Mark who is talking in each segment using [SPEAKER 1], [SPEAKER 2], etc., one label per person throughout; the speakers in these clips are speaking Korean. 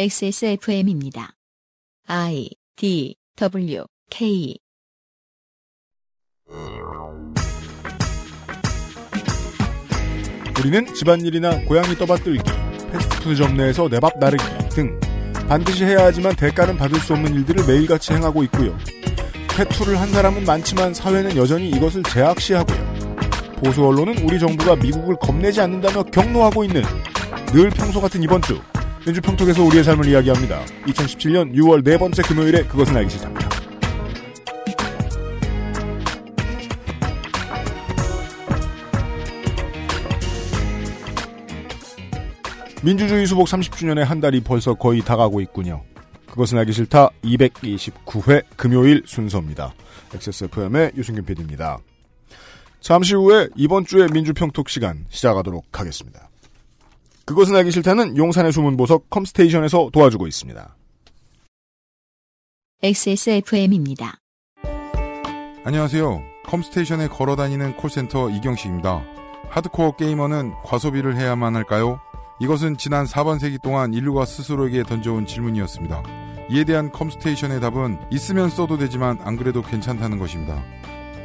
[SPEAKER 1] XSFM입니다. I D W K
[SPEAKER 2] 우리는 집안일이나 고양이 떠받들기, 패스트푸드점 내에서 내 밥 나르기 등 반드시 해야 하지만 대가는 받을 수 없는 일들을 매일같이 행하고 있고요. 퇴투를 한 사람은 많지만 사회는 여전히 이것을 제약시하고요. 보수 언론은 우리 정부가 미국을 겁내지 않는다며 경로하고 있는 늘 평소 같은 이번 주 민주평톡에서 우리의 삶을 이야기합니다. 2017년 6월 네 번째 금요일에 그것은 알기 싫답니다. 민주주의 수복 30주년의 한 달이 벌써 거의 다가고 있군요. 그것은 알기 싫다 229회 금요일 순서입니다. XSFM의 유승균 PD입니다. 잠시 후에 이번 주의 민주평톡 시간 시작하도록 하겠습니다. 그것은 알기 싫다는 용산의 숨은 보석 컴스테이션에서 도와주고 있습니다.
[SPEAKER 1] XSFM입니다.
[SPEAKER 3] 안녕하세요. 컴스테이션에 걸어다니는 콜센터 이경식입니다. 하드코어 게이머는 과소비를 해야만 할까요? 이것은 지난 4번 세기 동안 인류가 스스로에게 던져온 질문이었습니다. 이에 대한 컴스테이션의 답은 있으면 써도 되지만 안 그래도 괜찮다는 것입니다.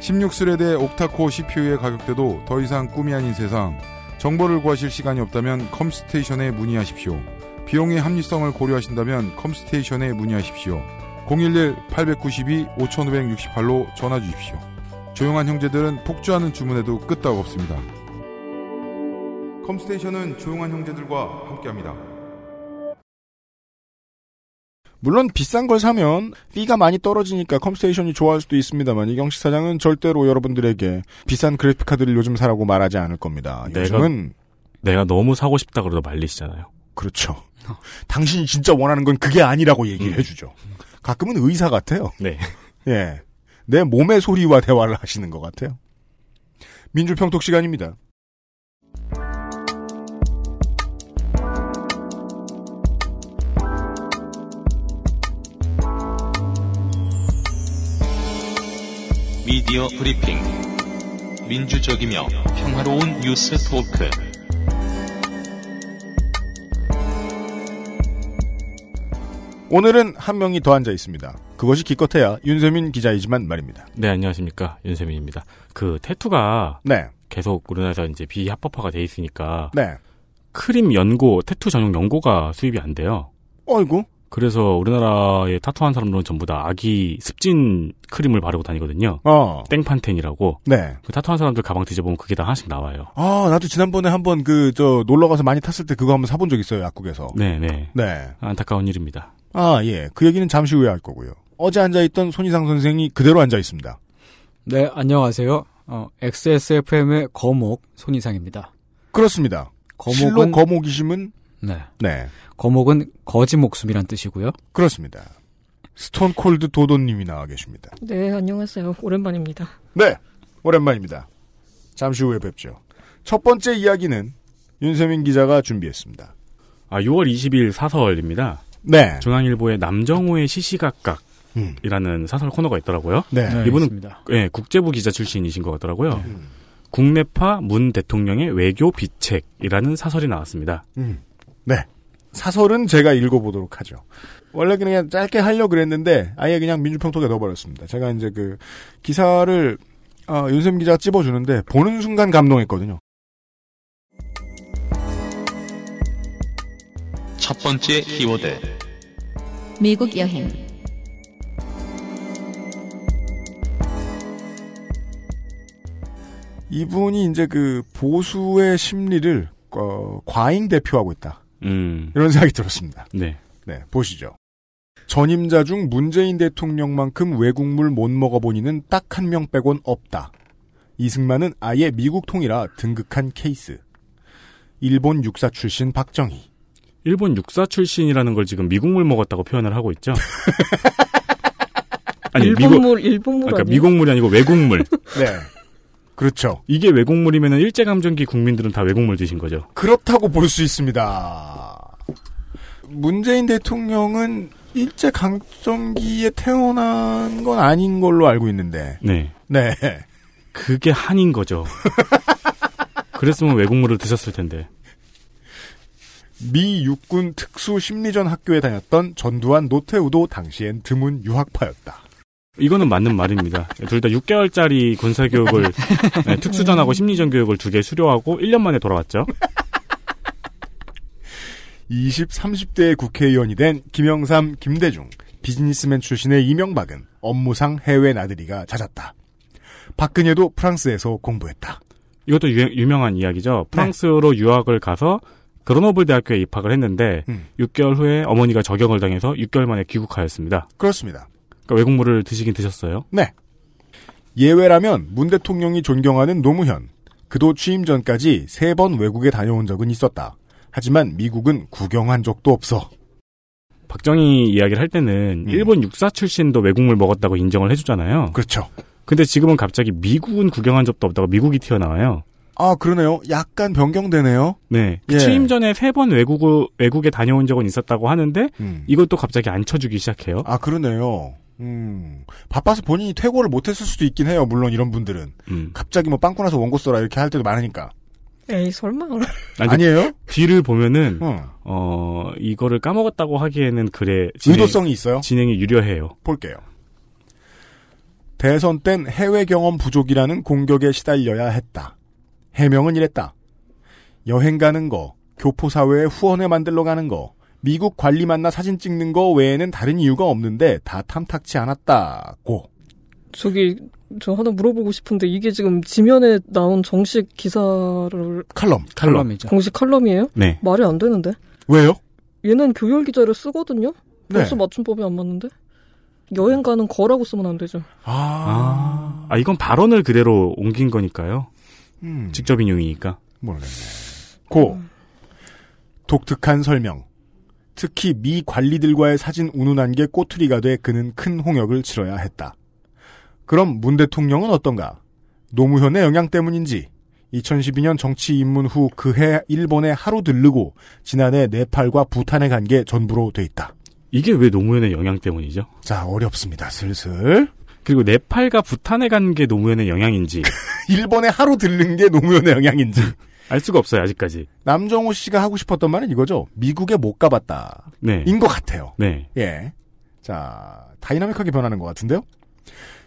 [SPEAKER 3] 16스레드의 옥타코어 CPU의 가격대도 더 이상 꿈이 아닌 세상 정보를 구하실 시간이 없다면 컴스테이션에 문의하십시오. 비용의 합리성을 고려하신다면 컴스테이션에 문의하십시오. 011-892-5568로 전화 주십시오. 조용한 형제들은 폭주하는 주문에도 끄떡 없습니다. 컴스테이션은 조용한 형제들과 함께합니다.
[SPEAKER 2] 물론 비싼 걸 사면 피가 많이 떨어지니까 컴스테이션이 좋아할 수도 있습니다만 이경식 사장은 절대로 여러분들에게 비싼 그래픽카드를 요즘 사라고 말하지 않을 겁니다.
[SPEAKER 4] 내가-
[SPEAKER 2] 요즘은
[SPEAKER 4] 내가 너무 사고 싶다 그러다 말리시잖아요.
[SPEAKER 2] 그렇죠. 당신이 진짜 원하는 건 그게 아니라고 얘기를
[SPEAKER 4] 어. 음.
[SPEAKER 2] 해주죠. 가끔은 의사 같아요.
[SPEAKER 4] 네.
[SPEAKER 2] 예. 내 몸의 소리와 대화를 하시는 것 같아요. 민주평톡 시간입니다.
[SPEAKER 5] 미디어 브리핑 민주적이며 평화로운 뉴스 토크
[SPEAKER 2] 오늘은 한 명이 더 앉아 있습니다. 그것이 기껏해야 윤세민 기자이지만 말입니다.
[SPEAKER 4] 네, 안녕하십니까. 윤세민입니다. 그, 태투가
[SPEAKER 2] 네,
[SPEAKER 4] 계속 우리나라에서 이제 비합법화가 돼 있으니까
[SPEAKER 2] 네.
[SPEAKER 4] 크림 연고, 태투 전용 연고가 수입이 안 돼요.
[SPEAKER 2] 어이구,
[SPEAKER 4] 그래서 우리나라에 타투한 사람들은 전부 다 아기 습진 크림을 바르고 다니거든요.
[SPEAKER 2] 어,
[SPEAKER 4] 땡판텐이라고.
[SPEAKER 2] 네.
[SPEAKER 4] 그 타투한 사람들 가방 뒤져보면 그게 다 하나씩 나와요.
[SPEAKER 2] 아, 나도 지난번에 한번 그, 저, 놀러 가서 많이 탔을 때 그거 한번 사본 적 있어요, 약국에서.
[SPEAKER 4] 네네.
[SPEAKER 2] 네.
[SPEAKER 4] 안타까운 일입니다.
[SPEAKER 2] 아, 예. 그 얘기는 잠시 후에 할 거고요. 어제 앉아있던 손희상 선생이 그대로 앉아 있습니다.
[SPEAKER 6] 네, 안녕하세요. 어, XSFM의 거목 손이상입니다.
[SPEAKER 2] 그렇습니다. 실로
[SPEAKER 6] 거목은
[SPEAKER 2] 거목이심은,
[SPEAKER 6] 네,
[SPEAKER 2] 네.
[SPEAKER 6] 거목은 거지 목숨이란 뜻이고요.
[SPEAKER 2] 그렇습니다. 스톤콜드 도도님이 나와 계십니다.
[SPEAKER 7] 네, 안녕하세요. 오랜만입니다.
[SPEAKER 2] 네, 오랜만입니다. 잠시 후에 뵙죠. 첫 번째 이야기는 윤세민 기자가 준비했습니다.
[SPEAKER 4] 아, 6월 20일 사설입니다.
[SPEAKER 2] 네,
[SPEAKER 4] 중앙일보의 남정호의 시시각각이라는
[SPEAKER 2] 음,
[SPEAKER 4] 사설 코너가 있더라고요.
[SPEAKER 2] 네,
[SPEAKER 4] 이분은-
[SPEAKER 6] 있습니다.
[SPEAKER 4] 예, 국제부 기자 출신이신 것 같더라고요. 국내파 문 대통령의 외교 비책이라는 사설이 나왔습니다.
[SPEAKER 2] 음, 네. 사설은 제가 읽어보도록 하죠. 원래 그냥 짧게 하려 고 그랬는데 아예 그냥 민주평통에 넣어버렸습니다. 제가 이제 그 기사를 아, 윤세민 기자가 찝어주는데 보는 순간 감동했거든요.
[SPEAKER 5] 첫 번째 키워드
[SPEAKER 1] 미국 여행
[SPEAKER 2] 이분이 이제 그 보수의 심리를 어, 과잉 대표하고 있다
[SPEAKER 4] 음,
[SPEAKER 2] 이런 생각이 들었습니다.
[SPEAKER 4] 네.
[SPEAKER 2] 네, 보시죠. 전임자 중 문재인 대통령만큼 외국물 못 먹어본 이는 딱 한 명 빼곤 없다. 이승만은 아예 미국 통이라 등극한 케이스. 일본 육사 출신 박정희.
[SPEAKER 4] 일본 육사 출신이라는 걸 지금 미국물 먹었다고 표현을 하고 있죠. 아니, 미국,
[SPEAKER 7] 일본물, 일본물
[SPEAKER 4] 그러니까
[SPEAKER 7] 아니에요?
[SPEAKER 4] 미국물이 아니고 외국물.
[SPEAKER 2] 네. 그렇죠.
[SPEAKER 4] 이게 외국물이면 일제감정기 국민들은 다 외국물 드신 거죠.
[SPEAKER 2] 그렇다고 볼 수 있습니다. 문재인 대통령은 일제 강점기에 태어난 건 아닌 걸로 알고 있는데.
[SPEAKER 4] 네.
[SPEAKER 2] 네.
[SPEAKER 4] 그게 한인 거죠. 그랬으면 외국물을 드셨을 텐데.
[SPEAKER 2] 미 육군 특수 심리전 학교에 다녔던 전두환 노태우도 당시엔 드문 유학파였다.
[SPEAKER 4] 이거는 맞는 말입니다. 둘 다 6개월짜리 군사 교육을 네,
[SPEAKER 2] 음.
[SPEAKER 4] 특수전하고 심리전 교육을 두 개 수료하고 1년 만에 돌아왔죠.
[SPEAKER 2] 20, 30대의 국회의원이 된 김영삼, 김대중, 비즈니스맨 출신의 이명박은 업무상 해외 나들이가 잦았다. 박근혜도 프랑스에서 공부했다.
[SPEAKER 4] 이것도 유, 명한
[SPEAKER 2] 네.
[SPEAKER 4] 이야기죠. 프랑스로 유학을 가서 그로노블 대학교에 입학을 했는데
[SPEAKER 2] 음.
[SPEAKER 4] 6개월 후에 어머니가 저격을 당해서 6개월 만에 귀국하였습니다.
[SPEAKER 2] 그렇습니다.
[SPEAKER 4] 그러니까 외국물을 드시긴 드셨어요.
[SPEAKER 2] 네. 예외라면 문 대통령이 존경하는 노무현. 그도 취임 전까지 세 번 외국에 다녀온 적은 있었다. 하지만 미국은 구경한 적도 없어.
[SPEAKER 4] 박정희 이야기를 할 때는
[SPEAKER 2] 음.
[SPEAKER 4] 일본 육사 출신도 외국물 먹었다고 인정을 해주잖아요.
[SPEAKER 2] 그렇죠.
[SPEAKER 4] 근데 지금은 갑자기 미국은 구경한 적도 없다고 미국이 튀어나와요.
[SPEAKER 2] 아, 그러네요. 약간 변경되네요.
[SPEAKER 4] 네.
[SPEAKER 2] 예.
[SPEAKER 4] 취임 전에 세 번 외국, 외국에 다녀온 적은 있었다고 하는데
[SPEAKER 2] 음.
[SPEAKER 4] 이것도 갑자기 안 쳐주기 시작해요.
[SPEAKER 2] 아, 그러네요. 음. 바빠서 본인이 퇴고를 못했을 수도 있긴 해요. 물론 이런 분들은.
[SPEAKER 4] 음.
[SPEAKER 2] 갑자기 뭐 빵꾸 나서 원고 써라 이렇게 할 때도 많으니까.
[SPEAKER 7] 에이 설마
[SPEAKER 4] 아니, 음.
[SPEAKER 2] 아니에요?
[SPEAKER 4] 뒤를 보면은
[SPEAKER 2] 응.
[SPEAKER 4] 어 이거를 까먹었다고 하기에는 그래 진행,
[SPEAKER 2] 의도성이 있어요.
[SPEAKER 4] 진행이 유려해요.
[SPEAKER 2] 볼게요. 대선 땐 해외 경험 부족이라는 공격에 시달려야 했다. 해명은 이랬다. 여행 가는 거, 교포 사회에 후원을 만들러 가는 거, 미국 관리 만나 사진 찍는 거 외에는 다른 이유가 없는데 다 탐탁치 않았다고.
[SPEAKER 7] 저기 저 하나 물어보고 싶은데 이게 지금 지면에 나온 정식 기사를
[SPEAKER 2] 칼럼.
[SPEAKER 6] 칼럼이죠.
[SPEAKER 7] 공식 칼럼이에요?
[SPEAKER 4] 네.
[SPEAKER 7] 말이 안 되는데
[SPEAKER 2] 왜요?
[SPEAKER 7] 얘는 교열 기자를 쓰거든요.
[SPEAKER 2] 네.
[SPEAKER 7] 벌써 뭐- 맞춤법이 안 맞는데 여행 가는 거라고 쓰면 안 되죠.
[SPEAKER 2] 아,
[SPEAKER 4] 아, 이건 발언을 그대로 옮긴 거니까요.
[SPEAKER 2] 음.
[SPEAKER 4] 직접 인용이니까.
[SPEAKER 2] 모르겠네. 고. 독특한 설명. 특히 미 관리들과의 사진 운운한 게 꼬투리가 돼 그는 큰 홍역을 치러야 했다. 그럼 문 대통령은 어떤가? 노무현의 영향 때문인지 2012년 정치 입문 후 그해 일본에 하루 들르고 지난해 네팔과 부탄에 간 게 전부로 돼 있다.
[SPEAKER 4] 이게 왜 노무현의 영향 때문이죠?
[SPEAKER 2] 자, 어렵습니다. 슬슬.
[SPEAKER 4] 그리고 네팔과 부탄에 간 게 노무현의 영향인지
[SPEAKER 2] 일본에 하루 들른 게 노무현의 영향인지.
[SPEAKER 4] 알 수가 없어요 아직까지.
[SPEAKER 2] 남정호 씨가 하고 싶었던 말은 이거죠. 미국에 못 가봤다.
[SPEAKER 4] 네.
[SPEAKER 2] 인 것 같아요.
[SPEAKER 4] 네.
[SPEAKER 2] 예. 자, 다이나믹하게 변하는 것 같은데요?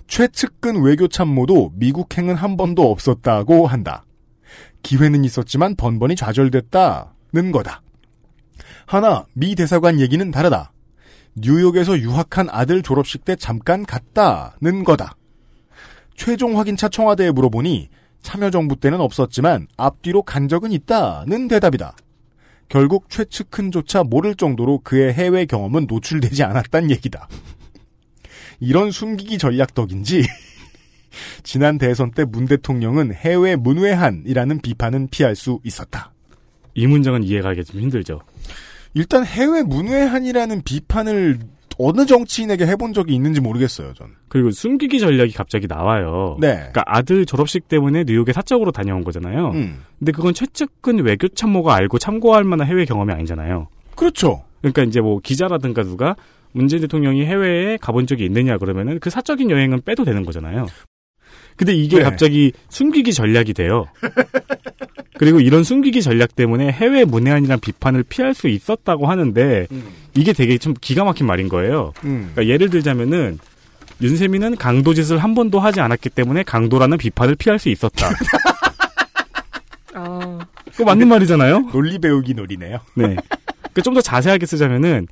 [SPEAKER 2] 최측근 외교 참모도 미국행은 한 번도 없었다고 한다. 기회는 있었지만 번번이 좌절됐다는 거다. 하나, 미 대사관 얘기는 다르다. 뉴욕에서 유학한 아들 졸업식 때 잠깐 갔다는 거다. 최종 확인차 청와대에 물어보니 참여정부 때는 없었지만 앞뒤로 간 적은 있다는 대답이다. 결국 최측근조차 모를 정도로 그의 해외 경험은 노출되지 않았단 얘기다. 이런 숨기기 전략 덕인지 지난 대선 때 문 대통령은 해외 문외한이라는 비판은 피할 수 있었다.
[SPEAKER 4] 이 문장은 이해가기 좀 힘들죠.
[SPEAKER 2] 일단 해외 문외한이라는 비판을 어느 정치인에게 해본 적이 있는지 모르겠어요, 전.
[SPEAKER 4] 그리고 숨기기 전략이 갑자기 나와요.
[SPEAKER 2] 네.
[SPEAKER 4] 그러니까 어. 아들 졸업식 때문에 뉴욕에 사적으로 다녀온 거잖아요.
[SPEAKER 2] 음.
[SPEAKER 4] 근데 그건 최측근 외교 참모가 알고 참고할 만한 해외 경험이 아니잖아요.
[SPEAKER 2] 그렇죠.
[SPEAKER 4] 그러니까 이제 뭐 기자라든가 누가 문재인 대통령이 해외에 가본 적이 있느냐 그러면은 그 사적인 여행은 빼도 되는 거잖아요. 근데 이게
[SPEAKER 2] 네.
[SPEAKER 4] 갑자기 숨기기 전략이 돼요. 그리고 이런 숨기기 전략 때문에 해외 문외한이란 비판을 피할 수 있었다고 하는데 이게 되게 좀 기가 막힌 말인 거예요.
[SPEAKER 2] 음.
[SPEAKER 4] 그러니까 예를 들자면은 윤세민은 강도짓을 한 번도 하지 않았기 때문에 강도라는 비판을 피할 수 있었다.
[SPEAKER 7] 아
[SPEAKER 4] 그거 맞는 말이잖아요.
[SPEAKER 2] 논리 배우기 놀이네요.
[SPEAKER 4] 네. 그 좀 더 자세하게 쓰자면은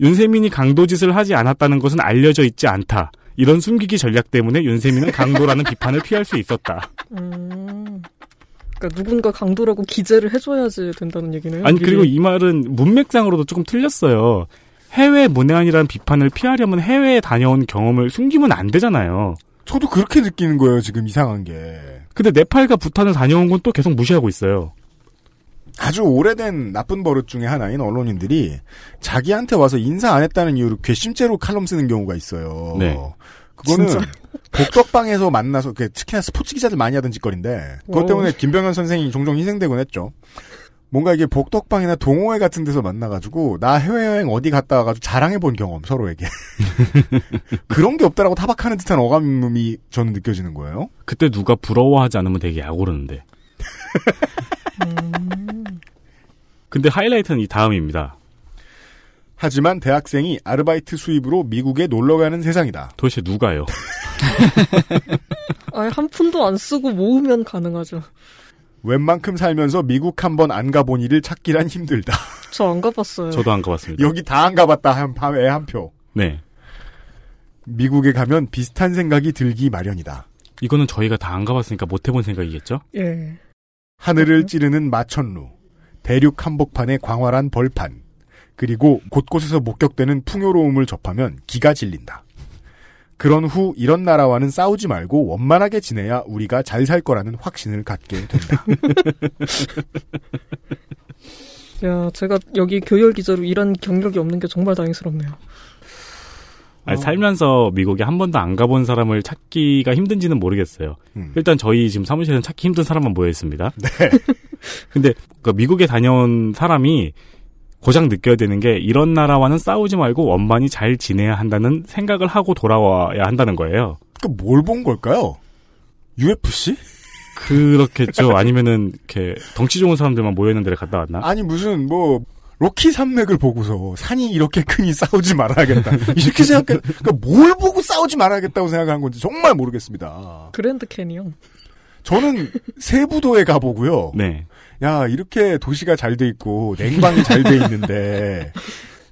[SPEAKER 4] 윤세민이 강도짓을 하지 않았다는 것은 알려져 있지 않다. 이런 숨기기 전략 때문에 윤세민은 강도라는 비판을 피할 수 있었다.
[SPEAKER 7] 음. 그러니까 누군가 강도라고 기재를 해줘야지 된다는 얘기네요.
[SPEAKER 4] 아니
[SPEAKER 7] 미리.
[SPEAKER 4] 그리고 이 말은 문맥상으로도 조금 틀렸어요. 해외 문외한이라는 비판을 피하려면 해외에 다녀온 경험을 숨기면 안 되잖아요.
[SPEAKER 2] 저도 그렇게 느끼는 거예요, 지금 이상한 게.
[SPEAKER 4] 근데 네팔과 부탄을 다녀온 건 또 계속 무시하고 있어요.
[SPEAKER 2] 아주 오래된 나쁜 버릇 중에 하나인 언론인들이 자기한테 와서 인사 안 했다는 이유로 괘씸죄로 칼럼 쓰는 경우가 있어요.
[SPEAKER 4] 네.
[SPEAKER 2] 그거는 복덕방에서 만나서 그 특히나 스포츠 기자들 많이 하던 짓거리인데 그것
[SPEAKER 7] 오.
[SPEAKER 2] 때문에 김병현 선생이 종종 희생되곤 했죠. 뭔가 이게 복덕방이나 동호회 같은 데서 만나가지고 나 해외여행 어디 갔다 와가지고 자랑해본 경험 서로에게 그런 게 없다라고 타박하는 듯한 어감이 저는 느껴지는 거예요.
[SPEAKER 4] 그때 누가 부러워하지 않으면 되게 약 오르는데. 근데 하이라이트는 이 다음입니다.
[SPEAKER 2] 하지만 대학생이 아르바이트 수입으로 미국에 놀러가는 세상이다.
[SPEAKER 4] 도대체 누가요?
[SPEAKER 7] 아예 한 푼도 안 쓰고 모으면 가능하죠.
[SPEAKER 2] 웬만큼 살면서 미국 한 번 안 가본 이를 찾기란 힘들다.
[SPEAKER 7] 저 안 가봤어요.
[SPEAKER 4] 저도 안 가봤습니다.
[SPEAKER 2] 여기 다 안 가봤다 한 밤에 한 표.
[SPEAKER 4] 네.
[SPEAKER 2] 미국에 가면 비슷한 생각이 들기 마련이다.
[SPEAKER 4] 이거는 저희가 다 안 가봤으니까 못 해본 생각이겠죠?
[SPEAKER 7] 예.
[SPEAKER 2] 하늘을 찌르는 마천루, 대륙 한복판의 광활한 벌판, 그리고 곳곳에서 목격되는 풍요로움을 접하면 기가 질린다. 그런 후 이런 나라와는 싸우지 말고 원만하게 지내야 우리가 잘 살 거라는 확신을 갖게 된다.
[SPEAKER 7] 야, 제가 여기 교열 기자로 일한 경력이 없는 게 정말 다행스럽네요.
[SPEAKER 4] 아니, 살면서 미국에 한 번도 안 가본 사람을 찾기가 힘든지는 모르겠어요.
[SPEAKER 2] 음.
[SPEAKER 4] 일단 저희 지금 사무실에는 찾기 힘든 사람만 모여 있습니다. 네. 근데 그 미국에 다녀온 사람이 고작 느껴야 되는 게 이런 나라와는 싸우지 말고 원만히 잘 지내야 한다는 생각을 하고 돌아와야 한다는 거예요.
[SPEAKER 2] 그 뭘 본 걸까요? UFC?
[SPEAKER 4] 그렇겠죠. 아니면은 이렇게 덩치 좋은 사람들만 모여 있는 데를 갔다 왔나?
[SPEAKER 2] 아니 무슨 뭐 로키 산맥을 보고서 산이 이렇게 크니 싸우지 말아야겠다. 이렇게 생각해. 그러니까 뭘 보고 싸우지 말아야겠다고 생각한 건지 정말 모르겠습니다.
[SPEAKER 7] 그랜드 캐니언.
[SPEAKER 2] 저는 세부도에 가보고요.
[SPEAKER 4] 네.
[SPEAKER 2] 야 이렇게 도시가 잘 돼 있고 냉방이 잘 돼 있는데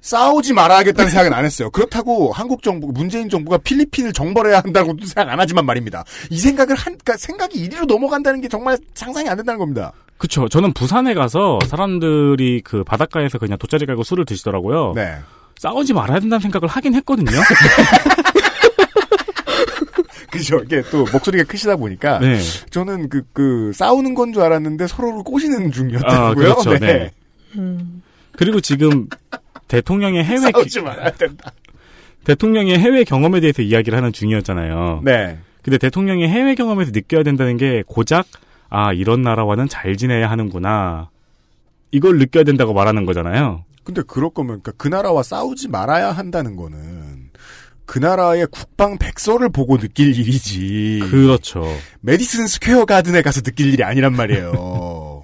[SPEAKER 2] 싸우지 말아야겠다는 생각은 안 했어요. 그렇다고 한국 정부 문재인 정부가 필리핀을 정벌해야 한다고도 생각 안 하지만 말입니다. 이 생각을 한 그러니까 생각이 이리로 넘어간다는 게 정말 상상이 안 된다는 겁니다.
[SPEAKER 4] 그쵸. 저는 부산에 가서 사람들이 그 바닷가에서 그냥 돗자리 깔고 술을 드시더라고요.
[SPEAKER 2] 네.
[SPEAKER 4] 싸우지 말아야 된다는 생각을 하긴 했거든요.
[SPEAKER 2] 그죠. 이게 또 목소리가 크시다 보니까
[SPEAKER 4] 네.
[SPEAKER 2] 저는 그, 그, 싸우는 건 줄 알았는데 서로를 꼬시는 중이었다고요.
[SPEAKER 4] 아, 그렇죠. 네.
[SPEAKER 7] 음.
[SPEAKER 4] 그리고 지금 대통령의 해외
[SPEAKER 2] 싸우지 말아야 된다.
[SPEAKER 4] 대통령의 해외 경험에 대해서 이야기를 하는 중이었잖아요.
[SPEAKER 2] 네.
[SPEAKER 4] 근데 대통령의 해외 경험에서 느껴야 된다는 게 고작 아 이런 나라와는 잘 지내야 하는구나 이걸 느껴야 된다고 말하는 거잖아요.
[SPEAKER 2] 근데 그럴 거면, 그러니까 그 나라와 싸우지 말아야 한다는 거는, 그 나라의 국방 백서를 보고 느낄 일이지.
[SPEAKER 4] 그렇죠.
[SPEAKER 2] 메디슨 스퀘어 가든에 가서 느낄 일이 아니란 말이에요.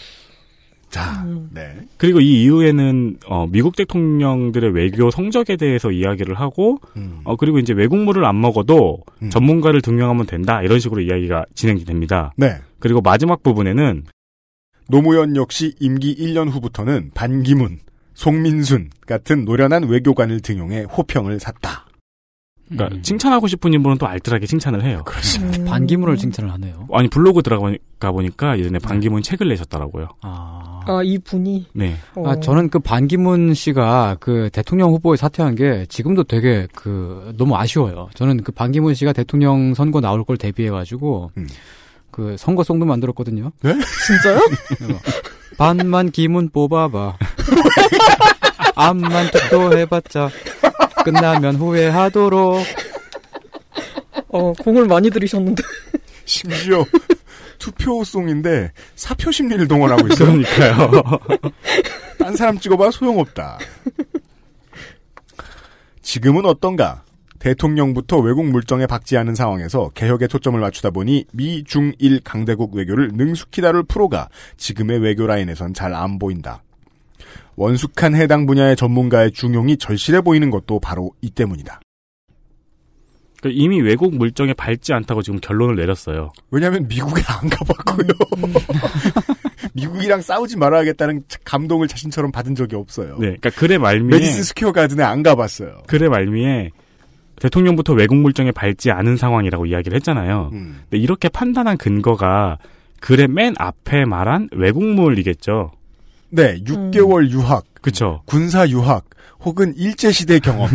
[SPEAKER 2] 자, 네.
[SPEAKER 4] 그리고 이 이후에는 어, 미국 대통령들의 외교 성적에 대해서 이야기를 하고
[SPEAKER 2] 음.
[SPEAKER 4] 어, 그리고 이제 외국물을 안 먹어도
[SPEAKER 2] 음.
[SPEAKER 4] 전문가를 등용하면 된다 이런 식으로 이야기가 진행이 됩니다.
[SPEAKER 2] 네.
[SPEAKER 4] 그리고 마지막 부분에는
[SPEAKER 2] 노무현 역시 임기 1년 후부터는 반기문, 송민순 같은 노련한 외교관을 등용해 호평을 샀다.
[SPEAKER 4] 그러니까
[SPEAKER 6] 음.
[SPEAKER 4] 칭찬하고 싶은 인물은 또 알뜰하게 칭찬을 해요.
[SPEAKER 7] 음.
[SPEAKER 6] 반기문을 칭찬을 하네요.
[SPEAKER 4] 아니 블로그 들어가 보니까 예전에 반기문 책을 내셨더라고요.
[SPEAKER 6] 아.
[SPEAKER 7] 아, 이 분이.
[SPEAKER 4] 네.
[SPEAKER 7] 어.
[SPEAKER 6] 아, 저는 그 반기문 씨가 그 대통령 후보에 사퇴한 게 지금도 되게 그 너무 아쉬워요. 저는 그 반기문 씨가 대통령 선거 나올 걸 대비해가지고
[SPEAKER 2] 음. 네?
[SPEAKER 6] 그 선거송도 만들었거든요. 어.
[SPEAKER 7] 진짜요?
[SPEAKER 6] 반만 기문 뽑아봐. 암만 득도 해봤자 끝나면 후회하도록.
[SPEAKER 7] 어, 공을 많이 들이셨는데.
[SPEAKER 2] 심지어 투표송인데 사표 심리를 동원하고 있어요.
[SPEAKER 4] 그러니까요.
[SPEAKER 2] 딴 사람 찍어봐 소용없다. 지금은 어떤가? 대통령부터 외국 물정에 박지 않은 상황에서 개혁에 초점을 맞추다 보니 미, 중, 일 강대국 외교를 능숙히 다룰 프로가 지금의 외교 라인에선 잘 안 보인다. 원숙한 해당 분야의 전문가의 중용이 절실해 보이는 것도 바로 이 때문이다.
[SPEAKER 4] 그 이미 외국 물정에 밟지 않다고 지금 결론을 내렸어요.
[SPEAKER 2] 왜냐하면 미국에 안 가봤고요. 미국이랑 싸우지 말아야겠다는 감동을 자신처럼 받은 적이 없어요.
[SPEAKER 4] 네, 그러니까 글의 말미에
[SPEAKER 2] 메디슨 스퀘어 가든에 안 가봤어요.
[SPEAKER 4] 글의 말미에 대통령부터 외국 물정에 밟지 않은 상황이라고 이야기를 했잖아요.
[SPEAKER 2] 음.
[SPEAKER 4] 근데 이렇게 판단한 근거가 글의 맨 앞에 말한 외국물이겠죠.
[SPEAKER 2] 네, 6개월 유학,
[SPEAKER 4] 그렇죠.
[SPEAKER 2] 군사 유학, 혹은 일제 시대 경험.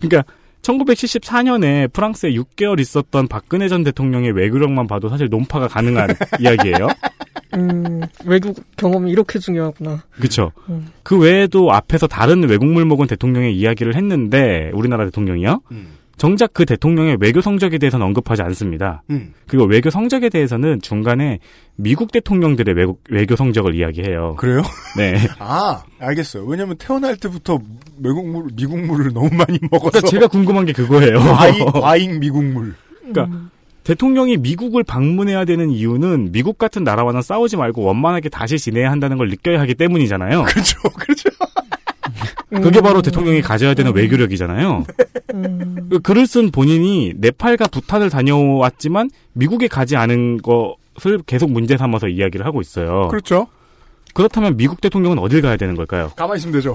[SPEAKER 4] 그러니까 1974년에 프랑스에 6개월 있었던 박근혜 전 대통령의 외교력만 봐도 사실 논파가 가능한 이야기예요.
[SPEAKER 7] 음, 외국 경험이 이렇게 중요하구나.
[SPEAKER 4] 그렇죠.
[SPEAKER 7] 음.
[SPEAKER 4] 그 외에도 앞에서 다른 외국물 먹은 대통령의 이야기를 했는데 우리나라 대통령이요.
[SPEAKER 2] 음.
[SPEAKER 4] 정작 그 대통령의 외교 성적에 대해서는 언급하지 않습니다.
[SPEAKER 2] 음.
[SPEAKER 4] 그리고 외교 성적에 대해서는 중간에 미국 대통령들의 외국, 외교 성적을 이야기해요.
[SPEAKER 2] 그래요?
[SPEAKER 4] 네.
[SPEAKER 2] 아, 알겠어요. 왜냐면 태어날 때부터 외국물, 미국물을 너무 많이 먹어서
[SPEAKER 4] 그러니까 제가 궁금한 게 그거예요.
[SPEAKER 2] 과잉, 과잉 미국물.
[SPEAKER 7] 음.
[SPEAKER 4] 그러니까 대통령이 미국을 방문해야 되는 이유는 미국 같은 나라와는 싸우지 말고 원만하게 다시 지내야 한다는 걸 느껴야 하기 때문이잖아요.
[SPEAKER 2] 그렇죠, 그렇죠.
[SPEAKER 4] 그게 바로 대통령이 가져야 되는 외교력이잖아요.
[SPEAKER 7] 음.
[SPEAKER 4] 그 글을 쓴 본인이 네팔과 부탄을 다녀왔지만 미국에 가지 않은 것을 계속 문제 삼아서 이야기를 하고 있어요.
[SPEAKER 2] 그렇죠.
[SPEAKER 4] 그렇다면 미국 대통령은 어딜 가야 되는 걸까요?
[SPEAKER 2] 가만히 있으면 되죠.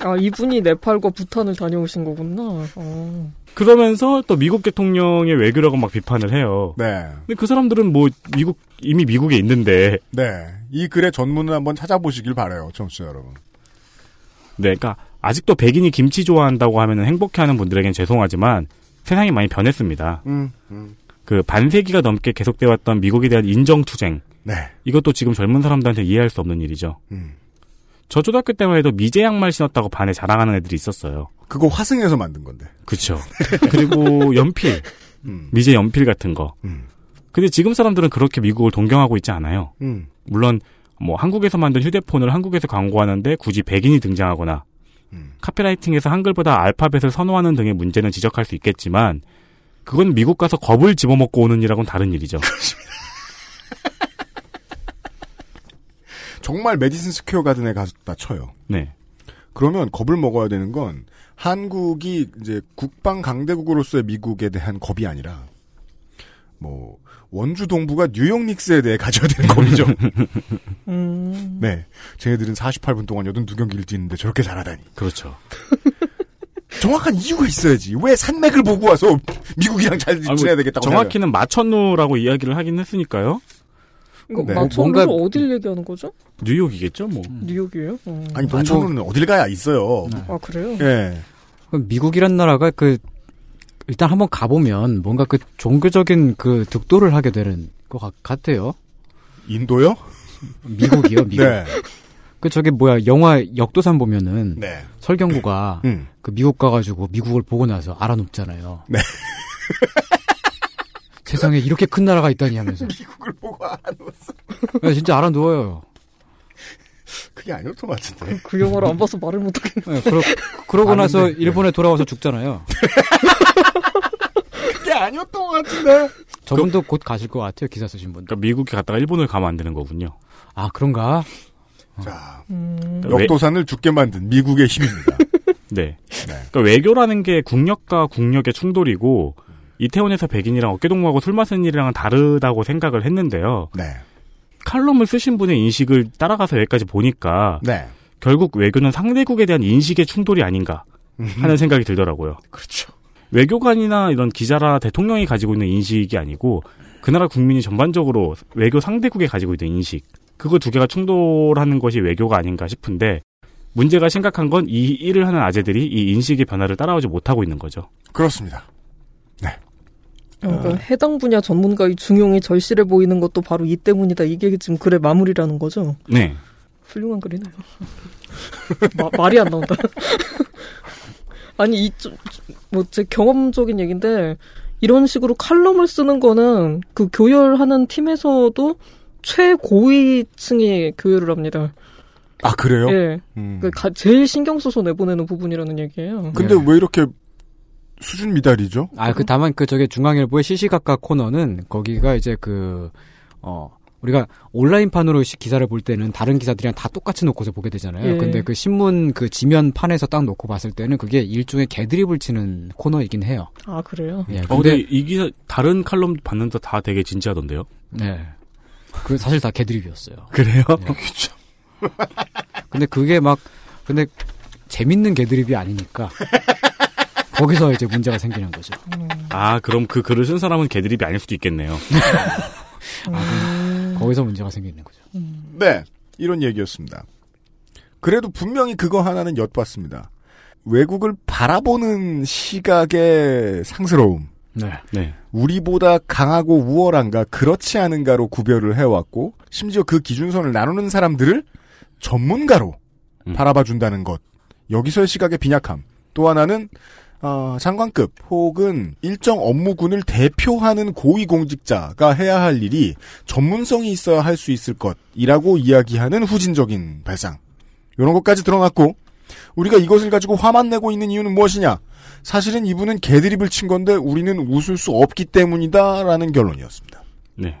[SPEAKER 7] 아 이분이 네팔과 부탄을 다녀오신 거구나. 어.
[SPEAKER 4] 그러면서 또 미국 대통령의 외교라고 막 비판을 해요.
[SPEAKER 2] 네.
[SPEAKER 4] 근데 그 사람들은 뭐 미국 이미 미국에 있는데
[SPEAKER 2] 네. 이 글의 전문을 한번 찾아보시길 바라요, 청취자 여러분.
[SPEAKER 4] 네, 그러니까 아직도 백인이 김치 좋아한다고 하면 행복해하는 분들에겐 죄송하지만 세상이 많이 변했습니다.
[SPEAKER 2] 음, 음.
[SPEAKER 4] 그 반세기가 넘게 계속돼 왔던 미국에 대한 인정 투쟁
[SPEAKER 2] 네.
[SPEAKER 4] 이것도 지금 젊은 사람들한테 이해할 수 없는 일이죠.
[SPEAKER 2] 음.
[SPEAKER 4] 저 초등학교 때만 해도 미제 양말 신었다고 반에 자랑하는 애들이 있었어요.
[SPEAKER 2] 그거 화승에서 만든 건데.
[SPEAKER 4] 그렇죠. 그리고 연필,
[SPEAKER 2] 음.
[SPEAKER 4] 미제 연필 같은 거.
[SPEAKER 2] 음.
[SPEAKER 4] 근데 지금 사람들은 그렇게 미국을 동경하고 있지 않아요.
[SPEAKER 2] 음.
[SPEAKER 4] 물론 뭐 한국에서 만든 휴대폰을 한국에서 광고하는데 굳이 백인이 등장하거나
[SPEAKER 2] 음.
[SPEAKER 4] 카피라이팅에서 한글보다 알파벳을 선호하는 등의 문제는 지적할 수 있겠지만 그건 미국 가서 겁을 집어먹고 오는 일하고는 다른 일이죠.
[SPEAKER 2] 정말 메디슨 스퀘어 가든에 갔다 쳐요.
[SPEAKER 4] 네.
[SPEAKER 2] 그러면 겁을 먹어야 되는 건 한국이 이제 국방 강대국으로서의 미국에 대한 겁이 아니라 뭐 원주 동부가 뉴욕 닉스에 대해 가져야 되는 겁이죠.
[SPEAKER 7] 음.
[SPEAKER 2] 네. 쟤네들은 48분 동안 82경기를 뛰는데 저렇게 잘하다니.
[SPEAKER 4] 그렇죠.
[SPEAKER 2] 정확한 이유가 있어야지. 왜 산맥을 보고 와서 미국이랑 잘 지내야 되겠다고 생각해요?
[SPEAKER 4] 정확히는 마천루라고 이야기를 하긴 했으니까요.
[SPEAKER 7] 이거
[SPEAKER 2] 네.
[SPEAKER 7] 마천루
[SPEAKER 6] 뭔가-
[SPEAKER 7] 어딜 얘기하는 거죠?
[SPEAKER 4] 뉴욕이겠죠, 뭐.
[SPEAKER 7] 뉴욕이에요? 어.
[SPEAKER 2] 아니, 동천은 어딜 가야 있어요.
[SPEAKER 7] 아 그래요?
[SPEAKER 2] 예.
[SPEAKER 6] 그럼 미국이란 나라가 그 일단 한번 가보면 뭔가 그 종교적인 그 득도를 하게 되는 것 같, 같아요.
[SPEAKER 2] 인도요?
[SPEAKER 6] 미국이요, 미국.
[SPEAKER 2] 네.
[SPEAKER 6] 그 저게 뭐야 영화 역도산 보면은
[SPEAKER 2] 네.
[SPEAKER 6] 설경구가
[SPEAKER 2] 음.
[SPEAKER 6] 그 미국 가가지고 미국을 보고 나서 알아눕잖아요.
[SPEAKER 2] 네.
[SPEAKER 6] 세상에 이렇게 큰 나라가 있다니 하면서
[SPEAKER 2] 미국을 보고 알아놓았어.
[SPEAKER 6] 야, 진짜 알아누워요.
[SPEAKER 2] 그게 아니었던 것 같은데.
[SPEAKER 7] 그 영화를 안 봐서 말을 못하겠네.
[SPEAKER 6] 네, 그러, 그러고
[SPEAKER 2] 아는데. 네.
[SPEAKER 6] 나서 일본에 돌아와서 죽잖아요.
[SPEAKER 2] 그게 아니었던 것 같은데.
[SPEAKER 6] 저분도 곧 가실 것 같아요. 기사 쓰신 분도.
[SPEAKER 4] 그러니까 미국에 갔다가 일본을 가면 안 되는 거군요.
[SPEAKER 6] 아 그런가?
[SPEAKER 2] 자,
[SPEAKER 7] 음.
[SPEAKER 4] 그러니까
[SPEAKER 2] 역도산을 죽게 만든 미국의 힘입니다.
[SPEAKER 4] 네. 그러니까 외교라는 게 국력과 국력의 충돌이고 이태원에서 백인이랑 어깨동무하고 술 마시는 일이랑은 다르다고 생각을 했는데요.
[SPEAKER 2] 네.
[SPEAKER 4] 칼럼을 쓰신 분의 인식을 따라가서 여기까지 보니까
[SPEAKER 2] 네.
[SPEAKER 4] 결국 외교는 상대국에 대한 인식의 충돌이 아닌가 하는 생각이 들더라고요.
[SPEAKER 2] 음. 그렇죠.
[SPEAKER 4] 외교관이나 이런 기자라 대통령이 가지고 있는 인식이 아니고 그 나라 국민이 전반적으로 외교 상대국에 가지고 있는 인식 그거 두 개가 충돌하는 것이 외교가 아닌가 싶은데 문제가 심각한 건 이 일을 하는 아재들이 이 인식의 변화를 따라오지 못하고 있는 거죠.
[SPEAKER 2] 그렇습니다.
[SPEAKER 4] 아.
[SPEAKER 7] 그러니까 해당 분야 전문가의 중용이 절실해 보이는 것도 바로 이 때문이다. 이게 지금 글의 마무리라는 거죠.
[SPEAKER 4] 네.
[SPEAKER 7] 훌륭한 글이네요. 마- 말이 안 나온다. 아니 이뭐제 경험적인 얘기인데 이런 식으로 칼럼을 쓰는 거는 그 교열하는 팀에서도 최고위층이 교열을 합니다.
[SPEAKER 2] 아, 그래요?
[SPEAKER 7] 예,
[SPEAKER 2] 음.
[SPEAKER 7] 그 가- 제일 신경 써서 내보내는 부분이라는 얘기예요.
[SPEAKER 2] 근데
[SPEAKER 6] 네.
[SPEAKER 2] 왜 이렇게 수준 미달이죠?
[SPEAKER 6] 아 그 다만 그 저게 중앙일보의 시시각각 코너는 거기가 이제 그, 그어 우리가 온라인판으로 시- 기사를 볼 때는 다른 기사들이랑 다 똑같이 놓고서 보게 되잖아요.
[SPEAKER 7] 예.
[SPEAKER 6] 근데 그 신문 그 지면판에서 딱 놓고 봤을 때는 그게 일종의 개드립을 치는 코너이긴 해요.
[SPEAKER 7] 아 그래요?
[SPEAKER 6] 예.
[SPEAKER 4] 어, 근데 이 기사 다른 칼럼 봤는데 다 되게 진지하던데요.
[SPEAKER 6] 네. 그 사실 다 개드립이었어요.
[SPEAKER 4] 그래요?
[SPEAKER 6] 근데 그게 막 근데 재밌는 개드립이 아니니까 거기서 이제 문제가 생기는 거죠.
[SPEAKER 4] 아 그럼 그 글을 쓴 사람은 개드립이 아닐 수도 있겠네요.
[SPEAKER 6] 거기서 문제가 생기는 거죠.
[SPEAKER 2] 네. 이런 얘기였습니다. 그래도 분명히 그거 하나는 엿봤습니다. 외국을 바라보는 시각의 상스러움.
[SPEAKER 6] 네.
[SPEAKER 4] 네.
[SPEAKER 2] 우리보다 강하고 우월한가 그렇지 않은가로 구별을 해왔고 심지어 그 기준선을 나누는 사람들을 전문가로
[SPEAKER 4] 음.
[SPEAKER 2] 바라봐준다는 것 여기서의 시각의 빈약함 또 하나는 어, 장관급 혹은 일정 업무군을 대표하는 고위공직자가 해야 할 일이 전문성이 있어야 할 수 있을 것이라고 이야기하는 후진적인 발상 이런 것까지 드러났고 우리가 이것을 가지고 화만 내고 있는 이유는 무엇이냐 사실은 이분은 개드립을 친 건데 우리는 웃을 수 없기 때문이다라는 결론이었습니다.
[SPEAKER 4] 네.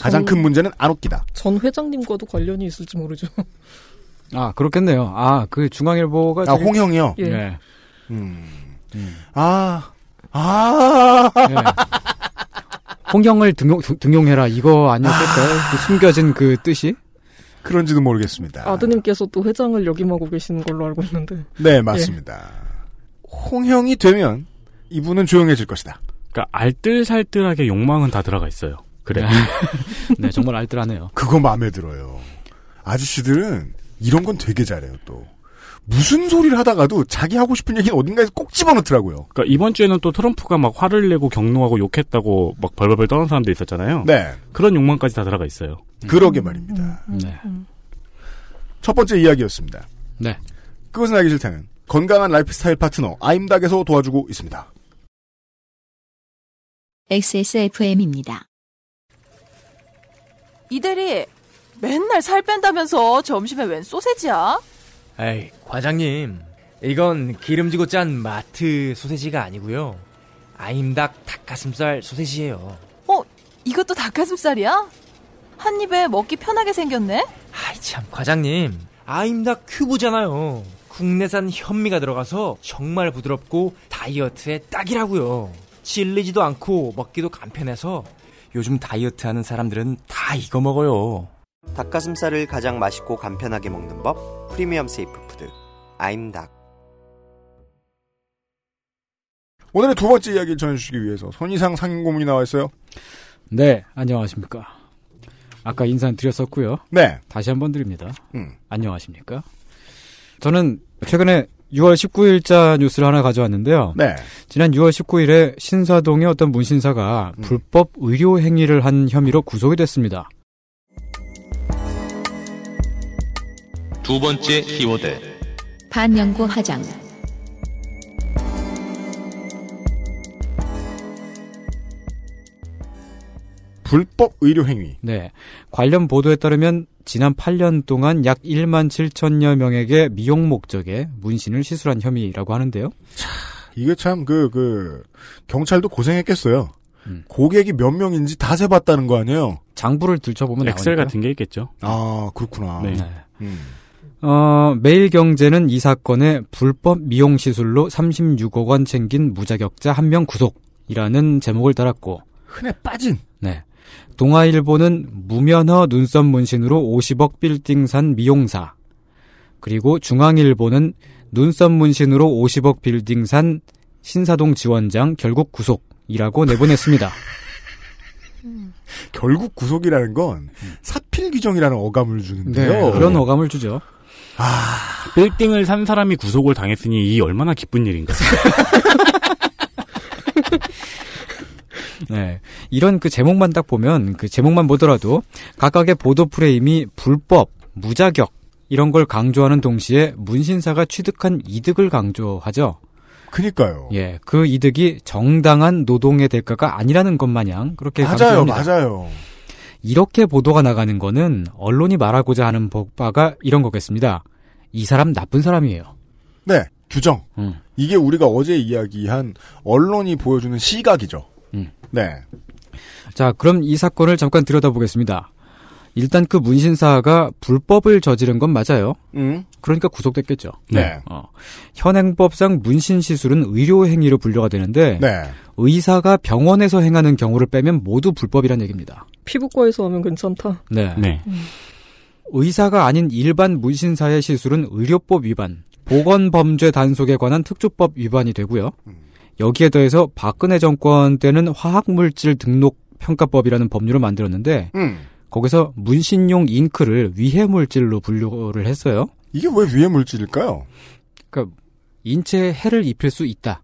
[SPEAKER 2] 가장 큰 문제는 안 웃기다.
[SPEAKER 7] 전 회장님과도 관련이 있을지 모르죠.
[SPEAKER 6] 아, 그렇겠네요. 아, 그 중앙일보가.
[SPEAKER 2] 아
[SPEAKER 6] 되게-
[SPEAKER 2] 홍형이요.
[SPEAKER 7] 예.
[SPEAKER 6] 예.
[SPEAKER 2] 음.
[SPEAKER 6] 음.
[SPEAKER 2] 아. 아.
[SPEAKER 6] 예. 홍경을 등용, 등- 등용해라. 이거 아니었을까요? 그 숨겨진 그 뜻이?
[SPEAKER 2] 그런지도 모르겠습니다.
[SPEAKER 7] 아드님께서 또 회장을 역임하고 계시는 걸로 알고 있는데.
[SPEAKER 2] 네, 맞습니다. 홍형이 되면 이분은 조용해질 것이다.
[SPEAKER 4] 그러니까 알뜰살뜰하게 욕망은 다 들어가 있어요. 그래.
[SPEAKER 6] 네, 정말 알뜰하네요.
[SPEAKER 2] 그거 마음에 들어요. 아저씨들은 이런 건 되게 잘해요, 또. 무슨 소리를 하다가도 자기 하고 싶은 얘기는 어딘가에서 꼭 집어넣더라고요.
[SPEAKER 4] 그러니까 이번 주에는 또 트럼프가 막 화를 내고 경노하고 욕했다고 막 벌벌벌 떠는 사람도 있었잖아요.
[SPEAKER 2] 네.
[SPEAKER 4] 그런 욕망까지 다 들어가 있어요.
[SPEAKER 2] 그러게 말입니다.
[SPEAKER 6] 네.
[SPEAKER 7] 음.
[SPEAKER 2] 첫 번째 이야기였습니다.
[SPEAKER 6] 네.
[SPEAKER 2] 그것은 알기 싫다는 건강한 라이프스타일 파트너 아임닭에서 도와주고 있습니다.
[SPEAKER 1] XSFM입니다.
[SPEAKER 8] 이 대리 맨날 살 뺀다면서 점심에 웬 소세지야?
[SPEAKER 9] 에이, 과장님. 이건 기름지고 짠 마트 소세지가 아니고요. 아임닭 닭가슴살 소세지예요.
[SPEAKER 8] 어 이것도 닭가슴살이야? 한 입에 먹기 편하게 생겼네.
[SPEAKER 9] 아이 참, 과장님. 아임닭 큐브잖아요. 국내산 현미가 들어가서 정말 부드럽고 다이어트에 딱이라고요. 질리지도 않고 먹기도 간편해서 요즘 다이어트 하는 사람들은 다 이거 먹어요.
[SPEAKER 10] 닭가슴살을 가장 맛있고 간편하게 먹는 법 프리미엄 세이프 푸드 아임닭
[SPEAKER 2] 오늘의 두 번째 이야기를 전해주시기 위해서 손이상 상인 고문이 나와 있어요.
[SPEAKER 6] 네, 안녕하십니까. 아까 인사 드렸었고요.
[SPEAKER 2] 네.
[SPEAKER 6] 다시 한번 드립니다.
[SPEAKER 2] 음.
[SPEAKER 6] 안녕하십니까. 저는 최근에 6월 19일자 뉴스를 하나 가져왔는데요.
[SPEAKER 2] 네.
[SPEAKER 6] 지난 6월 19일에 신사동의 어떤 문신사가
[SPEAKER 4] 음.
[SPEAKER 6] 불법 의료 행위를 한 혐의로 구속이 됐습니다.
[SPEAKER 5] 두 번째 키워드
[SPEAKER 1] 반영구 화장.
[SPEAKER 2] 불법 의료 행위.
[SPEAKER 6] 네. 관련 보도에 따르면 지난 8년 동안 약 1만 7천여 명에게 미용 목적의 문신을 시술한 혐의라고 하는데요.
[SPEAKER 2] 이게 참, 그, 그, 경찰도 고생했겠어요.
[SPEAKER 6] 음.
[SPEAKER 2] 고객이 몇 명인지 다 세봤다는 거 아니에요?
[SPEAKER 6] 장부를 들춰보면
[SPEAKER 4] 엑셀
[SPEAKER 6] 나오니까요.
[SPEAKER 4] 같은 게 있겠죠.
[SPEAKER 2] 아, 그렇구나.
[SPEAKER 4] 네.
[SPEAKER 2] 음.
[SPEAKER 6] 어, 매일경제는 이 사건에 불법 미용 시술로 36억 원 챙긴 무자격자 한 명 구속이라는 제목을 달았고
[SPEAKER 2] 흔해 빠진.
[SPEAKER 6] 네. 동아일보는 무면허 눈썹 문신으로 50억 빌딩 산 미용사. 그리고 중앙일보는 눈썹 문신으로 50억 빌딩 산 신사동 지원장 결국 구속이라고 내보냈습니다.
[SPEAKER 2] 결국 구속이라는 건 사필 규정이라는 어감을 주는데요.
[SPEAKER 6] 음. 네, 그런 어감을 주죠.
[SPEAKER 4] 빌딩을 산 사람이 구속을 당했으니 이 얼마나 기쁜 일인가.
[SPEAKER 6] 네. 이런 그 제목만 딱 보면 그 제목만 보더라도 각각의 보도 프레임이 불법, 무자격 이런 걸 강조하는 동시에 문신사가 취득한 이득을 강조하죠.
[SPEAKER 2] 그니까요.
[SPEAKER 6] 예, 그 이득이 정당한 노동의 대가가 아니라는 것 마냥 그렇게
[SPEAKER 2] 맞아요,
[SPEAKER 6] 강조합니다.
[SPEAKER 2] 맞아요.
[SPEAKER 6] 이렇게 보도가 나가는 거는 언론이 말하고자 하는 법바가 이런 거겠습니다. 이 사람 나쁜 사람이에요.
[SPEAKER 2] 네, 규정.
[SPEAKER 6] 음.
[SPEAKER 2] 이게 우리가 어제 이야기한 언론이 보여주는 시각이죠.
[SPEAKER 6] 음.
[SPEAKER 2] 네.
[SPEAKER 6] 자, 그럼 이 사건을 잠깐 들여다보겠습니다. 일단 그 문신사가 불법을 저지른 건 맞아요.
[SPEAKER 2] 음.
[SPEAKER 6] 그러니까 구속됐겠죠.
[SPEAKER 2] 네.
[SPEAKER 6] 어, 현행법상 문신 시술은 의료 행위로 분류가 되는데
[SPEAKER 2] 네.
[SPEAKER 6] 의사가 병원에서 행하는 경우를 빼면 모두 불법이란 얘기입니다.
[SPEAKER 7] 피부과에서 하면 괜찮다.
[SPEAKER 6] 네.
[SPEAKER 4] 네.
[SPEAKER 6] 의사가 아닌 일반 문신사의 시술은 의료법 위반, 보건범죄 단속에 관한 특조법 위반이 되고요. 여기에 더해서 박근혜 정권 때는 화학물질 등록 평가법이라는 법률을 만들었는데
[SPEAKER 2] 음.
[SPEAKER 6] 거기서 문신용 잉크를 위해물질로 분류를 했어요.
[SPEAKER 2] 이게 왜 위해 물질일까요?
[SPEAKER 6] 그러니까 인체에 해를 입힐 수 있다.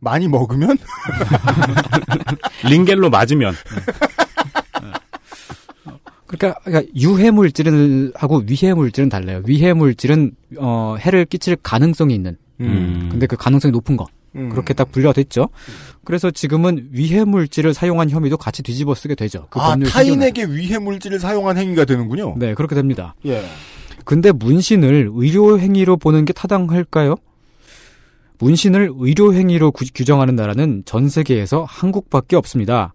[SPEAKER 2] 많이 먹으면?
[SPEAKER 4] 링겔로 맞으면
[SPEAKER 6] 그러니까, 그러니까 유해물질은 하고 위해물질은 달라요. 위해물질은 어, 해를 끼칠 가능성이 있는.
[SPEAKER 4] 음.
[SPEAKER 6] 근데 그 가능성이 높은 거.
[SPEAKER 2] 음.
[SPEAKER 6] 그렇게 딱 분류가 됐죠. 그래서 지금은 위해 물질을 사용한 혐의도 같이 뒤집어 쓰게 되죠. 그
[SPEAKER 2] 아,
[SPEAKER 6] 법률
[SPEAKER 2] 타인에게 위해 물질을 사용한 행위가 되는군요.
[SPEAKER 6] 기준에서. 네, 그렇게 됩니다.
[SPEAKER 2] 예.
[SPEAKER 6] 근데 문신을 의료 행위로 보는 게 타당할까요? 문신을 의료행위로 구- 규정하는 나라는 전 세계에서 한국밖에 없습니다.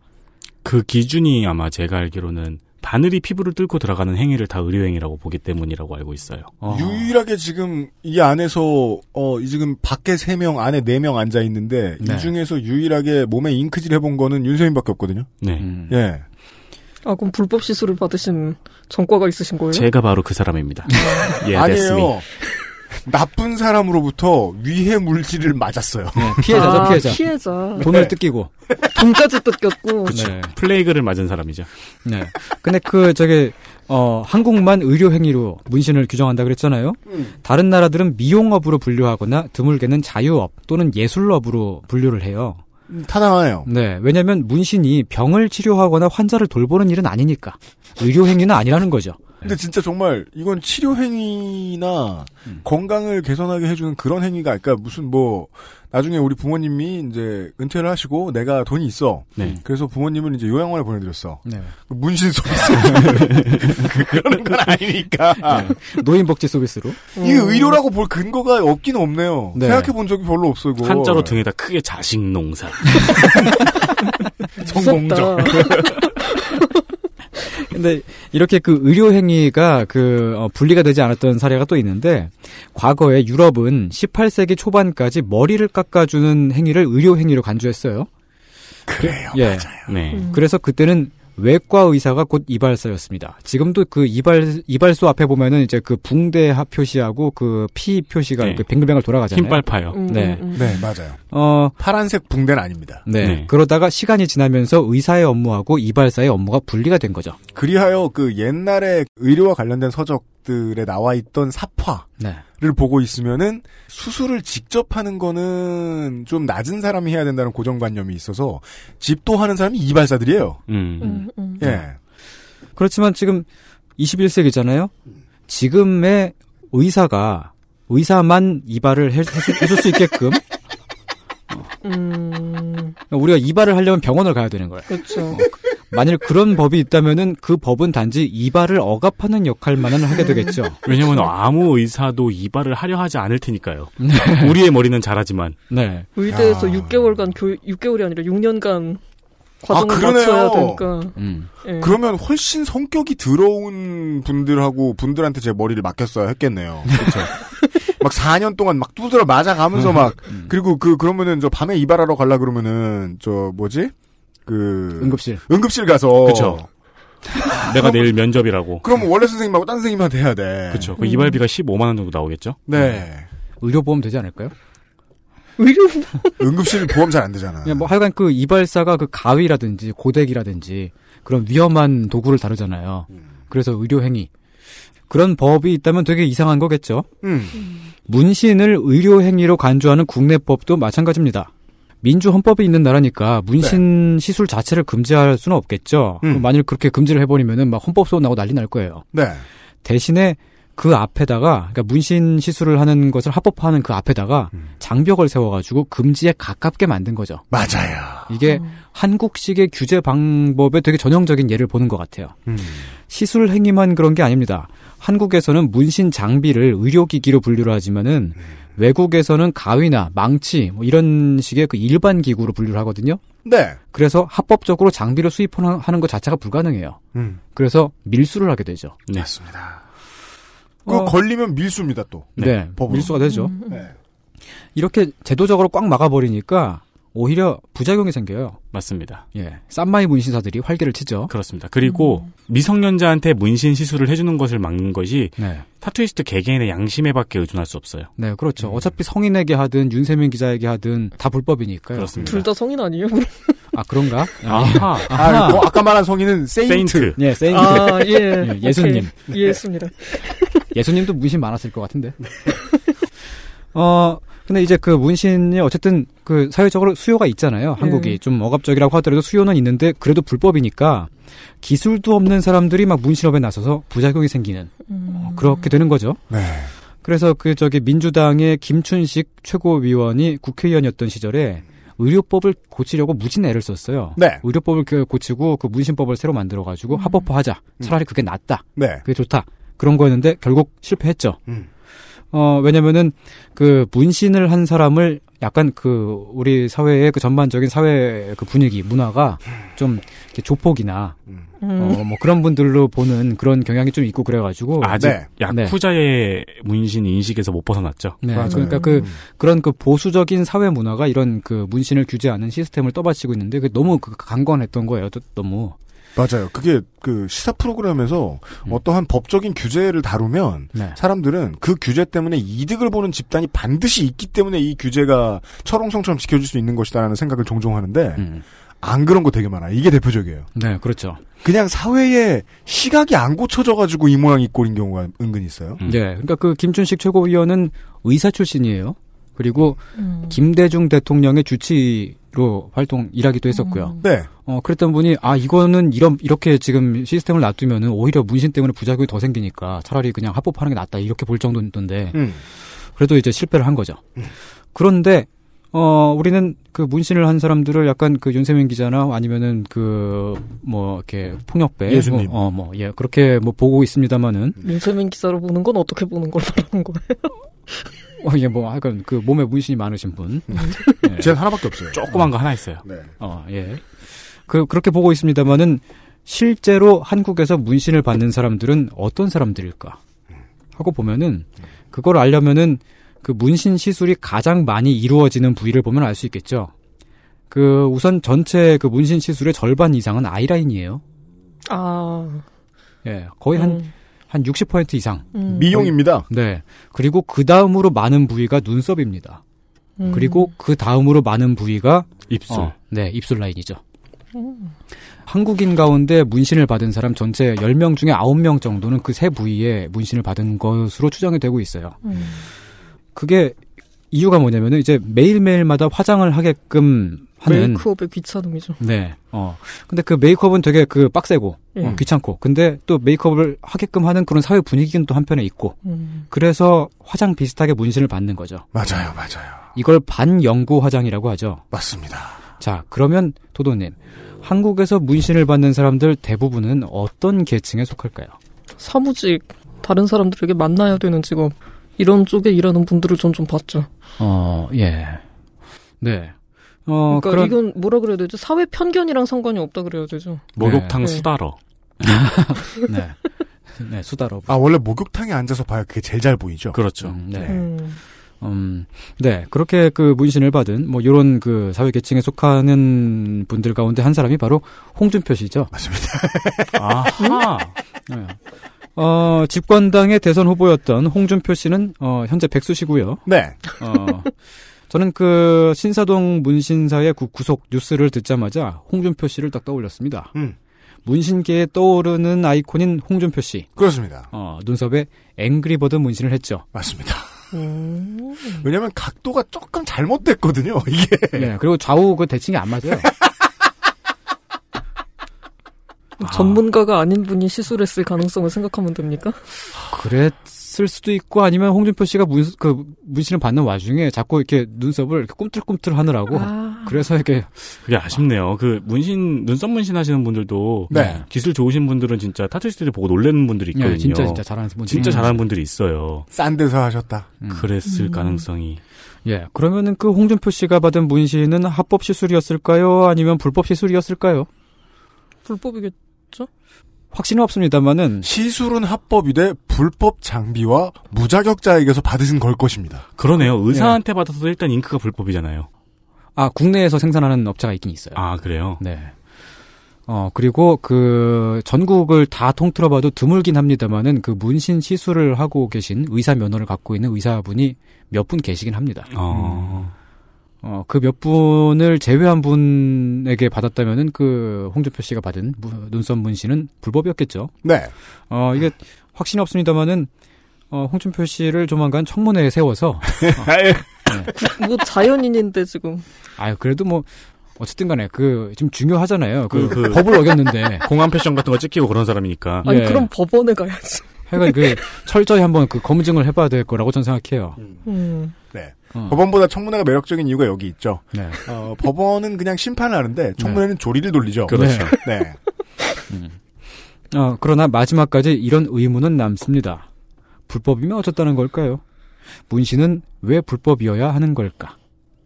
[SPEAKER 4] 그 기준이 아마 제가 알기로는 바늘이 피부를 뚫고 들어가는 행위를 다 의료행위라고 보기 때문이라고 알고 있어요.
[SPEAKER 2] 유일하게 지금 이 안에서 어, 이 지금 밖에 3명 안에 4명 앉아 있는데
[SPEAKER 4] 네.
[SPEAKER 2] 이 중에서 유일하게 몸에 잉크질 해본 거는 윤세민밖에 없거든요.
[SPEAKER 4] 네.
[SPEAKER 6] 음.
[SPEAKER 2] 예.
[SPEAKER 7] 아, 그럼 불법 시술을 받으신 전과가 있으신 거예요?
[SPEAKER 4] 제가 바로 그 사람입니다. 예, that's me.
[SPEAKER 2] 음. 아니에요. 나쁜 사람으로부터 위해 물질을 맞았어요.
[SPEAKER 6] 네, 피해자죠,
[SPEAKER 7] 아,
[SPEAKER 6] 피해자.
[SPEAKER 7] 피해자.
[SPEAKER 2] 네.
[SPEAKER 6] 돈을 뜯기고.
[SPEAKER 7] 돈까지 뜯겼고.
[SPEAKER 6] 네.
[SPEAKER 4] 플레이그를 맞은 사람이죠.
[SPEAKER 6] 네. 근데 그 저게 어 한국만 의료 행위로 문신을 규정한다 그랬잖아요. 다른 나라들은 미용업으로 분류하거나 드물게는 자유업 또는 예술업으로 분류를 해요.
[SPEAKER 2] 타당하네요.
[SPEAKER 6] 네. 왜냐면 하 문신이 병을 치료하거나 환자를 돌보는 일은 아니니까. 의료 행위는 아니라는 거죠.
[SPEAKER 2] 근데
[SPEAKER 4] 네.
[SPEAKER 2] 진짜 정말 이건 치료 행위나
[SPEAKER 4] 음.
[SPEAKER 2] 건강을 개선하게 해주는 그런 행위가 아까 무슨 뭐 나중에 우리 부모님이 이제 은퇴를 하시고 내가 돈이 있어
[SPEAKER 4] 네.
[SPEAKER 2] 그래서 부모님을 이제 요양원에 보내드렸어 그
[SPEAKER 6] 네.
[SPEAKER 2] 문신 서비스 그러는 건 아니니까
[SPEAKER 6] 네. 노인 복지 서비스로.
[SPEAKER 4] 음.
[SPEAKER 2] 이 의료라고 볼 근거가 없긴 없네요
[SPEAKER 6] 네.
[SPEAKER 2] 생각해 본 적이 별로 없어 이거
[SPEAKER 4] 한자로 등에다 크게 자식 농사.
[SPEAKER 2] 성공적
[SPEAKER 6] 근데 이렇게 그 의료 행위가 그 어, 분리가 되지 않았던 사례가 또 있는데 과거에 유럽은 18세기 초반까지 머리를 깎아주는 행위를 의료 행위로 간주했어요.
[SPEAKER 2] 그래요
[SPEAKER 6] 예.
[SPEAKER 4] 네.
[SPEAKER 6] 그래서 그때는 외과 의사가 곧 이발사였습니다. 지금도 그 이발 이발소 앞에 보면은 이제 그 붕대 하- 표시하고 그 피 표시가
[SPEAKER 4] 네.
[SPEAKER 6] 이렇게 뱅글뱅글 돌아가잖아요.
[SPEAKER 4] 힘빨 파요.
[SPEAKER 7] 음,
[SPEAKER 6] 네.
[SPEAKER 7] 음, 음.
[SPEAKER 2] 네 맞아요
[SPEAKER 6] 어,
[SPEAKER 2] 파란색 붕대는 아닙니다
[SPEAKER 6] 네.
[SPEAKER 4] 네.
[SPEAKER 6] 그러다가 시간이 지나면서 의사의 업무하고 이발사의 업무가 분리가 된 거죠.
[SPEAKER 2] 그리하여 그 옛날에 의료와 관련된 서적들에 나와 있던 사파
[SPEAKER 6] 네.
[SPEAKER 2] 를 보고 있으면은 수술을 직접 하는 거는 좀 낮은 사람이 해야 된다는 고정관념이 있어서 집도 하는 사람이 이발사들이에요.
[SPEAKER 4] 음.
[SPEAKER 7] 음, 음.
[SPEAKER 6] 네.
[SPEAKER 2] 예.
[SPEAKER 6] 그렇지만 지금 21세기잖아요. 지금의 의사가 의사만 이발을 해, 해- 해줄 수 있게끔
[SPEAKER 7] 음,
[SPEAKER 6] 우리가 이발을 하려면 병원을 가야 되는 거예요.
[SPEAKER 7] 그렇죠.
[SPEAKER 6] 만일 그런 법이 있다면은 그 법은 단지 이발을 억압하는 역할만은 하게 되겠죠.
[SPEAKER 4] 왜냐면 아무 의사도 이발을 하려 하지 않을 테니까요. 우리의 머리는 잘하지만.
[SPEAKER 6] 네.
[SPEAKER 7] 의대에서
[SPEAKER 2] 야.
[SPEAKER 7] 6개월간 교 6개월이 아니라 6년간
[SPEAKER 6] 아,
[SPEAKER 7] 과정을
[SPEAKER 2] 그러네요.
[SPEAKER 7] 맞춰야 되니까.
[SPEAKER 6] 음.
[SPEAKER 7] 예.
[SPEAKER 2] 그러면 훨씬 성격이 더러운 분들하고 분들한테 제 머리를 맡겼어야 했겠네요. 그렇죠. 막 4년 동안 막 두드려 맞아가면서 막
[SPEAKER 6] 음.
[SPEAKER 2] 그리고 그 그러면은 저 밤에 이발하러 갈라 그러면은 저 뭐지 그
[SPEAKER 6] 응급실.
[SPEAKER 2] 응급실 가서
[SPEAKER 4] 그쵸. 내가 내일 면접이라고.
[SPEAKER 2] 그럼 원래 선생님하고 딴 선생님한테 해야 돼.
[SPEAKER 4] 그렇죠. 그 이발비가 15만 원 정도 나오겠죠?
[SPEAKER 2] 네.
[SPEAKER 6] 의료보험 되지 않을까요?
[SPEAKER 7] 의료
[SPEAKER 6] 네.
[SPEAKER 2] 응급실 보험 잘 안 되잖아.
[SPEAKER 6] 그냥 뭐 하여간 그 이발사가 그 가위라든지 고데기라든지 그런 위험한 도구를 다루잖아요. 그래서 의료행위. 그런 법이 있다면 되게 이상한 거겠죠.
[SPEAKER 2] 음.
[SPEAKER 6] 문신을 의료행위로 간주하는 국내법도 마찬가지입니다. 민주헌법이 있는 나라니까 문신 시술 자체를 금지할 수는 없겠죠.
[SPEAKER 2] 네. 음.
[SPEAKER 6] 만일 그렇게 금지를 해버리면은 막 헌법소원 나고 난리 날 거예요.
[SPEAKER 2] 네.
[SPEAKER 6] 대신에 그 앞에다가 그러니까 문신 시술을 하는 것을 합법화하는 그 앞에다가
[SPEAKER 2] 음.
[SPEAKER 6] 장벽을 세워가지고 금지에 가깝게 만든 거죠.
[SPEAKER 2] 맞아요.
[SPEAKER 6] 이게 한국식의 규제 방법에 되게 전형적인 예를 보는 것 같아요.
[SPEAKER 2] 음.
[SPEAKER 6] 시술 행위만 그런 게 아닙니다. 한국에서는 문신 장비를 의료기기로 분류를 하지만은
[SPEAKER 2] 음.
[SPEAKER 6] 외국에서는 가위나 망치 뭐 이런 식의 그 일반 기구로 분류를 하거든요.
[SPEAKER 2] 네.
[SPEAKER 6] 그래서 합법적으로 장비를 수입하는 것 자체가 불가능해요.
[SPEAKER 2] 음.
[SPEAKER 6] 그래서 밀수를 하게 되죠.
[SPEAKER 4] 네.
[SPEAKER 2] 그거
[SPEAKER 6] 어.
[SPEAKER 2] 걸리면 밀수입니다 또.
[SPEAKER 6] 네,
[SPEAKER 2] 법으로.
[SPEAKER 6] 밀수가 되죠.
[SPEAKER 2] 네.
[SPEAKER 6] 이렇게 제도적으로 꽉 막아버리니까 오히려 부작용이 생겨요.
[SPEAKER 4] 맞습니다.
[SPEAKER 6] 예, 쌈마이 문신사들이 활개를 치죠.
[SPEAKER 4] 그렇습니다. 그리고 미성년자한테 문신 시술을 해주는 것을 막는 것이
[SPEAKER 6] 네,
[SPEAKER 4] 타투이스트 개개인의 양심에 밖에 의존할 수 없어요.
[SPEAKER 6] 네,
[SPEAKER 4] 음.
[SPEAKER 6] 그렇죠. 어차피 성인에게 하든 윤세민 기자에게 하든 다 불법이니까요.
[SPEAKER 4] 그렇습니다.
[SPEAKER 7] 둘 다 성인 아니에요?
[SPEAKER 6] 아 그런가?
[SPEAKER 4] 아하.
[SPEAKER 2] 아, 그 아까 말한 성인은 세인트.
[SPEAKER 4] 세인트.
[SPEAKER 6] 예, 세인트.
[SPEAKER 7] 아, 예.
[SPEAKER 6] 예, 예수님.
[SPEAKER 7] 오케이. 이해했습니다.
[SPEAKER 6] 예수님도 문신 많았을 것 같은데. 어, 근데 이제 그 문신이 어쨌든 그 사회적으로 수요가 있잖아요. 한국이
[SPEAKER 7] 예.
[SPEAKER 6] 좀 억압적이라고 하더라도 수요는 있는데 그래도 불법이니까 기술도 없는 사람들이 막 문신업에 나서서 부작용이 생기는
[SPEAKER 4] 음.
[SPEAKER 6] 어, 그렇게 되는 거죠.
[SPEAKER 2] 네.
[SPEAKER 6] 그래서 그 저기 민주당의 김춘식 최고위원이 국회의원이었던 시절에 의료법을 고치려고 무진 애를 썼어요.
[SPEAKER 2] 네.
[SPEAKER 6] 의료법을 그- 고치고 그 문신법을 새로 만들어가지고 합법화하자. 차라리 그게 낫다.
[SPEAKER 2] 네.
[SPEAKER 6] 그게 좋다. 그런 거였는데 결국 실패했죠.
[SPEAKER 2] 음.
[SPEAKER 6] 어, 왜냐면은 그 문신을 한 사람을 약간 그 우리 사회의 그 전반적인 사회 그 분위기 문화가 좀 이렇게 조폭이나
[SPEAKER 7] 음.
[SPEAKER 6] 어, 뭐 그런 분들로 보는 그런 경향이 좀 있고 그래가지고
[SPEAKER 4] 아직
[SPEAKER 6] 네.
[SPEAKER 4] 야쿠자의 문신 인식에서 못 벗어났죠.
[SPEAKER 6] 네, 그러니까 그 그런 그 보수적인 사회 문화가 이런 그 문신을 규제하는 시스템을 떠받치고 있는데 그 너무 그 강건했던 거예요. 또 너무
[SPEAKER 2] 맞아요. 그게 그 시사 프로그램에서 어떠한 법적인 규제를 다루면
[SPEAKER 6] 네.
[SPEAKER 2] 사람들은 그 규제 때문에 이득을 보는 집단이 반드시 있기 때문에 이 규제가 철옹성처럼 지켜질 수 있는 것이다라는 생각을 종종 하는데 안 그런 거 되게 많아. 요 이게 대표적이에요.
[SPEAKER 6] 네, 그렇죠.
[SPEAKER 2] 그냥 사회에 시각이 안 고쳐져 가지고 이 모양이 꼴인 경우가 은근 있어요.
[SPEAKER 6] 네, 그러니까 그 김준식 최고위원은 의사 출신이에요. 그리고 김대중 대통령의 주치로 활동 일하기도 했었고요.
[SPEAKER 2] 네.
[SPEAKER 6] 어 그랬던 분이 아 이거는 이런 이렇게 지금 시스템을 놔두면은 오히려 문신 때문에 부작용이 더 생기니까 차라리 그냥 합법하는 게 낫다 이렇게 볼 정도인데
[SPEAKER 2] 음.
[SPEAKER 6] 그래도 이제 실패를 한 거죠.
[SPEAKER 7] 음.
[SPEAKER 6] 그런데 어 우리는 그 문신을 한 사람들을 약간 그 윤세민 기자나 아니면은 그 뭐 이렇게 폭력배
[SPEAKER 7] 예수님.
[SPEAKER 6] 뭐, 어뭐 예 그렇게 뭐 보고 있습니다마는
[SPEAKER 7] 윤세민 기사로 보는 건 어떻게 보는 걸 말하는 거예요?
[SPEAKER 6] 어, 예, 뭐, 하여간, 그, 몸에 문신이 많으신 분.
[SPEAKER 7] 음.
[SPEAKER 2] 제 하나밖에 없어요. 네.
[SPEAKER 4] 조그만 거 하나 있어요.
[SPEAKER 6] 어, 예. 그, 그렇게 보고 있습니다만은, 실제로 한국에서 문신을 받는 사람들은 어떤 사람들일까? 하고 보면은, 그걸 알려면은, 그 문신 시술이 가장 많이 이루어지는 부위를 보면 알 수 있겠죠? 그, 우선 전체 그 문신 시술의 절반 이상은 아이라인이에요.
[SPEAKER 7] 아,
[SPEAKER 6] 예, 거의 한, 한 60% 이상.
[SPEAKER 7] 음.
[SPEAKER 2] 미용입니다.
[SPEAKER 6] 네. 그리고 그 다음으로 많은 부위가 눈썹입니다.
[SPEAKER 7] 음.
[SPEAKER 6] 그리고 그 다음으로 많은 부위가
[SPEAKER 4] 입술.
[SPEAKER 6] 네, 입술 라인이죠. 한국인 가운데 문신을 받은 사람 전체 10명 중에 9명 정도는 그 세 부위에 문신을 받은 것으로 추정이 되고 있어요.
[SPEAKER 7] 음.
[SPEAKER 6] 그게 이유가 뭐냐면은 이제 매일매일마다 화장을 하게끔 하는
[SPEAKER 7] 메이크업의 귀찮음이죠.
[SPEAKER 6] 네. 어. 근데 그 메이크업은 되게 그 빡세고
[SPEAKER 7] 예.
[SPEAKER 6] 어, 귀찮고. 근데 또 메이크업을 하게끔 하는 그런 사회 분위기는 또 한편에 있고.
[SPEAKER 7] 음.
[SPEAKER 6] 그래서 화장 비슷하게 문신을 받는 거죠.
[SPEAKER 2] 맞아요, 맞아요.
[SPEAKER 6] 이걸 반영구 화장이라고 하죠.
[SPEAKER 2] 맞습니다.
[SPEAKER 6] 자, 그러면 도도님, 한국에서 문신을 받는 사람들 대부분은 어떤 계층에 속할까요?
[SPEAKER 7] 사무직 다른 사람들에게 만나야 되는 직업 이런 쪽에 일하는 분들을 전 좀 봤죠.
[SPEAKER 6] 어, 예. 네. 어,
[SPEAKER 7] 그러니까
[SPEAKER 6] 그런
[SPEAKER 7] 이건 뭐라 그래야 되죠? 사회 편견이랑 상관이 없다 그래야 되죠.
[SPEAKER 4] 목욕탕
[SPEAKER 7] 네.
[SPEAKER 4] 수다러.
[SPEAKER 6] 네. 네, 수다로.
[SPEAKER 2] 아, 원래 목욕탕에 앉아서 봐야 그게 제일 잘 보이죠.
[SPEAKER 4] 그렇죠.
[SPEAKER 6] 네.
[SPEAKER 7] 음.
[SPEAKER 6] 음, 네. 그렇게 그 문신을 받은 뭐 요런 그 사회 계층에 속하는 분들 가운데 한 사람이 바로 홍준표 씨죠.
[SPEAKER 2] 맞습니다.
[SPEAKER 4] 아하.
[SPEAKER 6] 네. 어, 집권당의 대선 후보였던 홍준표 씨는 어, 현재 백수시고요.
[SPEAKER 2] 네.
[SPEAKER 6] 어, 저는 그 신사동 문신사의 그 구속 뉴스를 듣자마자 홍준표 씨를 딱 떠올렸습니다.
[SPEAKER 2] 음.
[SPEAKER 6] 문신계에 떠오르는 아이콘인 홍준표 씨.
[SPEAKER 2] 그렇습니다.
[SPEAKER 6] 어, 눈썹에 앵그리버드 문신을 했죠.
[SPEAKER 2] 맞습니다.
[SPEAKER 7] 음.
[SPEAKER 2] 왜냐면 각도가 조금 잘못됐거든요, 이게.
[SPEAKER 6] 네, 그리고 좌우 그 대칭이 안 맞아요.
[SPEAKER 7] 뭐 전문가가 아닌 분이 시술했을 가능성을 생각하면 됩니까?
[SPEAKER 6] 그랬을 수도 있고 아니면 홍준표 씨가 문, 그 문신을 받는 와중에 자꾸 이렇게 눈썹을 이렇게 꿈틀꿈틀 하느라고
[SPEAKER 7] 아.
[SPEAKER 6] 그래서 이렇게 예,
[SPEAKER 4] 그게 아쉽네요. 그 문신 눈썹 문신 하시는 분들도
[SPEAKER 2] 네.
[SPEAKER 4] 기술 좋으신 분들은 진짜 타투시스트를 보고 놀라는 분들이 있거든요.
[SPEAKER 6] 예, 진짜 진짜 잘하는
[SPEAKER 4] 네,
[SPEAKER 6] 분
[SPEAKER 4] 진짜 음. 잘하는 분들이 있어요.
[SPEAKER 2] 싼 데서 하셨다.
[SPEAKER 6] 음.
[SPEAKER 4] 그랬을 가능성이
[SPEAKER 6] 예, 그러면은 그 홍준표 씨가 받은 문신은 합법 시술이었을까요? 아니면 불법 시술이었을까요?
[SPEAKER 7] 불법이겠.
[SPEAKER 6] 확신은 없습니다만은
[SPEAKER 2] 시술은 합법이되 불법 장비와 무자격자에게서 받으신 걸 것입니다.
[SPEAKER 4] 그러네요. 의사한테 받아서 일단 잉크가 불법이잖아요.
[SPEAKER 6] 아 국내에서 생산하는 업체가 있긴 있어요.
[SPEAKER 4] 아 그래요.
[SPEAKER 6] 네. 어 그리고 그 전국을 다 통틀어봐도 드물긴 합니다만은 그 문신 시술을 하고 계신 의사 면허를 갖고 있는 의사분이 몇 분 계시긴 합니다.
[SPEAKER 4] 어.
[SPEAKER 6] 어그 몇 분을 제외한 분에게 받았다면은 그 홍준표 씨가 받은 무- 눈썹 문신은 불법이었겠죠.
[SPEAKER 2] 네.
[SPEAKER 6] 어, 이게 확신이 없습니다만은 어, 홍준표 씨를 조만간 청문회에 세워서
[SPEAKER 7] 뭐 자연인인데 지금.
[SPEAKER 6] 아 그래도 뭐 어쨌든 간에 그 지금 중요하잖아요. 그,
[SPEAKER 4] 그- 그-
[SPEAKER 6] 법을 어겼는데
[SPEAKER 4] 공항 패션 같은 거 찍히고 그런 사람이니까.
[SPEAKER 7] 아니
[SPEAKER 6] 예.
[SPEAKER 7] 그럼 법원에 가야지.
[SPEAKER 6] 하여간 그 철저히 한번 그 검증을 해 봐야 될 거라고 저는 생각해요.
[SPEAKER 7] 음.
[SPEAKER 2] 네.
[SPEAKER 6] 어.
[SPEAKER 2] 법원보다 청문회가 매력적인 이유가 여기 있죠.
[SPEAKER 6] 네.
[SPEAKER 2] 어, 법원은 그냥 심판을 하는데 청문회는 조리를 돌리죠.
[SPEAKER 4] 그렇죠.
[SPEAKER 2] 네.
[SPEAKER 6] 어, 그러나 마지막까지 이런 의문은 남습니다. 불법이면 어쨌다는 걸까요? 문신은 왜 불법이어야 하는 걸까?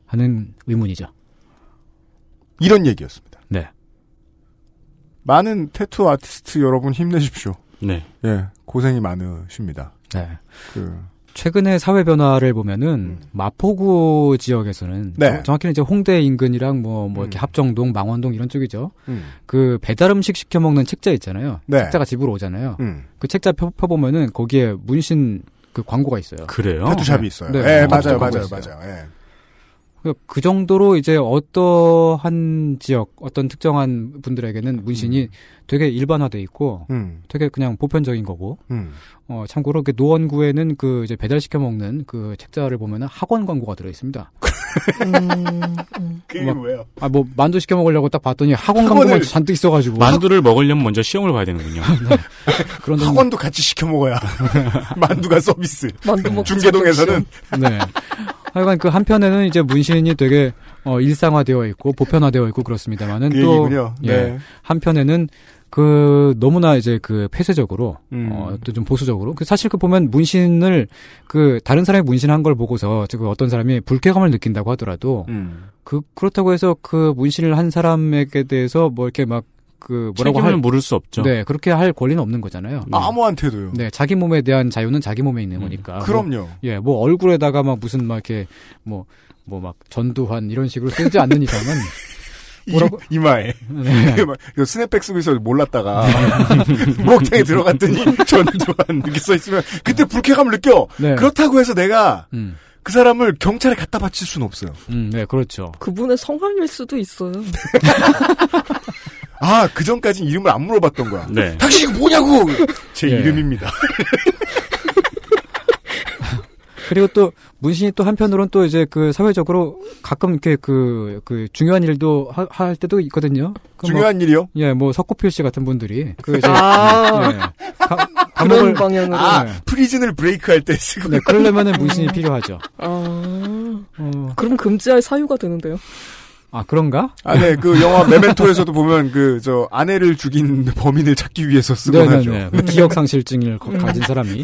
[SPEAKER 6] 하는 의문이죠.
[SPEAKER 2] 이런 얘기였습니다.
[SPEAKER 6] 네.
[SPEAKER 2] 많은 태투 아티스트 여러분 힘내십시오.
[SPEAKER 4] 네.
[SPEAKER 2] 예, 고생이 많으십니다.
[SPEAKER 6] 네.
[SPEAKER 2] 그
[SPEAKER 6] 최근의 사회 변화를 보면은 마포구 지역에서는
[SPEAKER 2] 네.
[SPEAKER 6] 정- 정확히는 이제 홍대 인근이랑 뭐 뭐 이렇게 합정동, 망원동 이런 쪽이죠.
[SPEAKER 2] 음.
[SPEAKER 6] 그 배달 음식 시켜 먹는 책자 있잖아요.
[SPEAKER 4] 네.
[SPEAKER 6] 책자가 집으로 오잖아요.
[SPEAKER 2] 음.
[SPEAKER 6] 그 책자 펴, 보면은 거기에 문신 그 광고가 있어요.
[SPEAKER 4] 그래요?
[SPEAKER 2] 타투샵이
[SPEAKER 6] 네.
[SPEAKER 2] 있어요.
[SPEAKER 6] 네,
[SPEAKER 2] 예,
[SPEAKER 6] 타투샵
[SPEAKER 2] 맞아요,
[SPEAKER 6] 광고가
[SPEAKER 2] 맞아요,
[SPEAKER 6] 있어요.
[SPEAKER 2] 맞아요. 예.
[SPEAKER 6] 그러니까 그 정도로 이제 어떠한 지역, 어떤 특정한 분들에게는 문신이 되게 일반화돼 있고,
[SPEAKER 2] 음.
[SPEAKER 6] 되게 그냥 보편적인 거고.
[SPEAKER 2] 음.
[SPEAKER 6] 어, 참고로 그 노원구에는 그 이제 배달 시켜 먹는 그 책자를 보면은 학원 광고가 들어 있습니다.
[SPEAKER 2] 그게 왜요?
[SPEAKER 6] 아, 뭐 만두 시켜 먹으려고 딱 봤더니 학원 광고만
[SPEAKER 4] 학원을-
[SPEAKER 6] 잔뜩 있어가지고
[SPEAKER 4] 뭐 만두를 먹으려면 먼저 시험을 봐야 되는군요.
[SPEAKER 6] 그런
[SPEAKER 2] 학원도 같이 시켜 먹어야 만두가 서비스.
[SPEAKER 6] 그
[SPEAKER 7] 만두 먹고
[SPEAKER 2] 중계동에서는
[SPEAKER 6] 네. 하여간 그 한편에는 이제 문신이 되게 어, 일상화되어 있고 보편화되어 있고 그렇습니다만은
[SPEAKER 2] 그
[SPEAKER 6] 또
[SPEAKER 2] 얘기군요.
[SPEAKER 6] 예,
[SPEAKER 2] 네.
[SPEAKER 6] 한편에는 그 너무나 이제 그 폐쇄적으로
[SPEAKER 2] 음.
[SPEAKER 6] 어, 또 좀 보수적으로 그 사실 그 보면 문신을 그 다른 사람이 문신한 걸 보고서 지금 어떤 사람이 불쾌감을 느낀다고 하더라도 그 그렇다고 해서 그 문신을 한 사람에게 대해서 뭐 이렇게 막 그 뭐라고
[SPEAKER 4] 책임을
[SPEAKER 6] 할-
[SPEAKER 4] 물을 수 없죠.
[SPEAKER 6] 네, 그렇게 할 권리는 없는 거잖아요.
[SPEAKER 2] 아무한테도요. 뭐.
[SPEAKER 6] 네, 자기 몸에 대한 자유는 자기 몸에 있는 거니까.
[SPEAKER 2] 그럼요.
[SPEAKER 6] 뭐, 예, 뭐 얼굴에다가 막 무슨 막 이렇게 뭐 뭐 막 전두환 이런 식으로 쓰지 않는 이상은 뭐라고-
[SPEAKER 2] 이, 이마에
[SPEAKER 6] 네.
[SPEAKER 2] 이게 막 이거 스냅백 쓰고 있어 몰랐다가 목탕에 들어갔더니 전두환 이렇게 써 있으면 그때 불쾌감을 느껴.
[SPEAKER 6] 네.
[SPEAKER 2] 그렇다고 해서 내가
[SPEAKER 6] 음.
[SPEAKER 2] 그 사람을 경찰에 갖다 바칠 수는 없어요.
[SPEAKER 6] 음, 네, 그렇죠.
[SPEAKER 7] 그분의 성함일 수도 있어요.
[SPEAKER 2] 아, 그 전까진 이름을 안 물어봤던 거야.
[SPEAKER 4] 네.
[SPEAKER 2] 당신 이거 뭐냐고! 제
[SPEAKER 6] 예.
[SPEAKER 2] 이름입니다.
[SPEAKER 6] 그리고 또 문신이 또 한편으론 또 이제 그 사회적으로 가끔 이렇게 그, 그 중요한 일도 하- 할 때도 있거든요. 그
[SPEAKER 2] 중요한
[SPEAKER 6] 뭐,
[SPEAKER 2] 일이요?
[SPEAKER 6] 예, 뭐 석고필 씨 같은 분들이 그 이제
[SPEAKER 7] 아.
[SPEAKER 6] 예, 가- 감옥을
[SPEAKER 7] 방향으로.
[SPEAKER 2] 아,
[SPEAKER 6] 네.
[SPEAKER 2] 프리즌을 브레이크할 때 쓰고.
[SPEAKER 6] 네, 그러려면은 문신이 필요하죠.
[SPEAKER 7] 아,
[SPEAKER 6] 어,
[SPEAKER 7] 그럼 금지할 사유가 되는데요.
[SPEAKER 6] 아 그런가?
[SPEAKER 2] 아, 네, 그 영화 메멘토에서도 보면 그, 저, 아내를 죽인 범인을 찾기 위해서 쓰곤 하죠.
[SPEAKER 6] 네네네. 그 기억 상실증을 거- 가진 사람이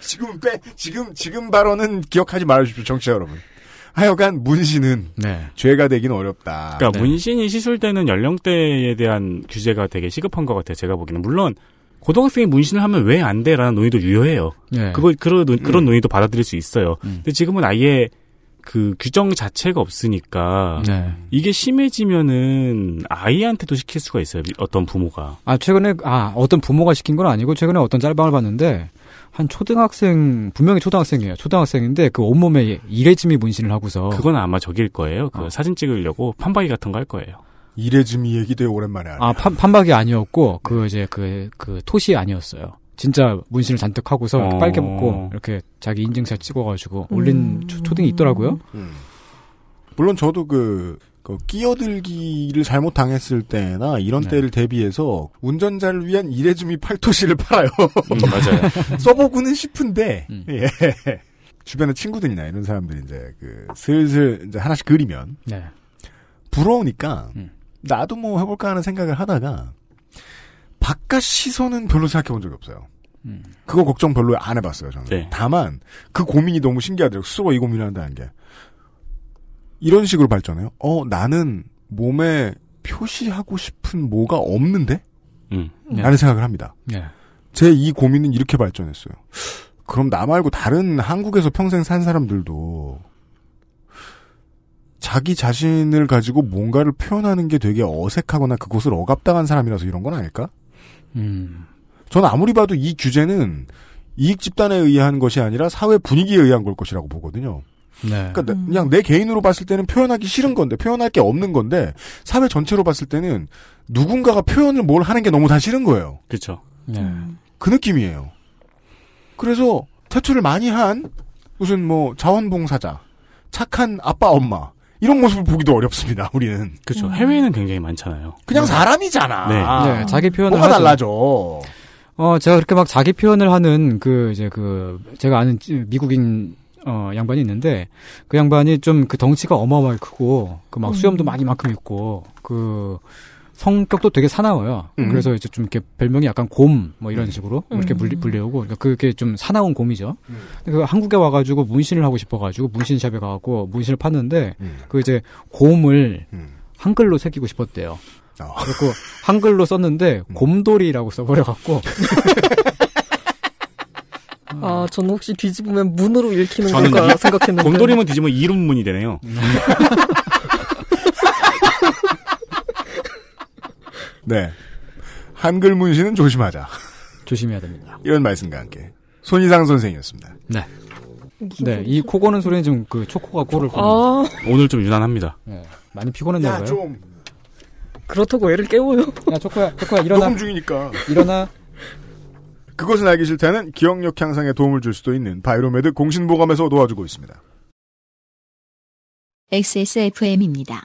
[SPEAKER 2] 지금 빼, 지금, 지금 발언은 기억하지 말아주십시오, 정치자 여러분. 하여간 문신은
[SPEAKER 6] 네.
[SPEAKER 2] 죄가 되긴 어렵다.
[SPEAKER 4] 그러니까 문신이 시술되는 연령대에 대한 규제가 되게 시급한 것 같아요. 제가 보기에는 물론 고등학생이 문신을 하면 왜 안 돼라는 논의도 유효해요.
[SPEAKER 6] 네.
[SPEAKER 4] 그걸 그런 논- 그런 논의도 받아들일 수 있어요. 근데 지금은 아예 그 규정 자체가 없으니까
[SPEAKER 6] 네.
[SPEAKER 4] 이게 심해지면은 아이한테도 시킬 수가 있어요. 미- 어떤 부모가.
[SPEAKER 6] 아 최근에 아 어떤 부모가 시킨 건 아니고 최근에 어떤 짤방을 봤는데 한 초등학생 분명히 초등학생이에요. 초등학생인데 그 온몸에 이레짐이 문신을 하고서
[SPEAKER 4] 그건 아마 저길 거예요. 그 사진 찍으려고 판박이 같은 거 할 거예요.
[SPEAKER 2] 이래짐이 얘기돼 오랜만에 하네.
[SPEAKER 6] 아 판, 판박이 아니었고 그 이제 그 그 토시 아니었어요. 진짜 문신을 잔뜩 하고서
[SPEAKER 4] 어.
[SPEAKER 6] 빨개 벗고 이렇게 자기 인증샷 찍어가지고 올린 초, 초등이 있더라고요.
[SPEAKER 2] 물론 저도 그, 그 끼어들기를 잘못 당했을 때나
[SPEAKER 4] 네.
[SPEAKER 2] 이런 때를 대비해서 운전자를 위한 이레즈미 팔토시를 팔아요.
[SPEAKER 4] 음. 맞아요.
[SPEAKER 2] 써보고는 싶은데
[SPEAKER 6] 음.
[SPEAKER 2] 예. 주변에 친구들이나 이런 사람들이 이제 그 슬슬 이제 하나씩 그리면
[SPEAKER 6] 네.
[SPEAKER 2] 부러우니까
[SPEAKER 6] 음.
[SPEAKER 2] 나도 뭐 해볼까 하는 생각을 하다가 바깥 시선은 별로 생각해 본 적이 없어요.
[SPEAKER 6] 음.
[SPEAKER 2] 그거 걱정 별로 안 해봤어요 저는.
[SPEAKER 4] 네.
[SPEAKER 2] 다만 그 고민이 너무 신기하더라고 요 스스로 이 고민을 한다는 게 이런 식으로 발전해요. 어 나는 몸에 표시하고 싶은 뭐가 없는데?
[SPEAKER 4] 음.
[SPEAKER 6] 네.
[SPEAKER 2] 라는 생각을 합니다.
[SPEAKER 6] 네.
[SPEAKER 2] 제 이 고민은 이렇게 발전했어요. 그럼 나 말고 다른 한국에서 평생 산 사람들도 자기 자신을 가지고 뭔가를 표현하는 게 되게 어색하거나 그곳을 억압당한 사람이라서 이런 건 아닐까?
[SPEAKER 6] 음.
[SPEAKER 2] 저는 아무리 봐도 이 규제는 이익 집단에 의한 것이 아니라 사회 분위기에 의한 걸 것이라고 보거든요.
[SPEAKER 6] 네.
[SPEAKER 2] 그러니까 나- 그냥 내 개인으로 봤을 때는 표현하기 싫은 건데 표현할 게 없는 건데 사회 전체로 봤을 때는 누군가가 표현을 뭘 하는 게 너무 다 싫은 거예요.
[SPEAKER 4] 그렇죠.
[SPEAKER 6] 네.
[SPEAKER 2] 그 느낌이에요. 그래서 태투를 많이 한 무슨 뭐 자원봉사자, 착한 아빠 엄마 이런 모습을 보기도 어렵습니다. 우리는
[SPEAKER 4] 그렇죠. 해외에는 굉장히 많잖아요.
[SPEAKER 2] 그냥 사람이잖아.
[SPEAKER 4] 네.
[SPEAKER 6] 네, 자기 표현을
[SPEAKER 2] 뭐가
[SPEAKER 6] 하죠.
[SPEAKER 2] 달라져?
[SPEAKER 6] 어, 제가 그렇게 막 자기 표현을 하는 그 이제 그 제가 아는 찌- 미국인 어 양반이 있는데 그 양반이 좀 그 덩치가 어마어마하게 크고 그 막 수염도 많이 만큼 있고 그 성격도 되게 사나워요.
[SPEAKER 11] 음.
[SPEAKER 6] 그래서 이제 좀 이렇게 별명이 약간 곰 뭐 이런 식으로 뭐 이렇게 불리, 불려오고 그러니까 그게 좀 사나운 곰이죠. 그 한국에 와가지고 문신을 하고 싶어가지고 문신샵에 가갖고 문신을 팠는데 그 이제 곰을 한글로 새기고 싶었대요. 그래서 한글로 썼는데 곰돌이라고 써버려갖고
[SPEAKER 7] 아, 저는 혹시 뒤집으면 문으로 읽히는
[SPEAKER 4] 저는
[SPEAKER 7] 걸까
[SPEAKER 4] 이-
[SPEAKER 7] 생각했는데.
[SPEAKER 4] 곰돌이면 뒤집으면 이름문이 되네요.
[SPEAKER 2] 네. 한글 문신은 조심하자.
[SPEAKER 6] 조심해야 됩니다.
[SPEAKER 2] 이런 말씀과 함께 손희상 선생이었습니다.
[SPEAKER 6] 네. 네, 이 코고는 소리는 지금 그 초코가
[SPEAKER 2] 아.
[SPEAKER 6] 코를
[SPEAKER 7] 아.
[SPEAKER 6] 고는 네,
[SPEAKER 4] 오늘 좀 유난합니다.
[SPEAKER 6] 많이 피곤했나
[SPEAKER 2] 네.
[SPEAKER 6] 봐요.
[SPEAKER 7] 그렇다고 애를 깨워요.
[SPEAKER 6] 야, 초코야, 초코야, 일어나.
[SPEAKER 2] 녹음 중이니까.
[SPEAKER 6] 일어나.
[SPEAKER 2] 그것은 알기 싫다는 기억력 향상에 도움을 줄 수도 있는 바이로메드 공신보감에서 도와주고 있습니다.
[SPEAKER 1] XSFM입니다.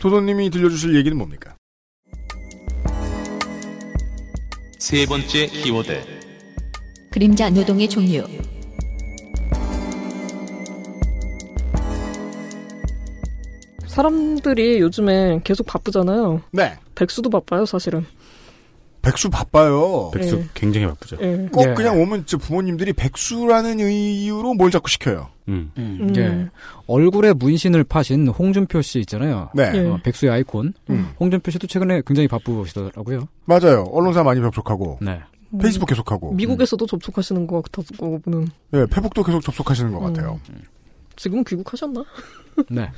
[SPEAKER 2] 도도님이 들려주실 얘기는 뭡니까?
[SPEAKER 5] 세 번째 키워드
[SPEAKER 1] 그림자 노동의 종류.
[SPEAKER 7] 사람들이 요즘에 계속 바쁘잖아요.
[SPEAKER 2] 네.
[SPEAKER 7] 백수도 바빠요, 사실은.
[SPEAKER 2] 백수 바빠요.
[SPEAKER 7] 백수 예.
[SPEAKER 4] 굉장히 바쁘죠.
[SPEAKER 7] 예.
[SPEAKER 2] 꼭
[SPEAKER 7] 예.
[SPEAKER 2] 그냥 오면 진짜 부모님들이 백수라는 이유로 뭘 자꾸 시켜요.
[SPEAKER 7] 음.
[SPEAKER 6] 예. 얼굴에 문신을 파신 홍준표 씨 있잖아요.
[SPEAKER 2] 네. 예.
[SPEAKER 6] 어, 백수의 아이콘.
[SPEAKER 2] 음.
[SPEAKER 6] 홍준표 씨도 최근에 굉장히 바쁘시더라고요.
[SPEAKER 2] 맞아요. 언론사 많이 접촉하고.
[SPEAKER 6] 네.
[SPEAKER 2] 페이스북 계속하고.
[SPEAKER 7] 음. 미국에서도 접촉하시는 것 같다고 보는.
[SPEAKER 2] 예, 페북도 계속 접촉하시는 것 같아요.
[SPEAKER 7] 지금 귀국하셨나?
[SPEAKER 6] 네.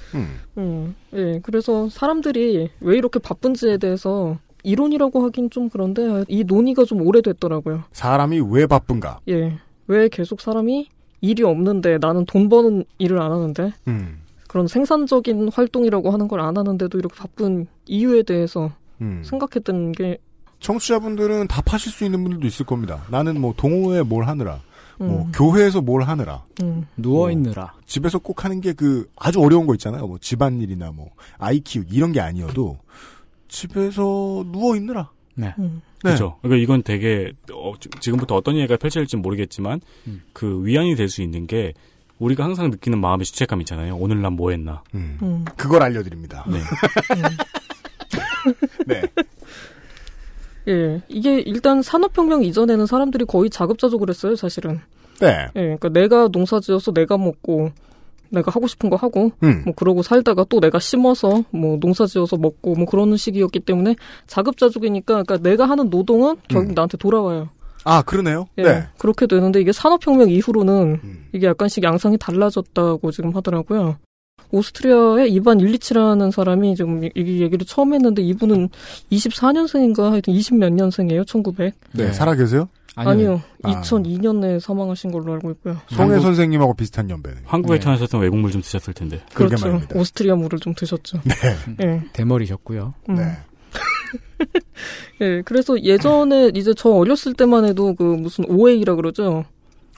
[SPEAKER 7] 음, 예, 그래서 사람들이 왜 이렇게 바쁜지에 대해서 이론이라고 하긴 좀 그런데 이 논의가 좀 오래됐더라고요.
[SPEAKER 2] 사람이 왜 바쁜가?
[SPEAKER 7] 예, 왜 계속 사람이 일이 없는데 나는 돈 버는 일을 안 하는데
[SPEAKER 2] 음.
[SPEAKER 7] 그런 생산적인 활동이라고 하는 걸 안 하는데도 이렇게 바쁜 이유에 대해서
[SPEAKER 2] 음.
[SPEAKER 7] 생각했던 게
[SPEAKER 2] 청취자분들은 답하실 수 있는 분들도 있을 겁니다. 나는 뭐 동호회 뭘 하느라, 뭐
[SPEAKER 7] 음.
[SPEAKER 2] 교회에서 뭘 하느라,
[SPEAKER 7] 음.
[SPEAKER 6] 누워 있느라.
[SPEAKER 2] 집에서 꼭 하는 게 그 아주 어려운 거 있잖아요. 뭐 집안일이나 뭐 아이 키우기 이런 게 아니어도 집에서 누워 있느라.
[SPEAKER 6] 네.
[SPEAKER 7] 음,
[SPEAKER 4] 그렇죠. 그러니까 이건 되게 어, 지- 지금부터 어떤 얘기가 펼쳐질지 모르겠지만
[SPEAKER 6] 음.
[SPEAKER 4] 그 위안이 될 수 있는 게 우리가 항상 느끼는 마음의 죄책감 있잖아요. 오늘 난 뭐 했나.
[SPEAKER 7] 음.
[SPEAKER 2] 그걸 알려드립니다. 네.
[SPEAKER 4] 네.
[SPEAKER 7] 예, 이게 일단 산업혁명 이전에는 사람들이 거의 자급자족을 했어요, 사실은.
[SPEAKER 2] 네.
[SPEAKER 7] 예, 그러니까 내가 농사지어서 내가 먹고 내가 하고 싶은 거 하고
[SPEAKER 2] 음.
[SPEAKER 7] 뭐 그러고 살다가 또 내가 심어서 뭐 농사지어서 먹고 뭐 그러는 시기였기 때문에 자급자족이니까 그러니까 내가 하는 노동은 결국 나한테 돌아와요.
[SPEAKER 2] 아 그러네요.
[SPEAKER 7] 예,
[SPEAKER 2] 네.
[SPEAKER 7] 그렇게 되는데 이게 산업혁명 이후로는 이게 약간씩 양상이 달라졌다고 지금 하더라고요. 오스트리아의 이반 일리치라는 사람이 지금 이- 이 얘기를 처음 했는데 이분은 24년생인가 하여튼 20몇 년생이에요, 1900.
[SPEAKER 2] 네. 살아 계세요?
[SPEAKER 7] 아니요,
[SPEAKER 2] 아,
[SPEAKER 7] 2002년에 사망하신 걸로 알고 있고요.
[SPEAKER 2] 송혜 선생님하고 비슷한 연배네요.
[SPEAKER 4] 한국에
[SPEAKER 7] 네.
[SPEAKER 4] 태어나셨던 외국물 좀 드셨을 텐데.
[SPEAKER 7] 그렇죠. 오스트리아 물을 좀 드셨죠. 네.
[SPEAKER 6] 대머리셨고요.
[SPEAKER 7] 음.
[SPEAKER 2] 네.
[SPEAKER 7] 예, 그래서 예전에 이제 저 어렸을 때만 해도 그 무슨 OA라 그러죠.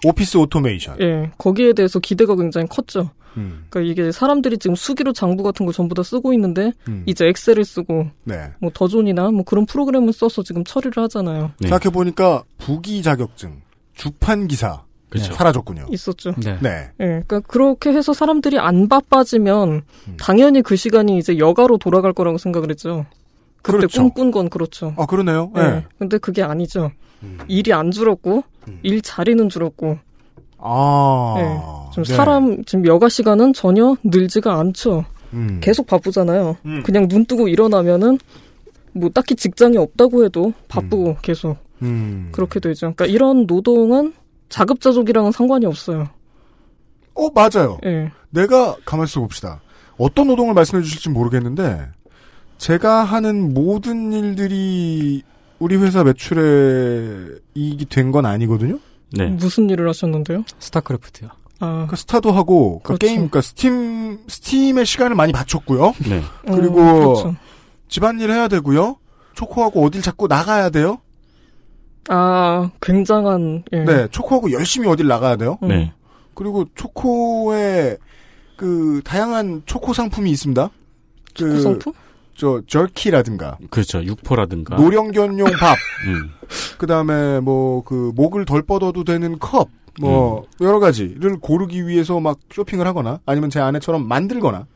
[SPEAKER 2] 오피스 오토메이션.
[SPEAKER 7] 예, 거기에 대해서 기대가 굉장히 컸죠.
[SPEAKER 2] 음.
[SPEAKER 7] 그러니까 이게 사람들이 지금 수기로 장부 같은 거 전부 다 쓰고 있는데
[SPEAKER 2] 음.
[SPEAKER 7] 이제 엑셀을 쓰고
[SPEAKER 2] 네.
[SPEAKER 7] 뭐 더존이나 뭐 그런 프로그램을 써서 지금 처리를 하잖아요.
[SPEAKER 2] 생각해 보니까 부기 자격증, 주판 기사
[SPEAKER 4] 그렇죠.
[SPEAKER 2] 사라졌군요.
[SPEAKER 7] 있었죠.
[SPEAKER 2] 네. 네.
[SPEAKER 7] 예, 그러니까 그렇게 해서 사람들이 안 바빠지면 당연히 그 시간이 이제 여가로 돌아갈 거라고 생각을 했죠. 그때
[SPEAKER 2] 그렇죠.
[SPEAKER 7] 꿈꾼 건 그렇죠.
[SPEAKER 2] 아 그러네요. 음.
[SPEAKER 7] 예.
[SPEAKER 2] 네.
[SPEAKER 7] 근데 그게 아니죠. 일이 안 줄었고
[SPEAKER 2] 음.
[SPEAKER 7] 일 자리는 줄었고.
[SPEAKER 2] 아.
[SPEAKER 7] 예. 좀
[SPEAKER 2] 네.
[SPEAKER 7] 사람 지금 여가 시간은 전혀 늘지가 않죠.
[SPEAKER 2] 음.
[SPEAKER 7] 계속 바쁘잖아요.
[SPEAKER 2] 음.
[SPEAKER 7] 그냥 눈 뜨고 일어나면은 뭐 딱히 직장이 없다고 해도 바쁘고 계속
[SPEAKER 2] 음.
[SPEAKER 7] 그렇게 되죠. 그러니까 이런 노동은 자급자족이랑은 상관이 없어요.
[SPEAKER 2] 어 맞아요.
[SPEAKER 7] 예.
[SPEAKER 2] 내가 가만 있어 봅시다. 어떤 노동을 말씀해 주실지 모르겠는데 제가 하는 모든 일들이 우리 회사 매출에 이익이 된 건 아니거든요.
[SPEAKER 4] 네.
[SPEAKER 7] 무슨 일을 하셨는데요?
[SPEAKER 6] 스타크래프트요.
[SPEAKER 7] 아,
[SPEAKER 2] 그 스타도 하고 그
[SPEAKER 7] 그렇죠.
[SPEAKER 2] 게임, 그러니까 스팀 스팀의 시간을 많이 바쳤고요.
[SPEAKER 4] 네.
[SPEAKER 2] 그리고
[SPEAKER 7] 어, 그렇죠.
[SPEAKER 2] 집안일 해야 되고요. 초코하고 어딜 자꾸 나가야 돼요.
[SPEAKER 7] 아, 굉장한, 예.
[SPEAKER 2] 네, 초코하고 열심히 어딜 나가야 돼요.
[SPEAKER 7] 네.
[SPEAKER 2] 그리고 초코에 그 다양한 초코 상품이 있습니다. 그,
[SPEAKER 7] 초코 상품?
[SPEAKER 2] 저 절키라든가
[SPEAKER 4] 그렇죠. 육포라든가.
[SPEAKER 2] 노령견용 밥,
[SPEAKER 4] 음.
[SPEAKER 2] 그다음에 뭐 그 목을 덜 뻗어도 되는 컵, 뭐 여러 가지를 고르기 위해서 막 쇼핑을 하거나 아니면 제 아내처럼 만들거나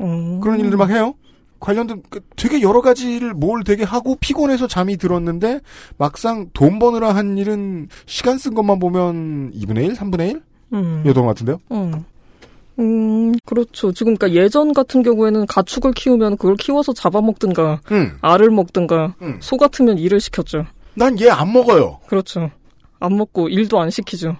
[SPEAKER 7] 음.
[SPEAKER 2] 그런 일들 막 해요. 관련된 그 되게 여러 가지를 뭘 되게 하고 피곤해서 잠이 들었는데 막상 돈 버느라 한 일은 시간 쓴 것만 보면 2분의 1, 3분의 1?
[SPEAKER 7] 음.
[SPEAKER 2] 이런 것 같은데요.
[SPEAKER 7] 음. 음, 그렇죠. 지금, 그니까 예전 같은 경우에는 가축을 키우면 그걸 키워서 잡아먹든가,
[SPEAKER 2] 음.
[SPEAKER 7] 알을 먹든가,
[SPEAKER 2] 음.
[SPEAKER 7] 소 같으면 일을 시켰죠.
[SPEAKER 2] 난 얘 안 먹어요.
[SPEAKER 7] 그렇죠. 안 먹고 일도 안 시키죠.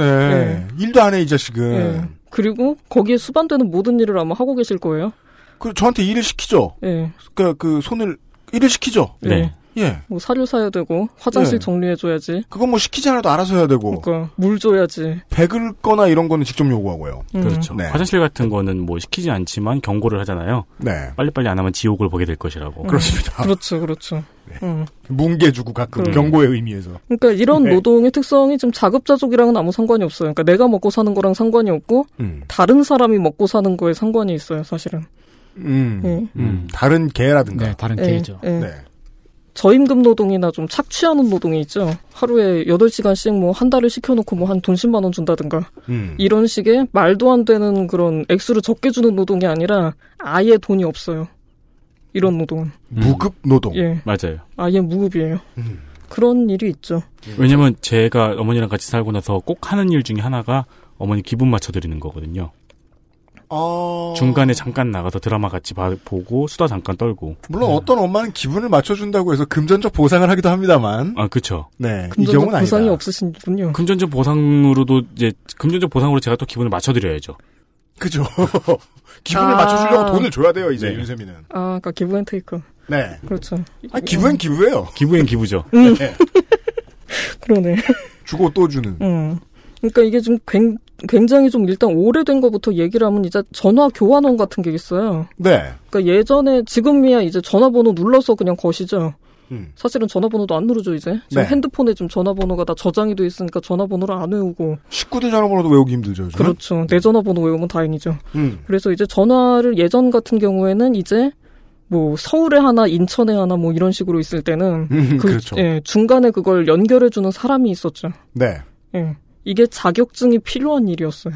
[SPEAKER 2] 그러네.
[SPEAKER 7] 네.
[SPEAKER 2] 예. 일도 안 해 이 자식은.
[SPEAKER 7] 예. 그리고 거기에 수반되는 모든 일을 아마 하고 계실 거예요.
[SPEAKER 2] 그 저한테 일을 시키죠.
[SPEAKER 7] 예.
[SPEAKER 2] 그러니까 그 손을 일을 시키죠.
[SPEAKER 7] 네.
[SPEAKER 2] 예.
[SPEAKER 7] 뭐 사료 사야 되고, 화장실
[SPEAKER 2] 예.
[SPEAKER 7] 정리해줘야지.
[SPEAKER 2] 그건 뭐 시키지 않아도 알아서 해야 되고.
[SPEAKER 7] 그러니까 물 줘야지.
[SPEAKER 2] 배글 거나 이런 거는 직접 요구하고요.
[SPEAKER 7] 음.
[SPEAKER 4] 그렇죠.
[SPEAKER 2] 네.
[SPEAKER 4] 화장실 같은 거는 뭐 시키지 않지만 경고를 하잖아요.
[SPEAKER 2] 네.
[SPEAKER 4] 빨리빨리 안 하면 지옥을 보게 될 것이라고.
[SPEAKER 7] 음.
[SPEAKER 2] 아.
[SPEAKER 7] 그렇죠, 그렇죠.
[SPEAKER 2] 네.
[SPEAKER 7] 음.
[SPEAKER 2] 뭉개 주고 가끔
[SPEAKER 7] 음.
[SPEAKER 2] 경고의 의미에서.
[SPEAKER 7] 그러니까 이런
[SPEAKER 2] 네.
[SPEAKER 7] 노동의 특성이 좀 자급자족이랑은 아무 상관이 없어요. 그러니까 내가 먹고 사는 거랑 상관이 없고
[SPEAKER 2] 음.
[SPEAKER 7] 다른 사람이 먹고 사는 거에 상관이 있어요, 사실은.
[SPEAKER 2] 음.
[SPEAKER 7] 예.
[SPEAKER 2] 음. 다른 개라든가. 네, 다른
[SPEAKER 7] 예, 예. 저임금 노동이나 좀 착취하는 노동이 있죠. 하루에 8시간씩 뭐 한 달을 시켜놓고 뭐 한 돈 10만 원 준다든가.
[SPEAKER 2] 음.
[SPEAKER 7] 이런 식의 말도 안 되는 그런 액수를 적게 주는 노동이 아니라 아예 돈이 없어요. 이런 노동은.
[SPEAKER 4] 음.
[SPEAKER 2] 무급 노동.
[SPEAKER 7] 예.
[SPEAKER 4] 맞아요.
[SPEAKER 7] 아예 무급이에요.
[SPEAKER 2] 음.
[SPEAKER 7] 그런 일이 있죠.
[SPEAKER 4] 왜냐면 제가 어머니랑 같이 살고 나서 꼭 하는 일 중에 하나가 어머니 기분 맞춰드리는 거거든요.
[SPEAKER 7] 어.
[SPEAKER 2] 아.
[SPEAKER 4] 중간에 잠깐 나가서 드라마 같이 봐- 보고 수다 잠깐 떨고.
[SPEAKER 2] 물론 어떤 엄마는 기분을 맞춰준다고 해서 금전적 보상을 하기도 합니다만.
[SPEAKER 4] 아, 그쵸.
[SPEAKER 2] 네. 이
[SPEAKER 7] 금전적
[SPEAKER 2] 경우는
[SPEAKER 7] 보상이
[SPEAKER 2] 아니다.
[SPEAKER 7] 없으신군요.
[SPEAKER 4] 금전적 보상으로도 이제 금전적 보상으로 제가 또 기분을 맞춰드려야죠.
[SPEAKER 2] 그죠. 기분을
[SPEAKER 7] 아.
[SPEAKER 2] 맞춰주려고 돈을 줘야 돼요, 이제,
[SPEAKER 4] 네.
[SPEAKER 2] 윤세미는.
[SPEAKER 7] 아, 그러니까 기브 앤 테이크.
[SPEAKER 2] 네.
[SPEAKER 7] 그렇죠.
[SPEAKER 2] 아, 기부엔 기부예요.
[SPEAKER 4] 기부엔 기부죠.
[SPEAKER 7] 음.
[SPEAKER 2] 네.
[SPEAKER 7] 그러네.
[SPEAKER 2] 주고 또 주는.
[SPEAKER 7] 음. 그러니까 이게 좀 굉- 굉장히 좀 일단 오래된 거부터 얘기를 하면 이제 전화 교환원 같은 게 있어요.
[SPEAKER 2] 네.
[SPEAKER 7] 그러니까 예전에 지금이야 이제 전화번호 눌러서 그냥 거시죠.
[SPEAKER 2] 음.
[SPEAKER 7] 사실은 전화번호도 안 누르죠 이제. 지금
[SPEAKER 2] 네.
[SPEAKER 7] 핸드폰에 좀 전화번호가 다 저장이 돼 있으니까 전화번호를 안 외우고.
[SPEAKER 2] 식구들 전화번호도 외우기 힘들죠, 요즘.
[SPEAKER 7] 그렇죠. 내 전화번호 외우면 다행이죠.
[SPEAKER 2] 음.
[SPEAKER 7] 그래서 이제 전화를 예전 같은 경우에는 이제 뭐 서울에 하나 인천에 하나 뭐 이런 식으로 있을 때는
[SPEAKER 2] 음, 그렇죠.
[SPEAKER 7] 예, 중간에 그걸 연결해 주는 사람이 있었죠.
[SPEAKER 2] 네.
[SPEAKER 7] 예. 이게 자격증이 필요한 일이었어요.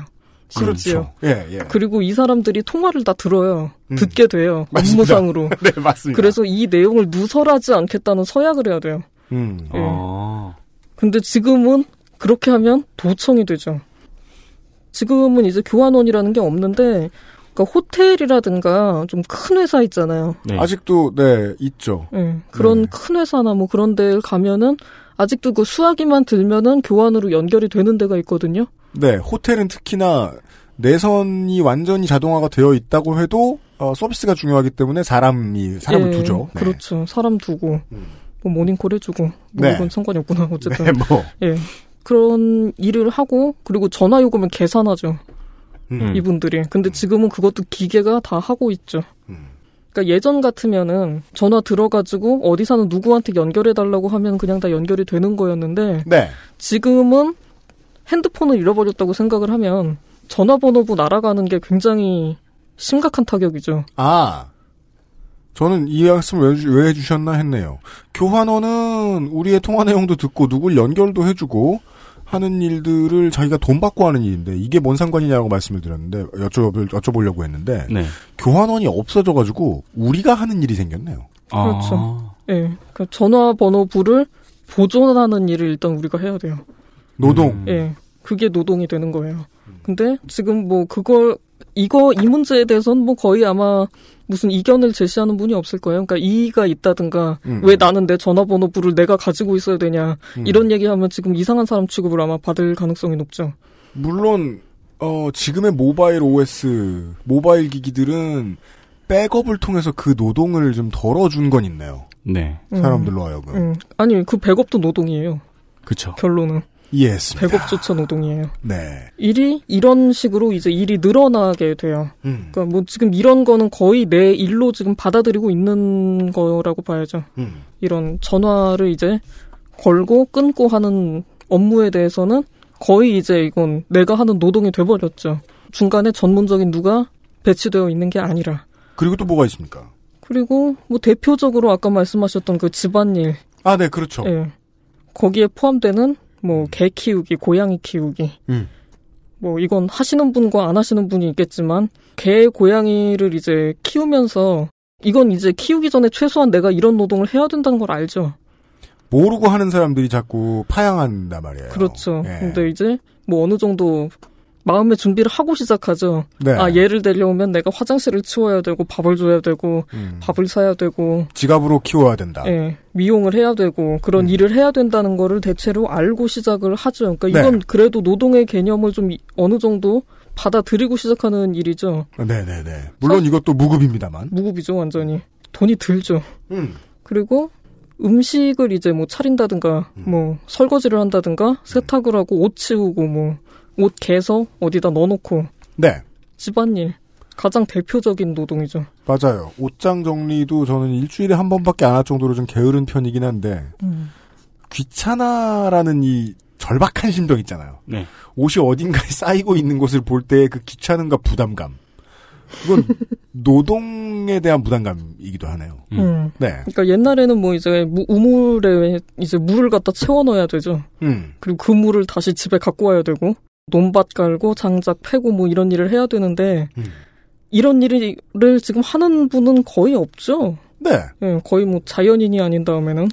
[SPEAKER 7] 심지어.
[SPEAKER 2] 그렇죠. 예, 예.
[SPEAKER 7] 리고이 사람들이 통화를 다 들어요.
[SPEAKER 2] 음.
[SPEAKER 7] 듣게 돼요. 업무상으로.
[SPEAKER 2] 네, 맞습니다.
[SPEAKER 7] 그래서 이 내용을 누설하지 않겠다는 서약을 해야 돼요.
[SPEAKER 2] 음.
[SPEAKER 7] 예.
[SPEAKER 4] 어.
[SPEAKER 7] 근데 지금은 그렇게 하면 도청이 되죠. 지금은 이제 교환원이라는 게 없는데, 그러니까 호텔이라든가 좀 큰 회사 있잖아요.
[SPEAKER 4] 네.
[SPEAKER 2] 아직도, 네, 있죠.
[SPEAKER 7] 예,
[SPEAKER 2] 네.
[SPEAKER 7] 그런 큰 회사나 뭐 그런 데 가면은 아직도 그 수화기만 들면은 교환으로 연결이 되는 데가 있거든요.
[SPEAKER 2] 네, 호텔은 특히나 내선이 완전히 자동화가 되어 있다고 해도 어, 서비스가 중요하기 때문에 사람이 사람을
[SPEAKER 7] 예,
[SPEAKER 2] 두죠. 네. 음.
[SPEAKER 7] 그렇죠. 사람 두고 뭐 모닝콜 해주고 뭐
[SPEAKER 2] 네.
[SPEAKER 7] 이건 상관이 없구나 어쨌든.
[SPEAKER 2] 네, 뭐.
[SPEAKER 7] 예. 그런 일을 하고 그리고 전화 요금은 계산하죠.
[SPEAKER 2] 음. 음.
[SPEAKER 7] 이분들이. 근데 지금은 그것도 기계가 다 하고 있죠. 그러니까 예전 같으면은 전화 들어가지고 어디 사는 누구한테 연결해 달라고 하면 그냥 다 연결이 되는 거였는데
[SPEAKER 2] 네.
[SPEAKER 7] 지금은 핸드폰을 잃어버렸다고 생각을 하면 전화번호부 날아가는 게 굉장히 심각한 타격이죠.
[SPEAKER 2] 아, 저는 이 말씀을 왜, 해주- 왜 해주셨나 했네요. 교환원은 우리의 통화 내용도 듣고 누굴 연결도 해주고 하는 일들을 자기가 돈 받고 하는 일인데 이게 뭔 상관이냐고 말씀을 드렸는데 여쭤볼, 여쭤보려고 했는데
[SPEAKER 7] 음.
[SPEAKER 4] 네.
[SPEAKER 2] 교환원이 없어져가지고 우리가 하는 일이 생겼네요.
[SPEAKER 4] 아.
[SPEAKER 7] 그렇죠. 예. 그러니까 전화번호부를 보존하는 일을 일단 우리가 해야 돼요.
[SPEAKER 2] 노동.
[SPEAKER 7] 예. 그게 노동이 되는 거예요. 근데 지금 뭐 그걸 이거 이 문제에 대해서는 뭐 거의 아마 무슨 이견을 제시하는 분이 없을 거예요. 그러니까 이의가 있다든가
[SPEAKER 11] 음.
[SPEAKER 7] 왜 나는 내 전화번호부를 내가 가지고 있어야 되냐
[SPEAKER 2] 음.
[SPEAKER 7] 이런 얘기하면 지금 이상한 사람 취급을 아마 받을 가능성이 높죠.
[SPEAKER 2] 물론 어, 지금의 모바일 OS 모바일 기기들은 백업을 통해서 그 노동을 좀 덜어준 건 있네요.
[SPEAKER 4] 네.
[SPEAKER 7] 음.
[SPEAKER 2] 사람들로 하여금.
[SPEAKER 7] 음. 아니 그 백업도 노동이에요.
[SPEAKER 4] 그쵸.
[SPEAKER 7] 결론은
[SPEAKER 2] 이해했습니다.
[SPEAKER 7] 백업조차 노동이에요.
[SPEAKER 2] 네.
[SPEAKER 7] 일이 이런 식으로 이제 일이 늘어나게 돼요.
[SPEAKER 2] 음.
[SPEAKER 7] 그러니까 뭐 지금 이런 거는 거의 내 일로 지금 받아들이고 있는 거라고 봐야죠.
[SPEAKER 2] 음.
[SPEAKER 7] 이런 전화를 이제 걸고 끊고 하는 업무에 대해서는 거의 이제 이건 내가 하는 노동이 돼버렸죠. 중간에 전문적인 누가 배치되어 있는 게 아니라.
[SPEAKER 2] 그리고 또 뭐가 있습니까?
[SPEAKER 7] 그리고 뭐 대표적으로 아까 말씀하셨던 그 집안일.
[SPEAKER 2] 아, 네, 그렇죠.
[SPEAKER 7] 예. 거기에 포함되는 뭐 개 키우기, 고양이 키우기.
[SPEAKER 2] 음.
[SPEAKER 7] 뭐 이건 하시는 분과 안 하시는 분이 있겠지만 개 고양이를 이제 키우면서 이건 이제 키우기 전에 최소한 내가 이런 노동을 해야 된다는 걸 알죠.
[SPEAKER 2] 모르고 하는 사람들이 자꾸 파양한단 말이에요. 예.
[SPEAKER 7] 그렇죠. 근데 이제 뭐 어느 정도 마음의 준비를 하고 시작하죠.
[SPEAKER 2] 네.
[SPEAKER 7] 아 얘를 데려오면 내가 화장실을 치워야 되고 밥을 줘야 되고
[SPEAKER 2] 음.
[SPEAKER 7] 밥을 사야 되고
[SPEAKER 2] 지갑으로 키워야 된다.
[SPEAKER 7] 예, 미용을 해야 되고 그런
[SPEAKER 2] 음.
[SPEAKER 7] 일을 해야 된다는 거를 대체로 알고 시작을 하죠. 그러니까
[SPEAKER 2] 네.
[SPEAKER 7] 이건 그래도 노동의 개념을 좀 이- 어느 정도 받아들이고 시작하는 일이죠.
[SPEAKER 2] 네네네. 물론 이것도 무급입니다만.
[SPEAKER 7] 무급이죠, 완전히. 돈이 들죠.
[SPEAKER 2] 음.
[SPEAKER 7] 그리고 음식을 이제 뭐 차린다든가, 뭐 설거지를 한다든가, 세탁을 하고 옷 치우고 뭐 옷 개서 어디다 넣어놓고
[SPEAKER 2] 네.
[SPEAKER 7] 집안일 가장 대표적인 노동이죠.
[SPEAKER 2] 맞아요. 옷장 정리도 저는 일주일에 한 번밖에 안 할 정도로 좀 게으른 편이긴 한데 귀찮아라는 이 절박한 심정 있잖아요.
[SPEAKER 4] 네.
[SPEAKER 2] 옷이 어딘가에 쌓이고 있는 것을 볼 때 그 귀찮음과 부담감. 그건 노동에 대한 부담감이기도 하네요.
[SPEAKER 7] 음.
[SPEAKER 2] 네.
[SPEAKER 7] 그러니까 옛날에는 뭐 이제 무- 우물에 이제 물을 갖다 채워 넣어야 되죠.
[SPEAKER 2] 음.
[SPEAKER 7] 그리고 그 물을 다시 집에 갖고 와야 되고 논밭 갈고 장작 패고 뭐 이런 일을 해야 되는데 이런 일을 지금 하는 분은 거의 없죠.
[SPEAKER 2] 네.
[SPEAKER 7] 예, 거의 뭐 자연인이 아닌 다음에는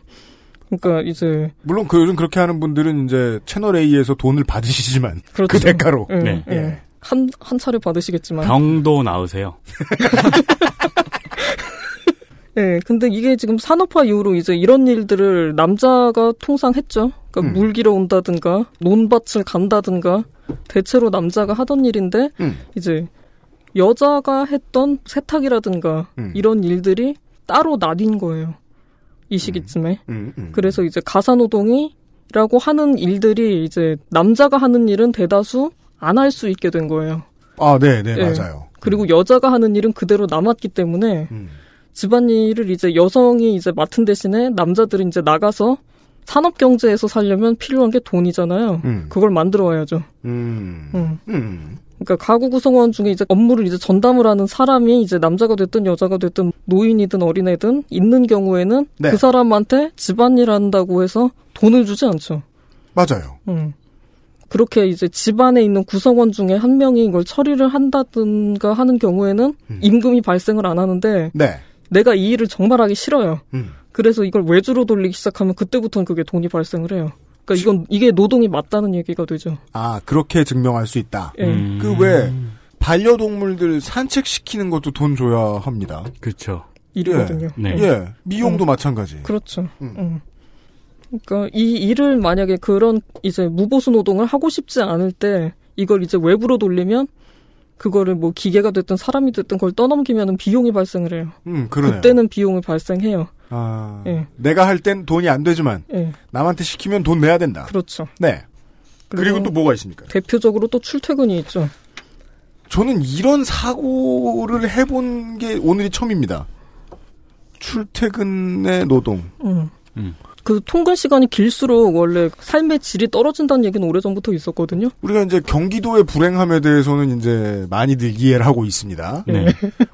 [SPEAKER 7] 그러니까 이제
[SPEAKER 2] 물론 그 요즘 그렇게 하는 분들은 이제 채널 A에서 돈을 받으시지만 그
[SPEAKER 7] 그렇죠.
[SPEAKER 2] 대가로.
[SPEAKER 7] 예,
[SPEAKER 4] 네.
[SPEAKER 7] 예. 한, 한 차례 받으시겠지만.
[SPEAKER 4] 병도 나으세요.
[SPEAKER 7] 예, 근데 이게 지금 산업화 이후로 이제 이런 일들을 남자가 통상 했죠. 그러니까 물 길어 온다든가 논밭을 간다든가 대체로 남자가 하던 일인데
[SPEAKER 2] 음.
[SPEAKER 7] 이제 여자가 했던 세탁이라든가
[SPEAKER 2] 음.
[SPEAKER 7] 이런 일들이 따로 나뉜 거예요. 이 시기쯤에.
[SPEAKER 2] 음, 음.
[SPEAKER 7] 그래서 이제 가사노동이라고 하는 일들이 이제 남자가 하는 일은 대다수 안 할 수 있게 된 거예요.
[SPEAKER 2] 아, 네, 네,
[SPEAKER 7] 예.
[SPEAKER 2] 맞아요. 음,
[SPEAKER 7] 그리고 여자가 하는 일은 그대로 남았기 때문에 집안일을 이제 여성이 이제 맡은 대신에 남자들은 이제 나가서 산업 경제에서 살려면 필요한 게 돈이잖아요.
[SPEAKER 2] 음.
[SPEAKER 7] 그걸 만들어 와야죠.
[SPEAKER 2] 음.
[SPEAKER 7] 음.
[SPEAKER 2] 음.
[SPEAKER 7] 그러니까 가구 구성원 중에 이제 업무를 이제 전담을 하는 사람이 이제 남자가 됐든 여자가 됐든 노인이든 어린애든 있는 경우에는
[SPEAKER 2] 네.
[SPEAKER 7] 그 사람한테 집안일 한다고 해서 돈을 주지 않죠.
[SPEAKER 2] 맞아요.
[SPEAKER 7] 음. 그렇게 이제 집안에 있는 구성원 중에 한 명이 이걸 처리를 한다든가 하는 경우에는 임금이 발생을 안 하는데
[SPEAKER 2] 네.
[SPEAKER 7] 내가 이 일을 정말 하기 싫어요.
[SPEAKER 2] 음.
[SPEAKER 7] 그래서 이걸 외주로 돌리기 시작하면 그때부터는 그게 돈이 발생을 해요. 그러니까 이건 이게 노동이 맞다는 얘기가 되죠.
[SPEAKER 2] 아, 그렇게 증명할 수 있다.
[SPEAKER 7] 예. 음.
[SPEAKER 2] 그 왜, 반려동물들 산책시키는 것도 돈 줘야 합니다.
[SPEAKER 4] 그렇죠.
[SPEAKER 7] 일이거든요.
[SPEAKER 2] 예.
[SPEAKER 7] 네.
[SPEAKER 2] 예. 미용도
[SPEAKER 7] 음.
[SPEAKER 2] 마찬가지.
[SPEAKER 7] 그렇죠. 음. 그러니까 이 일을 만약에 그런 이제 무보수 노동을 하고 싶지 않을 때 이걸 이제 외부로 돌리면 그거를 뭐 기계가 됐든 사람이 됐든 그걸 떠넘기면은 비용이 발생을 해요.
[SPEAKER 2] 음, 그러네요.
[SPEAKER 7] 그때는 비용이 발생해요.
[SPEAKER 2] 아,
[SPEAKER 7] 예.
[SPEAKER 2] 내가 할 땐 돈이 안 되지만,
[SPEAKER 7] 예.
[SPEAKER 2] 남한테 시키면 돈 내야 된다.
[SPEAKER 7] 그렇죠.
[SPEAKER 2] 네. 그리고,
[SPEAKER 7] 그리고
[SPEAKER 2] 또 뭐가 있습니까?
[SPEAKER 7] 대표적으로 또 출퇴근이 있죠.
[SPEAKER 2] 저는 이런 사고를 해본 게 오늘이 처음입니다. 출퇴근의 노동.
[SPEAKER 7] 음. 그 통근 시간이 길수록 원래 삶의 질이 떨어진다는 얘기는 오래전부터 있었거든요.
[SPEAKER 2] 우리가 이제 경기도의 불행함에 대해서는 이제 많이들 이해를 하고 있습니다.
[SPEAKER 4] 네.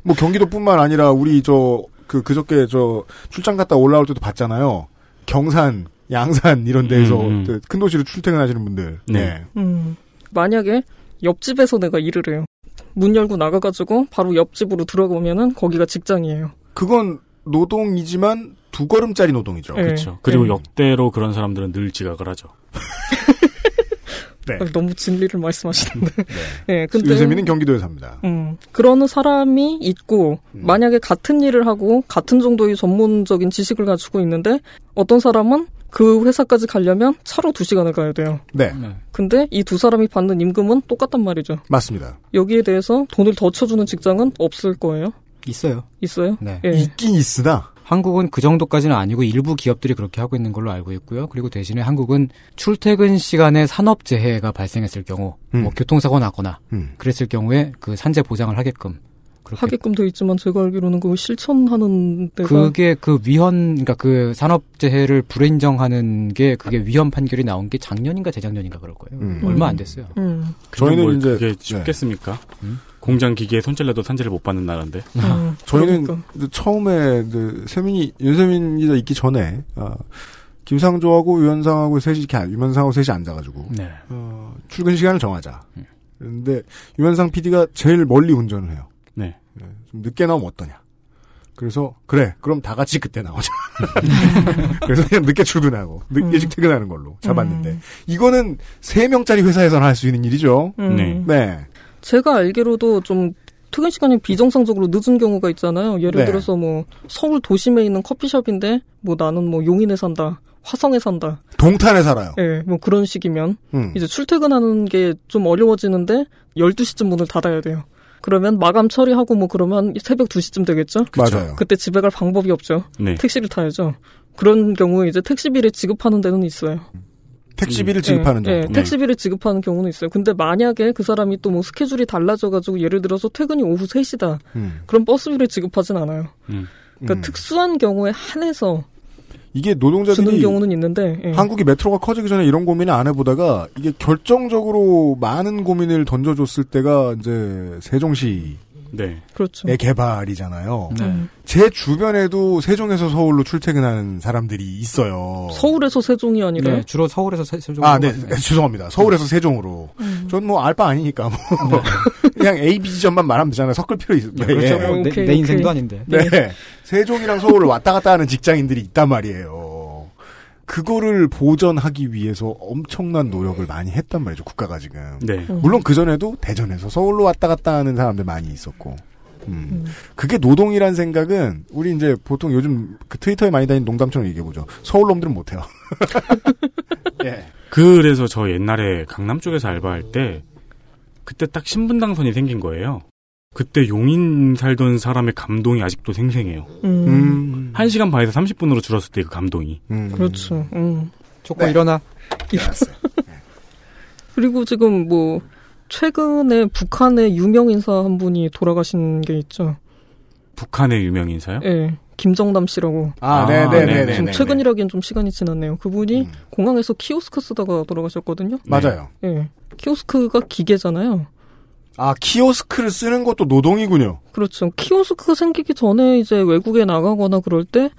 [SPEAKER 2] 뭐 경기도뿐만 아니라 우리 저 그 그저께 저 출장 갔다 올라올 때도 봤잖아요. 경산, 양산 이런 데에서 그
[SPEAKER 4] 음,
[SPEAKER 2] 큰 도시로 출퇴근하시는 분들.
[SPEAKER 4] 네.
[SPEAKER 7] 음. 만약에 옆집에서 내가 일을 해요. 문 열고 나가가지고 바로 옆집으로 들어가면은 거기가 직장이에요.
[SPEAKER 2] 그건 노동이지만 두 걸음짜리 노동이죠.
[SPEAKER 7] 네.
[SPEAKER 4] 그렇죠. 그리고
[SPEAKER 7] 네.
[SPEAKER 4] 역대로 그런 사람들은 늘 지각을 하죠.
[SPEAKER 2] 네.
[SPEAKER 7] 아, 너무 진리를 말씀하시는데. 예,
[SPEAKER 2] 네.
[SPEAKER 7] 근데
[SPEAKER 2] 유세민은 경기도에 삽니다.
[SPEAKER 7] 음, 그런 사람이 있고 만약에 같은 일을 하고 같은 정도의 전문적인 지식을 가지고 있는데 어떤 사람은 그 회사까지 가려면 차로 두 시간을 가야 돼요.
[SPEAKER 2] 네.
[SPEAKER 7] 근데 이 두 사람이 받는 임금은 똑같단 말이죠.
[SPEAKER 2] 맞습니다.
[SPEAKER 7] 여기에 대해서 돈을 더 쳐주는 직장은 없을 거예요.
[SPEAKER 11] 있어요.
[SPEAKER 7] 있어요?
[SPEAKER 11] 네.
[SPEAKER 7] 예.
[SPEAKER 2] 있긴 있으나
[SPEAKER 6] 한국은 그 정도까지는 아니고 일부 기업들이 그렇게 하고 있는 걸로 알고 있고요. 그리고 대신에 한국은 출퇴근 시간에 산업 재해가 발생했을 경우,
[SPEAKER 7] 음.
[SPEAKER 6] 뭐 교통사고 나거나
[SPEAKER 7] 음.
[SPEAKER 6] 그랬을 경우에 그 산재 보장을 하게끔
[SPEAKER 7] 하게끔 돼 있지만 제가 알기로는 그걸 실천하는 데가
[SPEAKER 6] 그게 그 위헌, 그러니까 그 산업재해를 불인정하는 게 그게 위헌 판결이 나온 게 작년인가 재작년인가 그럴 거예요. 얼마 안 됐어요.
[SPEAKER 7] 음.
[SPEAKER 4] 저희는 네. 뭘
[SPEAKER 2] 이제-
[SPEAKER 4] 그게 쉽겠습니까? 공장 기계에 손질라도 산재를 못 받는 나라인데.
[SPEAKER 7] 음.
[SPEAKER 2] 저희는
[SPEAKER 7] 그러니까.
[SPEAKER 2] 이제 처음에 이제 세민이 윤세민 기자 있기 전에 아, 김상조하고 위원상하고 셋이 이렇게 앉- 위원상하고 셋이 앉아가지고
[SPEAKER 6] 음. 네.
[SPEAKER 2] 어, 출근 시간을 정하자. 그런데 유현상 PD가 제일 멀리 운전을 해요.
[SPEAKER 4] 네.
[SPEAKER 2] 좀 늦게 나오면 어떠냐. 그래서 그래 그럼 다 같이 그때 나오자. 그래서 그냥 늦게 출근하고 늦,
[SPEAKER 7] 음.
[SPEAKER 2] 일찍 퇴근하는 걸로 잡았는데 이거는 세 명짜리 회사에서는 할 수 있는 일이죠.
[SPEAKER 7] 음.
[SPEAKER 2] 네.
[SPEAKER 7] 네. 제가 알기로도 좀 퇴근 시간이 비정상적으로 늦은 경우가 있잖아요. 예를
[SPEAKER 2] 네.
[SPEAKER 7] 들어서 뭐 서울 도심에 있는 커피숍인데 뭐 나는 뭐 용인에 산다, 화성에 산다,
[SPEAKER 2] 동탄에 살아요.
[SPEAKER 7] 예, 뭐 그런 식이면
[SPEAKER 2] 음.
[SPEAKER 7] 이제 출퇴근하는 게 좀 어려워지는데 12시쯤 문을 닫아야 돼요. 그러면 마감 처리하고 뭐 그러면 새벽 2시쯤 되겠죠?
[SPEAKER 2] 그쵸. 맞아요.
[SPEAKER 7] 그때 집에 갈 방법이 없죠.
[SPEAKER 2] 네.
[SPEAKER 7] 택시를 타야죠. 그런 경우에 이제 택시비를 지급하는 데는 있어요.
[SPEAKER 2] 택시비를 지급하는
[SPEAKER 7] 예, 예,
[SPEAKER 2] 정도. 네.
[SPEAKER 7] 택시비를 지급하는 경우는 있어요. 근데 만약에 그 사람이 또 뭐 스케줄이 달라져가지고 예를 들어서 퇴근이 오후 3시다.
[SPEAKER 2] 음.
[SPEAKER 7] 그럼 버스비를 지급하진 않아요. 그러니까
[SPEAKER 2] 음.
[SPEAKER 7] 특수한 경우에 한해서
[SPEAKER 2] 이게
[SPEAKER 7] 주는
[SPEAKER 2] 노동자들이
[SPEAKER 7] 경우는 있는데 예.
[SPEAKER 2] 그러니까 한국이 메트로가 커지기 전에 이런 고민을 안 해보다가 이게 결정적으로 많은 고민을 던져줬을 때가 이제 세종시의
[SPEAKER 4] 네.
[SPEAKER 7] 그렇죠.
[SPEAKER 2] 개발이잖아요.
[SPEAKER 7] 네.
[SPEAKER 2] 제 주변에도 세종에서 서울로 출퇴근하는 사람들이 있어요.
[SPEAKER 7] 서울에서 세종이 아니라
[SPEAKER 2] 네,
[SPEAKER 6] 주로 서울에서 세종.
[SPEAKER 2] 아, 네, 네, 죄송합니다. 서울에서 세종으로. 전 뭐 알 바 아니니까 뭐 그냥 A, B 지점만 말하면 되잖아요. 섞을 필요 있어요. 예.
[SPEAKER 6] 네, 그렇죠. 뭐 내- 오케이, 내 오케이. 인생도 아닌데.
[SPEAKER 2] 네,
[SPEAKER 6] 네.
[SPEAKER 2] 세종이랑 서울을 왔다 갔다 하는 직장인들이 있단 말이에요. 그거를 보전하기 위해서 엄청난 노력을 많이 했단 말이죠. 국가가 지금.
[SPEAKER 4] 네. 음.
[SPEAKER 2] 물론 그 전에도 대전에서 서울로 왔다 갔다 하는 사람들 많이 있었고. 음. 그게 노동이란 생각은 우리 이제 보통 요즘 그 트위터에 많이 다니는 농담처럼 얘기해 보죠. 서울 놈들은 못 해요. 예.
[SPEAKER 4] 그래서 저 옛날에 강남 쪽에서 알바할 때 그때 딱 신분당선이 생긴 거예요. 그때 용인 살던 사람의 감동이 아직도 생생해요.
[SPEAKER 7] 음.
[SPEAKER 4] 한시간 반에서 30분으로 줄었을 때 그 감동이.
[SPEAKER 7] 그렇죠. 음.
[SPEAKER 6] 조건 일어나.
[SPEAKER 2] 예,
[SPEAKER 7] 그리고 지금 뭐 최근에 북한의 유명 인사 한 분이 돌아가신 게 있죠.
[SPEAKER 4] 북한의 유명 인사요?
[SPEAKER 7] 예. 김정남 씨라고.
[SPEAKER 4] 아, 네, 네, 네, 네,
[SPEAKER 7] 지금
[SPEAKER 4] 네,
[SPEAKER 7] 최근이라기엔 좀 시간이 지났네요. 그분이
[SPEAKER 2] 음.
[SPEAKER 7] 공항에서 키오스크 쓰다가 돌아가셨거든요.
[SPEAKER 2] 맞아요.
[SPEAKER 7] 예. 키오스크가 기계잖아요.
[SPEAKER 2] 아, 키오스크를 쓰는 것도 노동이군요.
[SPEAKER 7] 그렇죠. 키오스크가 생기기 전에 이제 외국에 나가거나 그럴 때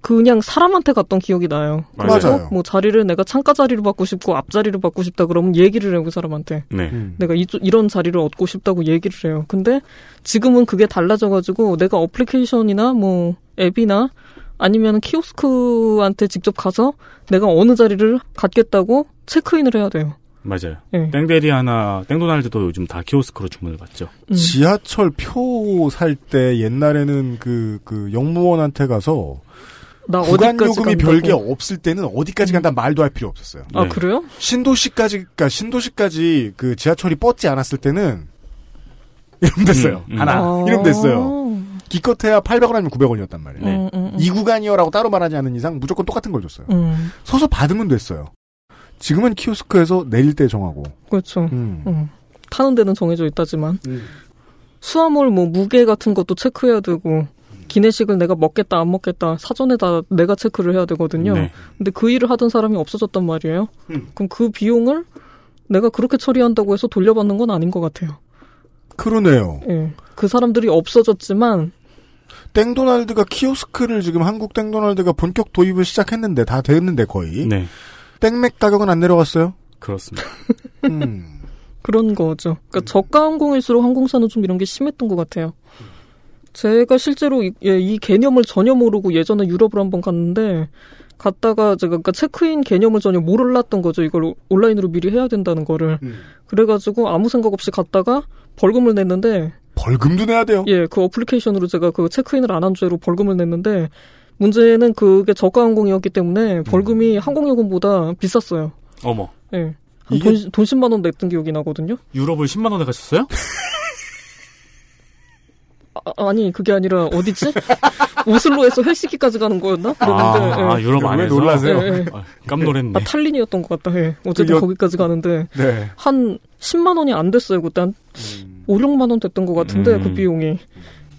[SPEAKER 7] 그냥 사람한테 갔던 기억이 나요.
[SPEAKER 2] 맞아요.
[SPEAKER 7] 그래서 뭐 자리를 내가 창가 자리를 받고 싶고 앞자리를 받고 싶다 그러면 얘기를 해요 그 사람한테.
[SPEAKER 4] 네.
[SPEAKER 7] 내가 이, 이런 자리를 얻고 싶다고 얘기를 해요. 근데 지금은 그게 달라져가지고 내가 어플리케이션이나 뭐 앱이나 아니면 키오스크한테 직접 가서 내가 어느 자리를 갖겠다고 체크인을 해야 돼요.
[SPEAKER 4] 맞아요.
[SPEAKER 7] 네.
[SPEAKER 4] 땡대리 하나, 땡도날드도 요즘 다 키오스크로 주문을 받죠.
[SPEAKER 2] 지하철 표 살 때 옛날에는 그, 그 영무원한테 가서
[SPEAKER 7] 나
[SPEAKER 2] 구간
[SPEAKER 7] 아, 어디까지
[SPEAKER 2] 요금이
[SPEAKER 7] 간다고.
[SPEAKER 2] 별게 없을 때는 어디까지 간다 말도 할 필요 없었어요.
[SPEAKER 7] 아, 네. 그래요?
[SPEAKER 2] 신도시까지 그러니까 신도시까지 그 지하철이 뻗지 않았을 때는 이름 됐어요.
[SPEAKER 4] 음, 음.
[SPEAKER 2] 하나
[SPEAKER 4] 아.
[SPEAKER 2] 이름 됐어요. 음, 기껏해야 800원 아니면 900원이었단 말이에요.
[SPEAKER 4] 네.
[SPEAKER 2] 이 구간이요라고 따로 말하지 않는 이상 무조건 똑같은 걸 줬어요.
[SPEAKER 7] 음.
[SPEAKER 2] 서서 받으면 됐어요. 지금은 키오스크에서 내릴 때 정하고
[SPEAKER 7] 그렇죠.
[SPEAKER 2] 음.
[SPEAKER 7] 음. 타는 데는 정해져 있다지만 수화물 뭐 무게 같은 것도 체크해야 되고 기내식을 내가 먹겠다 안 먹겠다 사전에 다 내가 체크를 해야 되거든요.
[SPEAKER 11] 네.
[SPEAKER 7] 근데 그 일을 하던 사람이 없어졌단 말이에요.
[SPEAKER 2] 음.
[SPEAKER 7] 그럼 그 비용을 내가 그렇게 처리한다고 해서 돌려받는 건 아닌 것 같아요.
[SPEAKER 2] 그러네요.
[SPEAKER 7] 예. 그 사람들이 없어졌지만
[SPEAKER 2] 땡도날드가 키오스크를 지금 한국 땡도날드가 본격 도입을 시작했는데 다 됐는데 거의.
[SPEAKER 4] 네.
[SPEAKER 2] 땡맥 가격은 안 내려갔어요? 음.
[SPEAKER 4] 그렇습니다.
[SPEAKER 7] 그런 거죠. 그러니까 저가 항공일수록 항공사는 좀 이런 게 심했던 것 같아요. 제가 실제로 이, 예, 이 개념을 전혀 모르고 예전에 유럽을 한번 갔는데 갔다가 제가 그러니까 체크인 개념을 전혀 몰랐던 거죠. 이걸 오- 온라인으로 미리 해야 된다는 거를. 그래가지고 아무 생각 없이 갔다가 벌금을 냈는데
[SPEAKER 2] 벌금도 내야 돼요.
[SPEAKER 7] 예, 그 어플리케이션으로 제가 그 체크인을 안 한 죄로 벌금을 냈는데 문제는 그게 저가 항공이었기 때문에 벌금이 항공요금보다 비쌌어요.
[SPEAKER 4] 어머.
[SPEAKER 7] 예. 한 돈, 돈 10만 원 냈던 기억이 나거든요.
[SPEAKER 4] 유럽을 10만원에 가셨어요?
[SPEAKER 7] 아, 아니 그게 아니라 어디지? 오슬로에서 헬시키까지 가는 거였나? 그랬는데,
[SPEAKER 4] 아,
[SPEAKER 7] 예.
[SPEAKER 4] 유럽 안에서
[SPEAKER 2] 왜 놀라세요?
[SPEAKER 7] 예, 예.
[SPEAKER 4] 아, 깜놀했네.
[SPEAKER 7] 아, 탈린이었던 것 같다. 예. 어쨌든
[SPEAKER 4] 그 여-
[SPEAKER 7] 거기까지 가는데
[SPEAKER 2] 네.
[SPEAKER 7] 한 10만 원이 안 됐어요. 그때 한
[SPEAKER 4] 음.
[SPEAKER 7] 5, 6만 원 됐던 것 같은데 그
[SPEAKER 11] 음.
[SPEAKER 7] 비용이.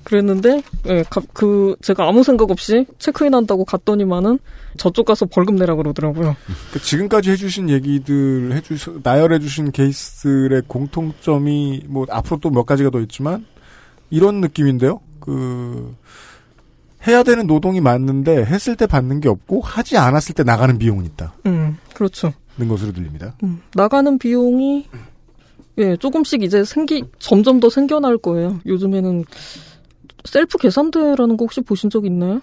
[SPEAKER 7] 그랬는데 예, 가- 그 제가 아무 생각 없이 체크인 한다고 갔더니만은 저쪽 가서 벌금 내라 그러더라고요.
[SPEAKER 2] 그러니까 지금까지 해주신 얘기들 해주 나열해주신 케이스의 공통점이 뭐 앞으로 또 몇 가지가 더 있지만 이런 느낌인데요. 그 해야 되는 노동이 많은데 했을 때 받는 게 없고 하지 않았을 때 나가는 비용은 있다는
[SPEAKER 7] 음, 그렇죠.
[SPEAKER 2] 것으로 들립니다.
[SPEAKER 7] 음, 나가는 비용이 예, 조금씩 이제 생기 점점 더 생겨날 거예요. 요즘에는 셀프 계산대라는 거 혹시 보신 적 있나요?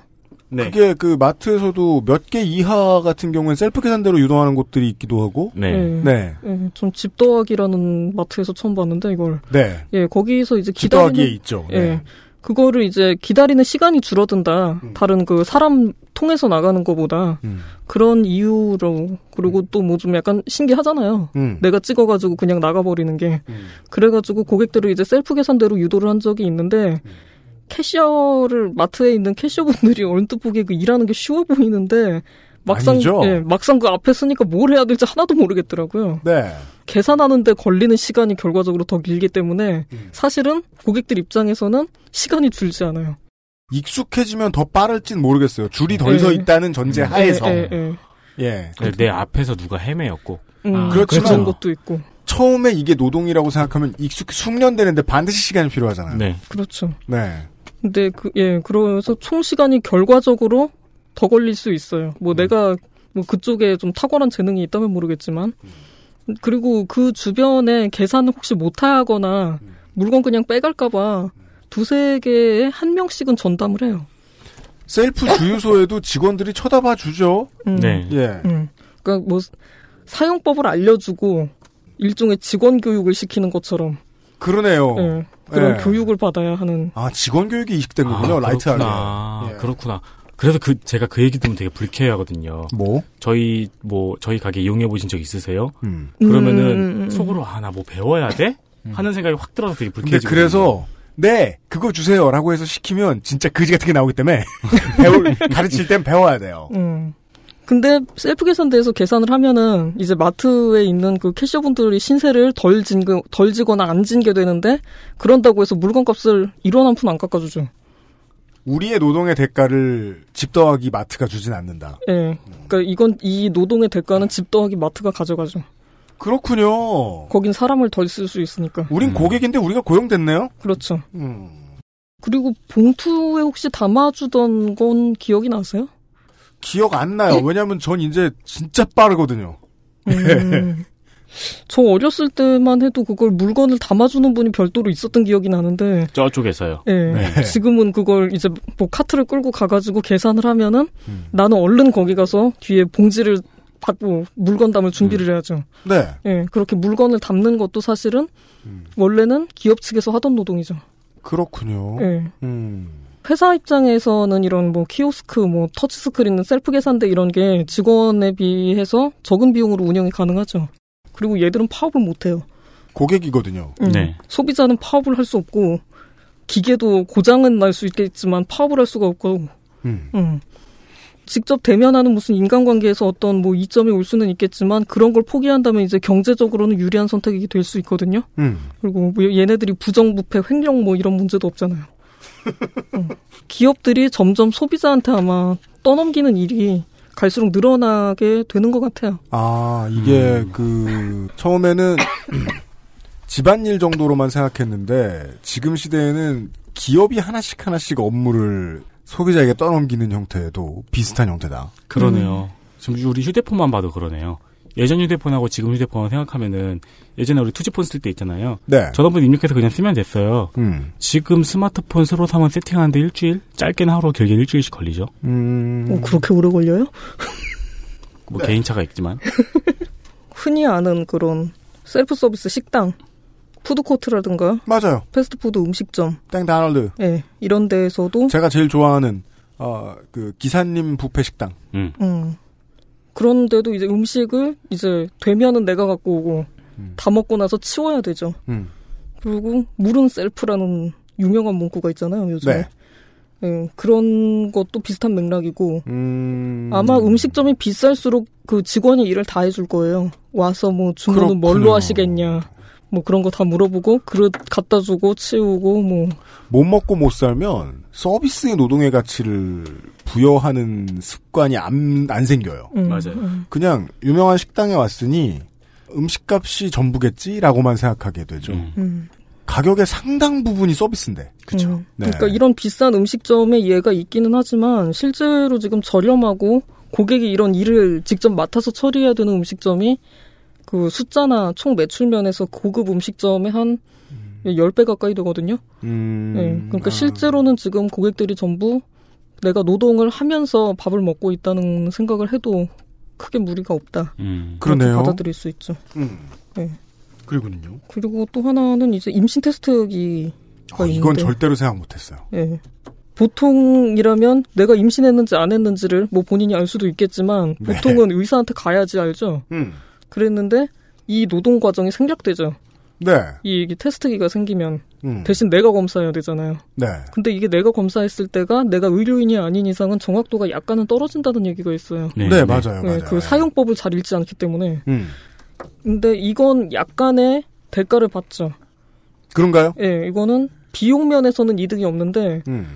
[SPEAKER 2] 그게 그 마트에서도 몇 개 이하 같은 경우는 셀프 계산대로 유동하는 곳들이 있기도 하고
[SPEAKER 7] 예.
[SPEAKER 2] 네.
[SPEAKER 7] 예, 전 집더하기라는 마트에서 처음 봤는데 이걸
[SPEAKER 2] 네.
[SPEAKER 7] 예, 거기서 이제 기다리는
[SPEAKER 2] 집더하기에 있죠. 네.
[SPEAKER 7] 예. 그거를 이제 기다리는 시간이 줄어든다.
[SPEAKER 2] 음.
[SPEAKER 7] 다른 그 사람 통해서 나가는 거보다 그런 이유로
[SPEAKER 2] 음.
[SPEAKER 7] 그리고 또 뭐 좀 약간 신기하잖아요.
[SPEAKER 11] 음.
[SPEAKER 7] 내가 찍어가지고 그냥 나가버리는 게 그래가지고 고객들을 이제 셀프 계산대로 유도를 한 적이 있는데 캐셔를 마트에 있는 캐셔분들이 얼핏 보기에 그 일하는 게 쉬워 보이는데 막상
[SPEAKER 11] 아니죠.
[SPEAKER 7] 예, 막상 그 앞에 서니까 뭘 해야 될지 하나도 모르겠더라고요.
[SPEAKER 2] 네.
[SPEAKER 7] 계산하는데 걸리는 시간이 결과적으로 더 길기 때문에 사실은 고객들 입장에서는 시간이 줄지 않아요.
[SPEAKER 2] 익숙해지면 더 빠를진 모르겠어요. 줄이 덜 서
[SPEAKER 7] 예.
[SPEAKER 2] 있다는 전제 하에서.
[SPEAKER 7] 예, 예, 예.
[SPEAKER 2] 예.
[SPEAKER 4] 네, 내 앞에서 누가 헤매였고.
[SPEAKER 7] 음,
[SPEAKER 4] 아,
[SPEAKER 2] 그렇지만
[SPEAKER 4] 그렇죠.
[SPEAKER 7] 것도 있고.
[SPEAKER 2] 처음에 이게 노동이라고 생각하면 익숙 숙련되는데 반드시 시간이 필요하잖아요.
[SPEAKER 4] 네.
[SPEAKER 7] 그렇죠.
[SPEAKER 2] 네.
[SPEAKER 7] 근데 그, 예, 그래서 총 시간이 결과적으로 더 걸릴 수 있어요. 뭐 내가 뭐 그쪽에 좀 탁월한 재능이 있다면 모르겠지만. 그리고 그 주변에 계산을 혹시 못하거나 물건 그냥 빼갈까봐 두세 개에 한 명씩은 전담을 해요.
[SPEAKER 2] 셀프 주유소에도 직원들이 쳐다봐 주죠.
[SPEAKER 7] 음. 네.
[SPEAKER 2] 예.
[SPEAKER 7] 음. 그러니까 뭐 사용법을 알려주고 일종의 직원 교육을 시키는 것처럼
[SPEAKER 2] 그러네요.
[SPEAKER 7] 예, 그런
[SPEAKER 2] 어. 예.
[SPEAKER 7] 교육을 받아야 하는
[SPEAKER 2] 아, 직원 교육이 이식된 거군요. 라이트하게.
[SPEAKER 4] 아,
[SPEAKER 2] 예.
[SPEAKER 4] 그렇구나. 그렇구나. 그래서 그 제가 그 얘기 들으면 되게 불쾌해하거든요.
[SPEAKER 2] 뭐?
[SPEAKER 4] 저희 뭐 저희 가게 이용해 보신 적 있으세요?
[SPEAKER 2] 음.
[SPEAKER 4] 그러면은
[SPEAKER 2] 음.
[SPEAKER 4] 속으로 아 나 뭐 배워야 돼? 하는 생각이 확 들어서 되게
[SPEAKER 2] 근데
[SPEAKER 4] 불쾌해지고.
[SPEAKER 2] 그래서 네, 그거 주세요라고 해서 시키면 진짜 그지 같은 게 나오기 때문에 배울 가르칠 땐 배워야 돼요.
[SPEAKER 7] 음. 근데 셀프 계산대에서 계산을 하면은 이제 마트에 있는 그 캐셔분들이 신세를 덜 진, 그, 덜 지거나 안 진게 되는데 그런다고 해서 물건값을 일원 한 푼 안 깎아주죠.
[SPEAKER 2] 우리의 노동의 대가를 집더하기 마트가 주진 않는다.
[SPEAKER 7] 예. 그러니까 이건 이 노동의 대가는 집 더하기 마트가 가져가죠.
[SPEAKER 2] 그렇군요.
[SPEAKER 7] 거긴 사람을 덜 쓸 수 있으니까.
[SPEAKER 2] 우린
[SPEAKER 4] 음.
[SPEAKER 2] 고객인데 우리가 고용됐네요. 음.
[SPEAKER 7] 그렇죠. 그리고 봉투에 혹시 담아주던 건 기억이 나세요?
[SPEAKER 2] 기억 안 나요. 왜냐하면 전 이제 진짜 빠르거든요.
[SPEAKER 7] 음. 저 어렸을 때만 해도 그걸 물건을 담아주는 분이 별도로 있었던 기억이 나는데,
[SPEAKER 4] 저쪽에서요.
[SPEAKER 7] 예,
[SPEAKER 4] 네.
[SPEAKER 7] 지금은 그걸 이제 뭐 카트를 끌고 가가지고 계산을 하면은 나는 얼른 거기 가서 뒤에 봉지를 받고 물건 담을 준비를 해야죠.
[SPEAKER 2] 네.
[SPEAKER 7] 예, 그렇게 물건을 담는 것도 사실은 원래는 기업 측에서 하던 노동이죠.
[SPEAKER 2] 그렇군요.
[SPEAKER 7] 예.
[SPEAKER 2] 음.
[SPEAKER 7] 회사 입장에서는 이런 뭐 키오스크, 뭐 터치 스크린, 셀프 계산대 이런 게 직원에 비해서 적은 비용으로 운영이 가능하죠. 그리고 얘들은 파업을 못 해요.
[SPEAKER 2] 고객이거든요.
[SPEAKER 7] 음,
[SPEAKER 4] 네.
[SPEAKER 7] 소비자는 파업을 할 수 없고 기계도 고장은 날 수 있겠지만 파업을 할 수가 없고
[SPEAKER 2] 음.
[SPEAKER 7] 음. 직접 대면하는 무슨 인간관계에서 어떤 뭐 이점이 올 수는 있겠지만 그런 걸 포기한다면 이제 경제적으로는 유리한 선택이 될 수 있거든요.
[SPEAKER 2] 음.
[SPEAKER 7] 그리고 뭐 얘네들이 부정부패, 횡령 뭐 이런 문제도 없잖아요. 음. 기업들이 점점 소비자한테 아마 떠넘기는 일이 갈수록 늘어나게 되는 것 같아요.
[SPEAKER 2] 아 이게 그 처음에는 집안일 정도로만 생각했는데 지금 시대에는 기업이 하나씩 하나씩 업무를 소비자에게 떠넘기는 형태도 비슷한 형태다.
[SPEAKER 4] 그러네요. 지금 우리 휴대폰만 봐도 그러네요. 예전 휴대폰하고 지금 휴대폰 생각하면은 예전에 우리 투지폰 쓸 때 있잖아요.
[SPEAKER 2] 네.
[SPEAKER 4] 전화번 입력해서 그냥 쓰면 됐어요.
[SPEAKER 2] 음.
[SPEAKER 4] 지금 스마트폰 새로 사면 세팅하는데 일주일? 짧게는 하루, 길게는 일주일씩 걸리죠.
[SPEAKER 2] 음.
[SPEAKER 7] 어, 그렇게 오래 걸려요?
[SPEAKER 4] 뭐
[SPEAKER 7] 네.
[SPEAKER 4] 개인차가 있지만.
[SPEAKER 7] 흔히 아는 그런 셀프 서비스 식당, 푸드코트라든가
[SPEAKER 2] 맞아요.
[SPEAKER 7] 패스트푸드 음식점,
[SPEAKER 2] 땡 다널드.
[SPEAKER 7] 예, 이런 데에서도
[SPEAKER 2] 제가 제일 좋아하는 어, 그 기사님 부페 식당.
[SPEAKER 7] 음. 그런데도 이제 음식을 이제 되면은 내가 갖고 오고 다 먹고 나서 치워야 되죠.
[SPEAKER 2] 음.
[SPEAKER 7] 그리고 물은 셀프라는 유명한 문구가 있잖아요, 요즘에.
[SPEAKER 2] 네.
[SPEAKER 7] 음, 그런 것도 비슷한 맥락이고
[SPEAKER 2] 음...
[SPEAKER 7] 아마 음식점이 비쌀수록 그 직원이 일을 다 해줄 거예요. 와서 뭐 주문은 뭘로
[SPEAKER 2] 그렇군요.
[SPEAKER 7] 하시겠냐. 뭐 그런 거 다 물어보고 그릇 갖다 주고 치우고 뭐
[SPEAKER 2] 못 먹고 못 살면 서비스의 노동의 가치를 부여하는 습관이 안, 안 생겨요.
[SPEAKER 7] 음, 맞아요. 음.
[SPEAKER 2] 그냥 유명한 식당에 왔으니 음식값이 전부겠지라고만 생각하게 되죠.
[SPEAKER 7] 음.
[SPEAKER 2] 가격의 상당 부분이 서비스인데.
[SPEAKER 7] 그렇죠.
[SPEAKER 2] 네.
[SPEAKER 7] 그러니까 이런 비싼 음식점에 얘가 있기는 하지만 실제로 지금 저렴하고 고객이 이런 일을 직접 맡아서 처리해야 되는 음식점이 그 숫자나 총 매출 면에서 고급 음식점의 한 10배 가까이 되거든요.
[SPEAKER 2] 음,
[SPEAKER 7] 네. 그러니까 실제로는 지금 고객들이 전부 내가 노동을 하면서 밥을 먹고 있다는 생각을 해도 크게 무리가 없다.
[SPEAKER 2] 음.
[SPEAKER 7] 그렇게
[SPEAKER 2] 그러네요.
[SPEAKER 7] 받아들일 수 있죠.
[SPEAKER 2] 음.
[SPEAKER 7] 네.
[SPEAKER 2] 그리고는요.
[SPEAKER 7] 그리고 또 하나는 이제 임신 테스트기가 있는데
[SPEAKER 2] 아, 이건 절대로 생각 못했어요.
[SPEAKER 7] 예. 보통이라면 내가 임신했는지 안 했는지를 뭐 본인이 알 수도 있겠지만
[SPEAKER 2] 네.
[SPEAKER 7] 보통은 의사한테 가야지 알죠.
[SPEAKER 2] 음.
[SPEAKER 7] 그랬는데 이 노동 과정이 생략되죠.
[SPEAKER 2] 네.
[SPEAKER 7] 이 이게 테스트기가 생기면
[SPEAKER 2] 음.
[SPEAKER 7] 대신 내가 검사해야 되잖아요.
[SPEAKER 2] 네.
[SPEAKER 7] 근데 이게 내가 검사했을 때가 내가 의료인이 아닌 이상은 정확도가 약간은 떨어진다는 얘기가 있어요.
[SPEAKER 2] 네, 네, 맞아요,
[SPEAKER 7] 예,
[SPEAKER 2] 맞아요.
[SPEAKER 7] 그 사용법을 잘 읽지 않기 때문에.
[SPEAKER 2] 음.
[SPEAKER 7] 근데 이건 약간의 대가를 받죠.
[SPEAKER 2] 그런가요?
[SPEAKER 7] 예, 이거는 비용 면에서는 이득이 없는데
[SPEAKER 2] 음.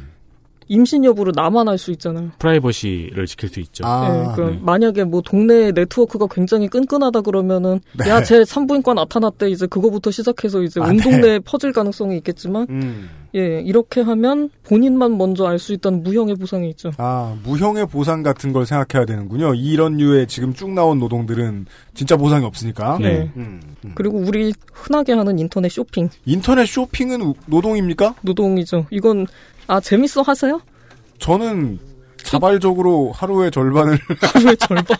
[SPEAKER 7] 임신 여부를 나만 알 수 있잖아요.
[SPEAKER 4] 프라이버시를 지킬 수
[SPEAKER 2] 네,
[SPEAKER 4] 있죠.
[SPEAKER 7] 예,
[SPEAKER 2] 아.
[SPEAKER 7] 그러니까
[SPEAKER 4] 네.
[SPEAKER 7] 만약에 뭐 동네 네트워크가 굉장히 끈끈하다 그러면은
[SPEAKER 4] 네.
[SPEAKER 7] 야 제 산부인과 나타났대 이제 그거부터 시작해서 이제
[SPEAKER 4] 아,
[SPEAKER 7] 온
[SPEAKER 4] 네. 음.
[SPEAKER 7] 동네에 퍼질 가능성이 있겠지만
[SPEAKER 2] 음.
[SPEAKER 7] 예 이렇게 하면 본인만 먼저 알 수 있다는 무형의 보상이 있죠.
[SPEAKER 2] 아, 무형의 보상 같은 걸 생각해야 되는군요. 이런 류의 지금 쭉 나온 노동들은 진짜 보상이 없으니까.
[SPEAKER 7] 네.
[SPEAKER 2] 음.
[SPEAKER 7] 그리고 우리 흔하게 하는 인터넷 쇼핑.
[SPEAKER 2] 인터넷 쇼핑은 우- 노동입니까?
[SPEAKER 7] 노동이죠. 이건 아 재밌어 하세요?
[SPEAKER 2] 저는 자발적으로 하루의 절반을
[SPEAKER 7] 하루의 절반.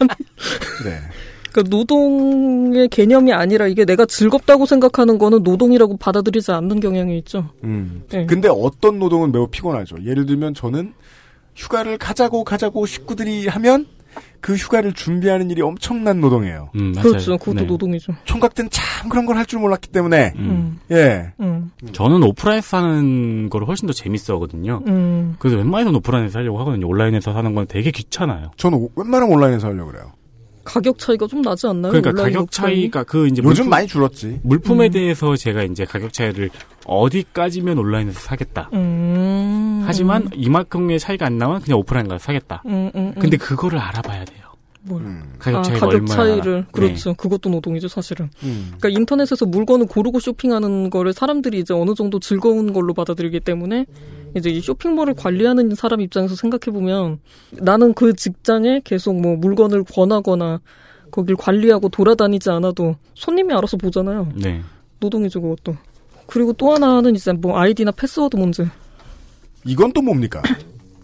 [SPEAKER 2] 네.
[SPEAKER 7] 그러니까 노동의 개념이 아니라 이게 내가 즐겁다고 생각하는 거는 노동이라고 받아들이지 않는 경향이 있죠.
[SPEAKER 2] 음.
[SPEAKER 7] 네.
[SPEAKER 2] 근데 어떤 노동은 매우 피곤하죠. 예를 들면 저는 휴가를 가자고 가자고 식구들이 하면 그 휴가를 준비하는 일이 엄청난 노동이에요.
[SPEAKER 4] 음,
[SPEAKER 7] 그렇죠. 그것도 노동이죠.
[SPEAKER 2] 총각 때는 참 그런 걸 할 줄 몰랐기 때문에
[SPEAKER 4] 음.
[SPEAKER 2] 예.
[SPEAKER 7] 음.
[SPEAKER 4] 저는 오프라인에서 하는 걸 훨씬 더 재밌어 하거든요.
[SPEAKER 7] 음.
[SPEAKER 4] 그래서 웬만해서는 오프라인에서 하려고 하거든요. 온라인에서 하는 건 되게 귀찮아요.
[SPEAKER 2] 저는 오- 웬만하면 온라인에서 하려고 그래요.
[SPEAKER 7] 가격 차이가 좀 나지 않나요?
[SPEAKER 4] 그러니까
[SPEAKER 7] 온라인,
[SPEAKER 4] 가격
[SPEAKER 7] 오프라인이?
[SPEAKER 4] 차이가 그 이제
[SPEAKER 2] 요즘 많이 줄었지.
[SPEAKER 4] 물품에
[SPEAKER 7] 음.
[SPEAKER 4] 대해서 제가 이제 가격 차이를 어디까지면 온라인에서 사겠다.
[SPEAKER 7] 음.
[SPEAKER 4] 하지만 이만큼의 차이가 안 나면 그냥 오프라인 가서 사겠다.
[SPEAKER 7] 음, 음, 음.
[SPEAKER 4] 근데 그거를 알아봐야 돼요. 음.
[SPEAKER 7] 뭘.
[SPEAKER 2] 음.
[SPEAKER 4] 가격
[SPEAKER 7] 아,
[SPEAKER 4] 차이가
[SPEAKER 7] 가격
[SPEAKER 4] 얼마나 네.
[SPEAKER 7] 차이를
[SPEAKER 4] 나나.
[SPEAKER 7] 그렇죠. 그것도 노동이죠, 사실은.
[SPEAKER 2] 음.
[SPEAKER 7] 그러니까 인터넷에서 물건을 고르고 쇼핑하는 거를 사람들이 이제 어느 정도 즐거운 걸로 받아들이기 때문에 이제 이 쇼핑몰을 관리하는 사람 입장에서 생각해 보면 나는 그 직장에 계속 뭐 물건을 권하거나 거길 관리하고 돌아다니지 않아도 손님이 알아서 보잖아요.
[SPEAKER 4] 네.
[SPEAKER 7] 노동이죠, 그것도. 그리고 또 하나는 이제 뭐 아이디나 패스워드 문제.
[SPEAKER 2] 이건 또 뭡니까?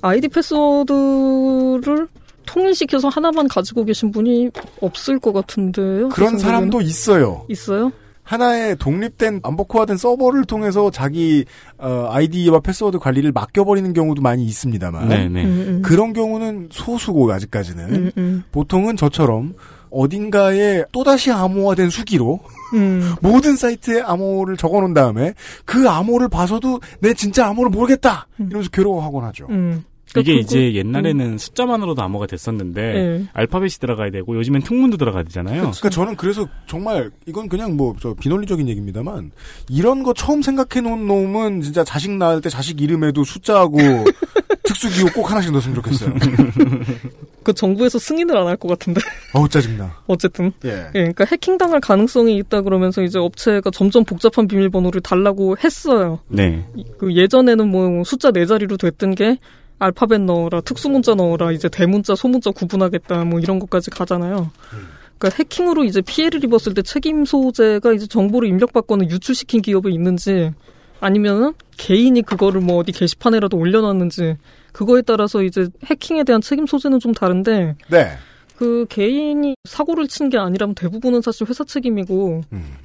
[SPEAKER 7] 아이디 패스워드를 통일시켜서 하나만 가지고 계신 분이 없을 것 같은데요. 제
[SPEAKER 2] 그런
[SPEAKER 7] 생각에는.
[SPEAKER 2] 사람도 있어요.
[SPEAKER 7] 있어요?
[SPEAKER 2] 하나의 독립된 안버코화된 서버를 통해서 자기 어, 아이디와 패스워드 관리를 맡겨버리는 경우도 많이 있습니다만
[SPEAKER 4] 네, 네. 음,
[SPEAKER 7] 음.
[SPEAKER 2] 그런 경우는 소수고 아직까지는
[SPEAKER 7] 음, 음.
[SPEAKER 2] 보통은 저처럼 어딘가에 또다시 암호화된 수기로
[SPEAKER 7] 음.
[SPEAKER 2] 모든 사이트에 암호를 적어놓은 다음에 그 암호를 봐서도 내 진짜 암호를 모르겠다 이러면서 괴로워하곤 하죠.
[SPEAKER 7] 음.
[SPEAKER 4] 이게
[SPEAKER 2] 그러니까
[SPEAKER 4] 이제
[SPEAKER 2] 그거-
[SPEAKER 4] 옛날에는 숫자만으로도 암호가 됐었는데
[SPEAKER 2] 네.
[SPEAKER 4] 알파벳이 들어가야 되고 요즘엔 특문도 들어가야 되잖아요.
[SPEAKER 2] 그러니까 저는 그래서 정말 이건 그냥 뭐 저 비논리적인 얘기입니다만 이런 거 처음 생각해 놓은 놈은 진짜 자식 낳을 때 자식 이름에도 숫자하고 특수 기호 꼭 하나씩 넣었으면 좋겠어요.
[SPEAKER 7] 그 정부에서 승인을 안 할 것 같은데.
[SPEAKER 2] 어우 짜증나.
[SPEAKER 7] 어쨌든.
[SPEAKER 2] 예.
[SPEAKER 7] 예, 그러니까 해킹당할 가능성이 있다 그러면서 이제 업체가 점점 복잡한 비밀번호를 달라고 했어요.
[SPEAKER 4] 네.
[SPEAKER 7] 이- 그 예전에는 뭐 숫자 네 자리로 됐던 게 알파벳 넣어라, 특수문자 넣어라, 이제 대문자, 소문자 구분하겠다, 뭐 이런 것까지 가잖아요. 그러니까 해킹으로 이제 피해를 입었을 때 책임 소재가 이제 정보를 입력받거나 유출시킨 기업이 있는지 아니면은 개인이 그거를 뭐 어디 게시판에라도 올려놨는지 그거에 따라서 이제 해킹에 대한 책임 소재는 좀 다른데
[SPEAKER 2] 네.
[SPEAKER 7] 그 개인이 사고를 친 게 아니라면 대부분은 사실 회사 책임이고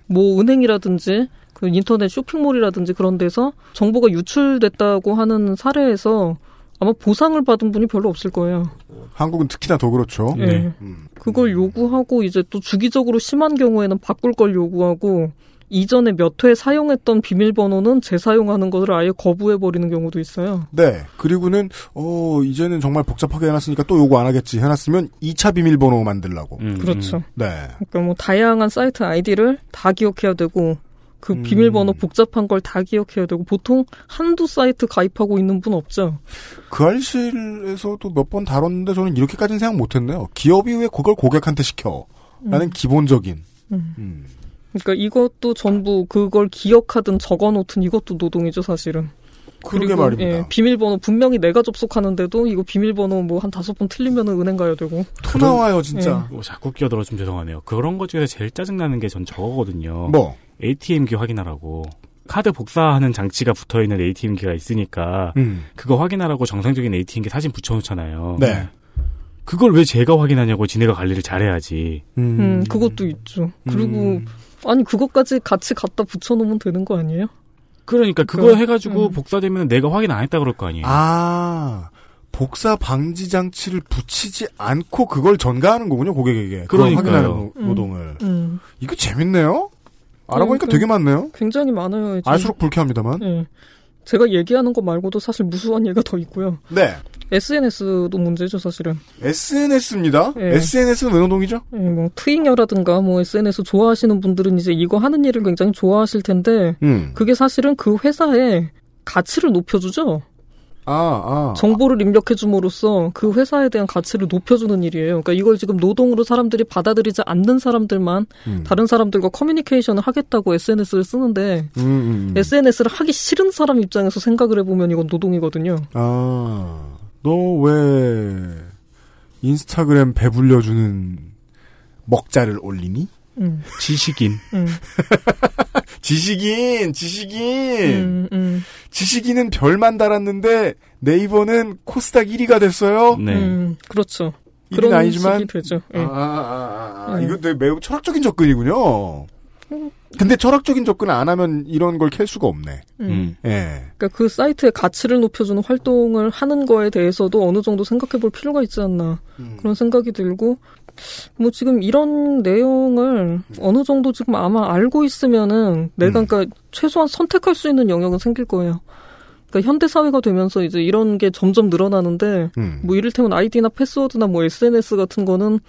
[SPEAKER 7] 뭐 은행이라든지 그 인터넷 쇼핑몰이라든지 그런 데서 정보가 유출됐다고 하는 사례에서 아마 보상을 받은 분이 별로 없을 거예요.
[SPEAKER 2] 한국은 특히나 더 그렇죠.
[SPEAKER 7] 예. 그걸 요구하고 이제 또 주기적으로 심한 경우에는 바꿀 걸 요구하고 이전에 몇 회 사용했던 비밀번호는 재사용하는 것을 아예 거부해버리는 경우도 있어요.
[SPEAKER 2] 네. 그리고는 어 이제는 정말 복잡하게 해놨으니까 또 요거 안 하겠지 해놨으면 2차 비밀번호 만들라고.
[SPEAKER 6] 음,
[SPEAKER 7] 그렇죠.
[SPEAKER 2] 네.
[SPEAKER 7] 그러니까 뭐 다양한 사이트 아이디를 다 기억해야 되고 그
[SPEAKER 2] 음.
[SPEAKER 7] 비밀번호 복잡한 걸 다 기억해야 되고 보통 한두 사이트 가입하고 있는 분 없죠.
[SPEAKER 2] 그 알실에서도 몇 번 다뤘는데 저는 이렇게까지는 생각 못했네요. 기업이 왜 그걸 고객한테 시켜? 라는
[SPEAKER 7] 음.
[SPEAKER 2] 기본적인.
[SPEAKER 7] 음. 그러니까 이것도 전부 그걸 기억하든 적어놓든 이것도 노동이죠 사실은.
[SPEAKER 2] 그러게
[SPEAKER 7] 그리고,
[SPEAKER 2] 말입니다.
[SPEAKER 7] 예, 비밀번호 분명히 내가 접속하는데도 이거 비밀번호 뭐 한 다섯 번 틀리면 은행 가야 되고. 예.
[SPEAKER 4] 뭐 자꾸 끼어들어 좀 죄송하네요. 그런 것 중에서 제일 짜증나는 게 전
[SPEAKER 7] 네.
[SPEAKER 4] 저거거든요.
[SPEAKER 2] 뭐?
[SPEAKER 4] ATM기 확인하라고. 카드 복사하는 장치가 붙어 있는 ATM기가 있으니까
[SPEAKER 2] 음.
[SPEAKER 4] 그거 확인하라고 정상적인 ATM기 사진 붙여 놓잖아요.
[SPEAKER 2] 네.
[SPEAKER 4] 그걸 왜 제가 확인하냐고 지네가 관리를 잘해야지.
[SPEAKER 7] 음, 그것도 있죠. 그리고
[SPEAKER 2] 음.
[SPEAKER 7] 아니 그것까지 같이 갖다 붙여놓으면 되는 거 아니에요?
[SPEAKER 4] 그러니까 그거
[SPEAKER 7] 그러니까,
[SPEAKER 4] 해가지고
[SPEAKER 7] 음.
[SPEAKER 4] 복사되면 내가 확인 안 했다 그럴 거 아니에요.
[SPEAKER 2] 아 복사 방지 장치를 붙이지 않고 그걸 전가하는 거군요 고객에게. 그걸
[SPEAKER 4] 그러니까요.
[SPEAKER 2] 확인하는 노-
[SPEAKER 7] 음.
[SPEAKER 2] 노동을.
[SPEAKER 7] 음.
[SPEAKER 2] 이거 재밌네요. 알아보니까
[SPEAKER 7] 그러니까
[SPEAKER 2] 되게 많네요.
[SPEAKER 7] 굉장히 많아요. 이제.
[SPEAKER 2] 알수록 불쾌합니다만.
[SPEAKER 7] 예. 제가 얘기하는 거 말고도 사실 무수한 예가 더 있고요.
[SPEAKER 2] 네.
[SPEAKER 7] SNS도 문제죠, 사실은.
[SPEAKER 2] SNS입니다.
[SPEAKER 7] 예.
[SPEAKER 2] SNS는 왜 노동이죠?
[SPEAKER 7] 예, 뭐 트윙여라든가 뭐 SNS 좋아하시는 분들은 이제 이거 하는 일을 굉장히 좋아하실 텐데
[SPEAKER 2] 음.
[SPEAKER 7] 그게 사실은 그 회사의 가치를 높여주죠.
[SPEAKER 2] 아, 아.
[SPEAKER 7] 정보를 입력해줌으로써 그 회사에 대한 가치를 높여주는 일이에요. 그러니까 이걸 지금 노동으로 사람들이 받아들이지 않는 사람들만
[SPEAKER 2] 음.
[SPEAKER 7] 다른 사람들과 커뮤니케이션을 하겠다고 SNS를 쓰는데
[SPEAKER 2] 음, 음, 음.
[SPEAKER 7] SNS를 하기 싫은 사람 입장에서 생각을 해보면 이건 노동이거든요.
[SPEAKER 2] 아, 너 왜 인스타그램 배불려주는 먹자를 올리니?
[SPEAKER 7] 음.
[SPEAKER 4] 지식인.
[SPEAKER 7] 음.
[SPEAKER 2] 지식인, 지식인.
[SPEAKER 7] 음, 음.
[SPEAKER 2] 지식인은 별만 달았는데 네이버는 코스닥 1위가 됐어요.
[SPEAKER 4] 네.
[SPEAKER 7] 음, 그렇죠.
[SPEAKER 2] 일은
[SPEAKER 7] 그런
[SPEAKER 2] 네. 아니지만-
[SPEAKER 7] 식이 되죠. 예.
[SPEAKER 2] 아, 아, 아, 아, 아.
[SPEAKER 7] 음.
[SPEAKER 2] 이거 되게 매우 철학적인 접근이군요. 근데 철학적인 접근 안 하면 이런 걸 캘 수가 없네.
[SPEAKER 7] 음.
[SPEAKER 2] 예.
[SPEAKER 7] 그러니까 그 사이트의 가치를 높여주는 활동을 하는 거에 대해서도 어느 정도 생각해볼 필요가 있지 않나 그런 생각이 들고 뭐 지금 이런 내용을 어느 정도 지금 아마 알고 있으면은 내가 그러니까 최소한 선택할 수 있는 영역은 생길 거예요. 그러니까 현대 사회가 되면서 이제 이런 게 점점 늘어나는데
[SPEAKER 2] 음.
[SPEAKER 7] 뭐 이를테면 아이디나 패스워드나 뭐 SNS 같은 거는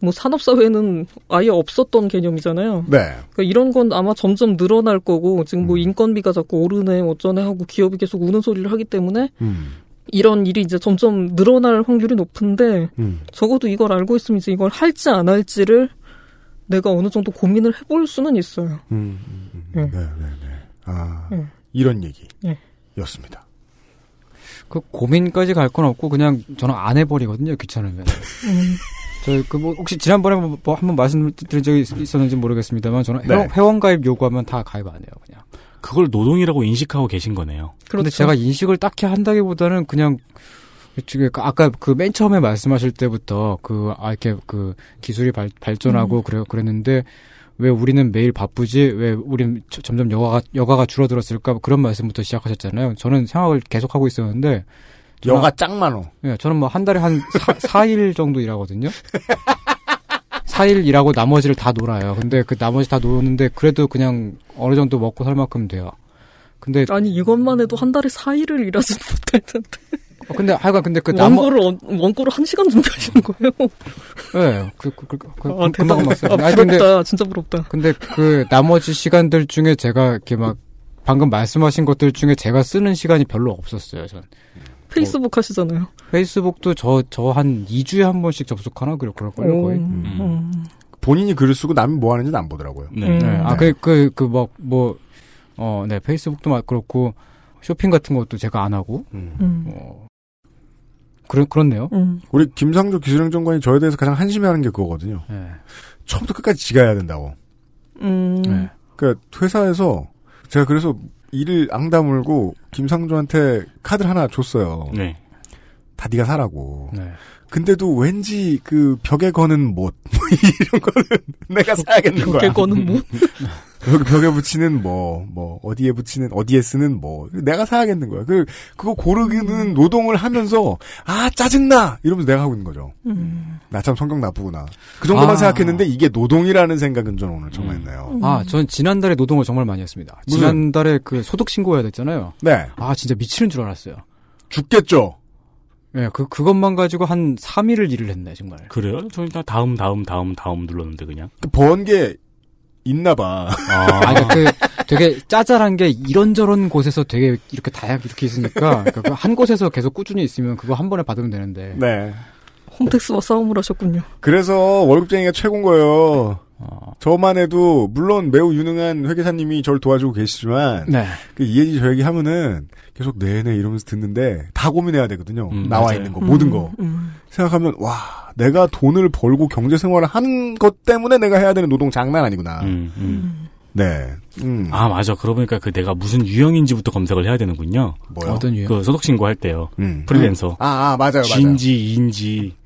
[SPEAKER 7] 뭐 산업 사회는 아예 없었던 개념이잖아요.
[SPEAKER 2] 네.
[SPEAKER 7] 그러니까 이런 건 아마 점점 늘어날 거고 지금
[SPEAKER 6] 음.
[SPEAKER 7] 뭐 인건비가 자꾸 오르네 어쩌네 하고 기업이 계속 우는 소리를 하기 때문에
[SPEAKER 2] 음.
[SPEAKER 7] 이런 일이 이제 점점 늘어날 확률이 높은데
[SPEAKER 2] 음.
[SPEAKER 7] 적어도 이걸 알고 있으면 이제 이걸 할지 안 할지를 내가 어느 정도 고민을 해볼 수는 있어요.
[SPEAKER 2] 음, 음, 음.
[SPEAKER 7] 예.
[SPEAKER 2] 네, 네, 네. 아,
[SPEAKER 7] 음.
[SPEAKER 2] 이런 얘기.
[SPEAKER 7] 예.
[SPEAKER 2] 였습니다.
[SPEAKER 6] 그 고민까지 갈 건 없고 그냥 저는 안 해버리거든요 귀찮으면. 저 그 뭐 혹시 지난번에 뭐- 뭐 한번 말씀드린 적이 있- 있었는지 모르겠습니다만 저는
[SPEAKER 4] 네.
[SPEAKER 6] 회원, 회원가입 요구하면 다 가입 안 해요 그냥.
[SPEAKER 4] 그걸 노동이라고 인식하고 계신 거네요.
[SPEAKER 7] 그렇죠.
[SPEAKER 6] 근데 제가 인식을 딱히 한다기보다는 그냥 지금 아까 그 맨 처음에 말씀하실 때부터 그 아, 이렇게 그 기술이 발, 발전하고 그래 그랬는데 왜 우리는 매일 바쁘지 왜 우린 저- 점점 여가가 여가가 줄어들었을까 뭐 그런 말씀부터 시작하셨잖아요. 저는 생각을 계속 하고 있었는데 저는-
[SPEAKER 2] 여가 짱 많어.
[SPEAKER 6] 예, 저는 뭐 한 달에 한 사, 4일 정도 일하거든요. 4일 일하고 나머지를 다 놀아요. 근데 그 나머지 다 노는데 그래도 그냥 어느 정도 먹고 살 만큼 돼요. 근데
[SPEAKER 7] 아니 이것만 해도 한 달에 4일을 일하지 못할 텐데
[SPEAKER 6] 어, 근데 하여간 근데 그 나머
[SPEAKER 7] 원고를 어- 원고를 한 시간 준비하신 거예요.
[SPEAKER 6] 예. 그, 그, 그, 그, 그
[SPEAKER 7] 아,
[SPEAKER 6] 금방
[SPEAKER 7] 대단하다.
[SPEAKER 6] 먹었어요.
[SPEAKER 7] 아,
[SPEAKER 6] 아니,
[SPEAKER 7] 부럽다. 진짜 부럽다.
[SPEAKER 6] 근데 그 나머지 시간들 중에 제가 이렇게 막 방금 말씀하신 것들 중에 제가 쓰는 시간이 별로 없었어요. 전 뭐-
[SPEAKER 7] 페이스북 하시잖아요.
[SPEAKER 6] 페이스북도 저 저 한 2주에 한 번씩 접속하나 그럴 걸요 거의.
[SPEAKER 7] 음, 음.
[SPEAKER 2] 본인이 글을 쓰고 남이 뭐 하는지는 안 보더라고요.
[SPEAKER 6] 네. 아, 그, 그, 그, 막, 뭐, 어, 네, 페이스북도 막 그렇고, 쇼핑 같은 것도 제가 안 하고,
[SPEAKER 7] 음.
[SPEAKER 6] 어, 그런, 그렇네요.
[SPEAKER 2] 음. 우리 김상조 기술행정관이 저에 대해서 가장 한심해하는 게 그거거든요.
[SPEAKER 6] 네.
[SPEAKER 2] 처음부터 끝까지 지가 해야 된다고.
[SPEAKER 7] 음.
[SPEAKER 6] 네.
[SPEAKER 2] 그러니까 회사에서 제가 그래서 일을 앙다물고 김상조한테 카드를 하나 줬어요.
[SPEAKER 4] 네.
[SPEAKER 2] 다 네가 사라고. 근데도 왠지 그 벽에 거는 못 뭐 이런 거는 내가 사야겠는 거야.
[SPEAKER 7] 벽에 거는 뭐 못?
[SPEAKER 2] 여기 벽에 붙이는 뭐, 뭐, 어디에 붙이는, 어디에 쓰는 뭐, 내가 사야겠는 거야. 그, 그거 고르기는 노동을 하면서, 아, 짜증나! 이러면서 내가 하고 있는 거죠.
[SPEAKER 7] 음.
[SPEAKER 2] 나 참 성격 나쁘구나. 그 정도만
[SPEAKER 6] 아.
[SPEAKER 2] 생각했는데 이게 노동이라는 생각은 저는 오늘 처음 했네요.
[SPEAKER 6] 아, 전 지난달에 노동을 정말 많이 했습니다.
[SPEAKER 2] 무슨?
[SPEAKER 6] 지난달에 그 소득 신고해야 됐잖아요.
[SPEAKER 2] 네.
[SPEAKER 6] 아, 진짜 미치는 줄 알았어요.
[SPEAKER 2] 죽겠죠?
[SPEAKER 6] 네, 그, 그것만 가지고 한 3일을 일을 했네, 정말.
[SPEAKER 4] 그래요? 저일다 다음 다음 다음 다음 눌렀는데 그냥.
[SPEAKER 2] 번 게 있나 봐.
[SPEAKER 6] 아, 그러니까 그 되게 짜잘한 게 이런저런 곳에서 되게 이렇게 다양 이렇게 있으니까 그러니까 그한 곳에서 계속 꾸준히 있으면 그거 한 번에 받으면 되는데.
[SPEAKER 2] 네.
[SPEAKER 7] 홈택스와 싸움을 하셨군요.
[SPEAKER 2] 그래서 월급쟁이가 최고인 거예요. 저만 해도 물론 매우 유능한 회계사님이 저를 도와주고 계시지만
[SPEAKER 6] 네.
[SPEAKER 2] 그 이해지 저 얘기 하면은 계속 내내 이러면서 듣는데 다 고민해야 되거든요. 나와
[SPEAKER 4] 음, 맞아요. 음,
[SPEAKER 2] 있는 거 모든 거 생각하면 와 내가 돈을 벌고 경제 생활을 한 것 때문에 내가 해야 되는 노동 장난 아니구나. 네.
[SPEAKER 4] 음. 아 맞아. 그러고 보니까 그 내가 무슨 유형인지부터 검색을 해야 되는군요.
[SPEAKER 2] 뭐요?
[SPEAKER 6] 어떤 유형?
[SPEAKER 4] 그 소득 신고할 때요. 프리랜서.
[SPEAKER 2] 아, 아, 맞아요, 맞아요.
[SPEAKER 4] 진지 인지.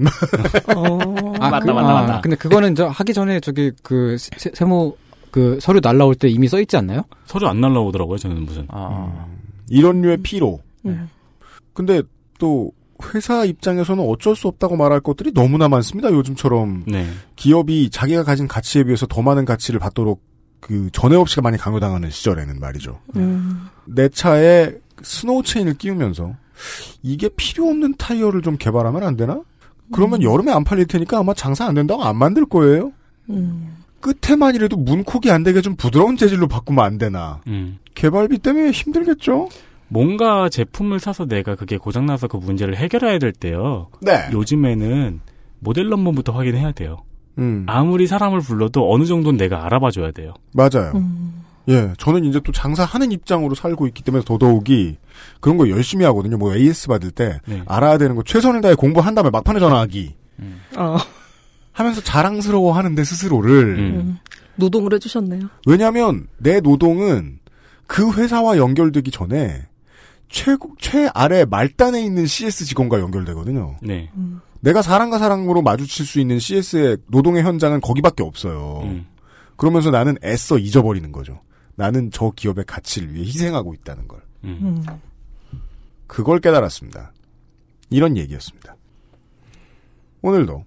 [SPEAKER 7] 어.
[SPEAKER 6] 아,
[SPEAKER 4] 맞다,
[SPEAKER 6] 그-
[SPEAKER 4] 맞다,
[SPEAKER 6] 아,
[SPEAKER 4] 맞다.
[SPEAKER 6] 근데 그거는 저 하기 전에 저기 그 세- 세무 그 서류 날라올 때 이미 써 있지 않나요?
[SPEAKER 4] 서류 안 날라오더라고요. 저는 무슨. 아.
[SPEAKER 2] 이런 류의 피로.
[SPEAKER 7] 음.
[SPEAKER 2] 근데 또 회사 입장에서는 어쩔 수 없다고 말할 것들이 너무나 많습니다. 요즘처럼
[SPEAKER 4] 네.
[SPEAKER 2] 기업이 자기가 가진 가치에 비해서 더 많은 가치를 받도록 그 전에 없이가 많이 강요당하는 시절에는 말이죠.
[SPEAKER 7] 음.
[SPEAKER 2] 내 차에 스노우 체인을 끼우면서 이게 필요 없는 타이어를 좀 개발하면 안 되나? 그러면 여름에 안 팔릴 테니까 아마 장사 안 된다고 안 만들 거예요.
[SPEAKER 7] 음.
[SPEAKER 2] 끝에만이라도 문콕이 안 되게 좀 부드러운 재질로 바꾸면 안 되나?
[SPEAKER 4] 음.
[SPEAKER 2] 개발비 때문에 힘들겠죠?
[SPEAKER 4] 뭔가 제품을 사서 내가 그게 고장나서 그 문제를 해결해야 될 때요.
[SPEAKER 2] 네.
[SPEAKER 4] 요즘에는 모델 넘버부터 확인해야 돼요.
[SPEAKER 2] 음.
[SPEAKER 4] 아무리 사람을 불러도 어느 정도는 내가 알아봐줘야 돼요.
[SPEAKER 2] 맞아요. 예, 저는 이제 또 장사하는 입장으로 살고 있기 때문에 더더욱이 그런 거 열심히 하거든요. 뭐 AS 받을 때 알아야 되는 거 최선을 다해 공부한 다음에 막판에 전화하기
[SPEAKER 7] 아,
[SPEAKER 2] 하면서 자랑스러워 하는데 스스로를
[SPEAKER 4] 음.
[SPEAKER 7] 노동을 해주셨네요.
[SPEAKER 2] 왜냐하면 내 노동은 그 회사와 연결되기 전에 최고 최아래 말단에 있는 CS 직원과 연결되거든요.
[SPEAKER 4] 네.
[SPEAKER 2] 내가 사람과 사람으로 마주칠 수 있는 CS의 노동의 현장은 거기밖에 없어요.
[SPEAKER 4] 음.
[SPEAKER 2] 그러면서 나는 애써 잊어버리는 거죠. 나는 저 기업의 가치를 위해 희생하고 있다는 걸.
[SPEAKER 7] 음.
[SPEAKER 2] 그걸 깨달았습니다. 이런 얘기였습니다. 오늘도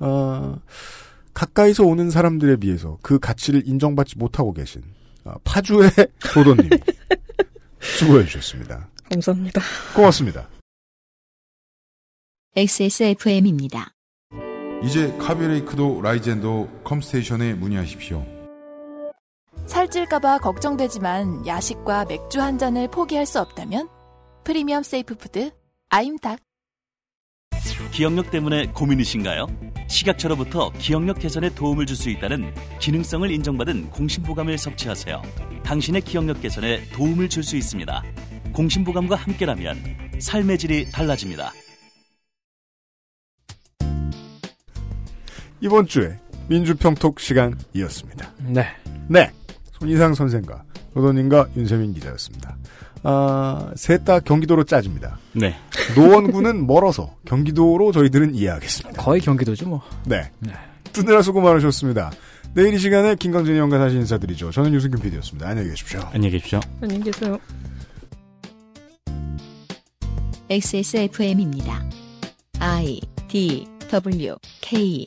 [SPEAKER 2] 아, 가까이서 오는 사람들에 비해서 그 가치를 인정받지 못하고 계신 아, 파주의 도도님 수고해 주셨습니다.
[SPEAKER 7] 감사합니다.
[SPEAKER 2] 고맙습니다.
[SPEAKER 1] XSFM입니다.
[SPEAKER 3] 이제 카비레이크도 라이젠도 컴스테이션에 문의하십시오.
[SPEAKER 8] 살찔까봐 걱정되지만 야식과 맥주 한 잔을 포기할 수 없다면 프리미엄 세이프푸드 아임닭
[SPEAKER 12] 기억력 때문에 고민이신가요? 식약처로부터 기억력 개선에 도움을 줄 수 있다는 기능성을 인정받은 공심보감을 섭취하세요. 당신의 기억력 개선에 도움을 줄 수 있습니다. 공심보감과 함께라면 삶의 질이 달라집니다.
[SPEAKER 2] 이번 주에 민주평톡 시간이었습니다.
[SPEAKER 6] 네.
[SPEAKER 2] 네. 손이상 선생과 도도님과 윤세민 기자였습니다. 아, 셋 다 경기도로 짜집니다.
[SPEAKER 4] 네.
[SPEAKER 2] 노원구는 멀어서 경기도로 저희들은 이해하겠습니다.
[SPEAKER 6] 거의 경기도죠, 뭐.
[SPEAKER 2] 네. 뜨느라 수고 많으셨습니다. 내일 이 시간에 김광진이 형과 다시 인사드리죠. 저는 유승균 PD였습니다. 안녕히 계십시오.
[SPEAKER 4] 안녕히 계십시오.
[SPEAKER 7] 안녕히 계세요.
[SPEAKER 1] XSFM입니다. I D W K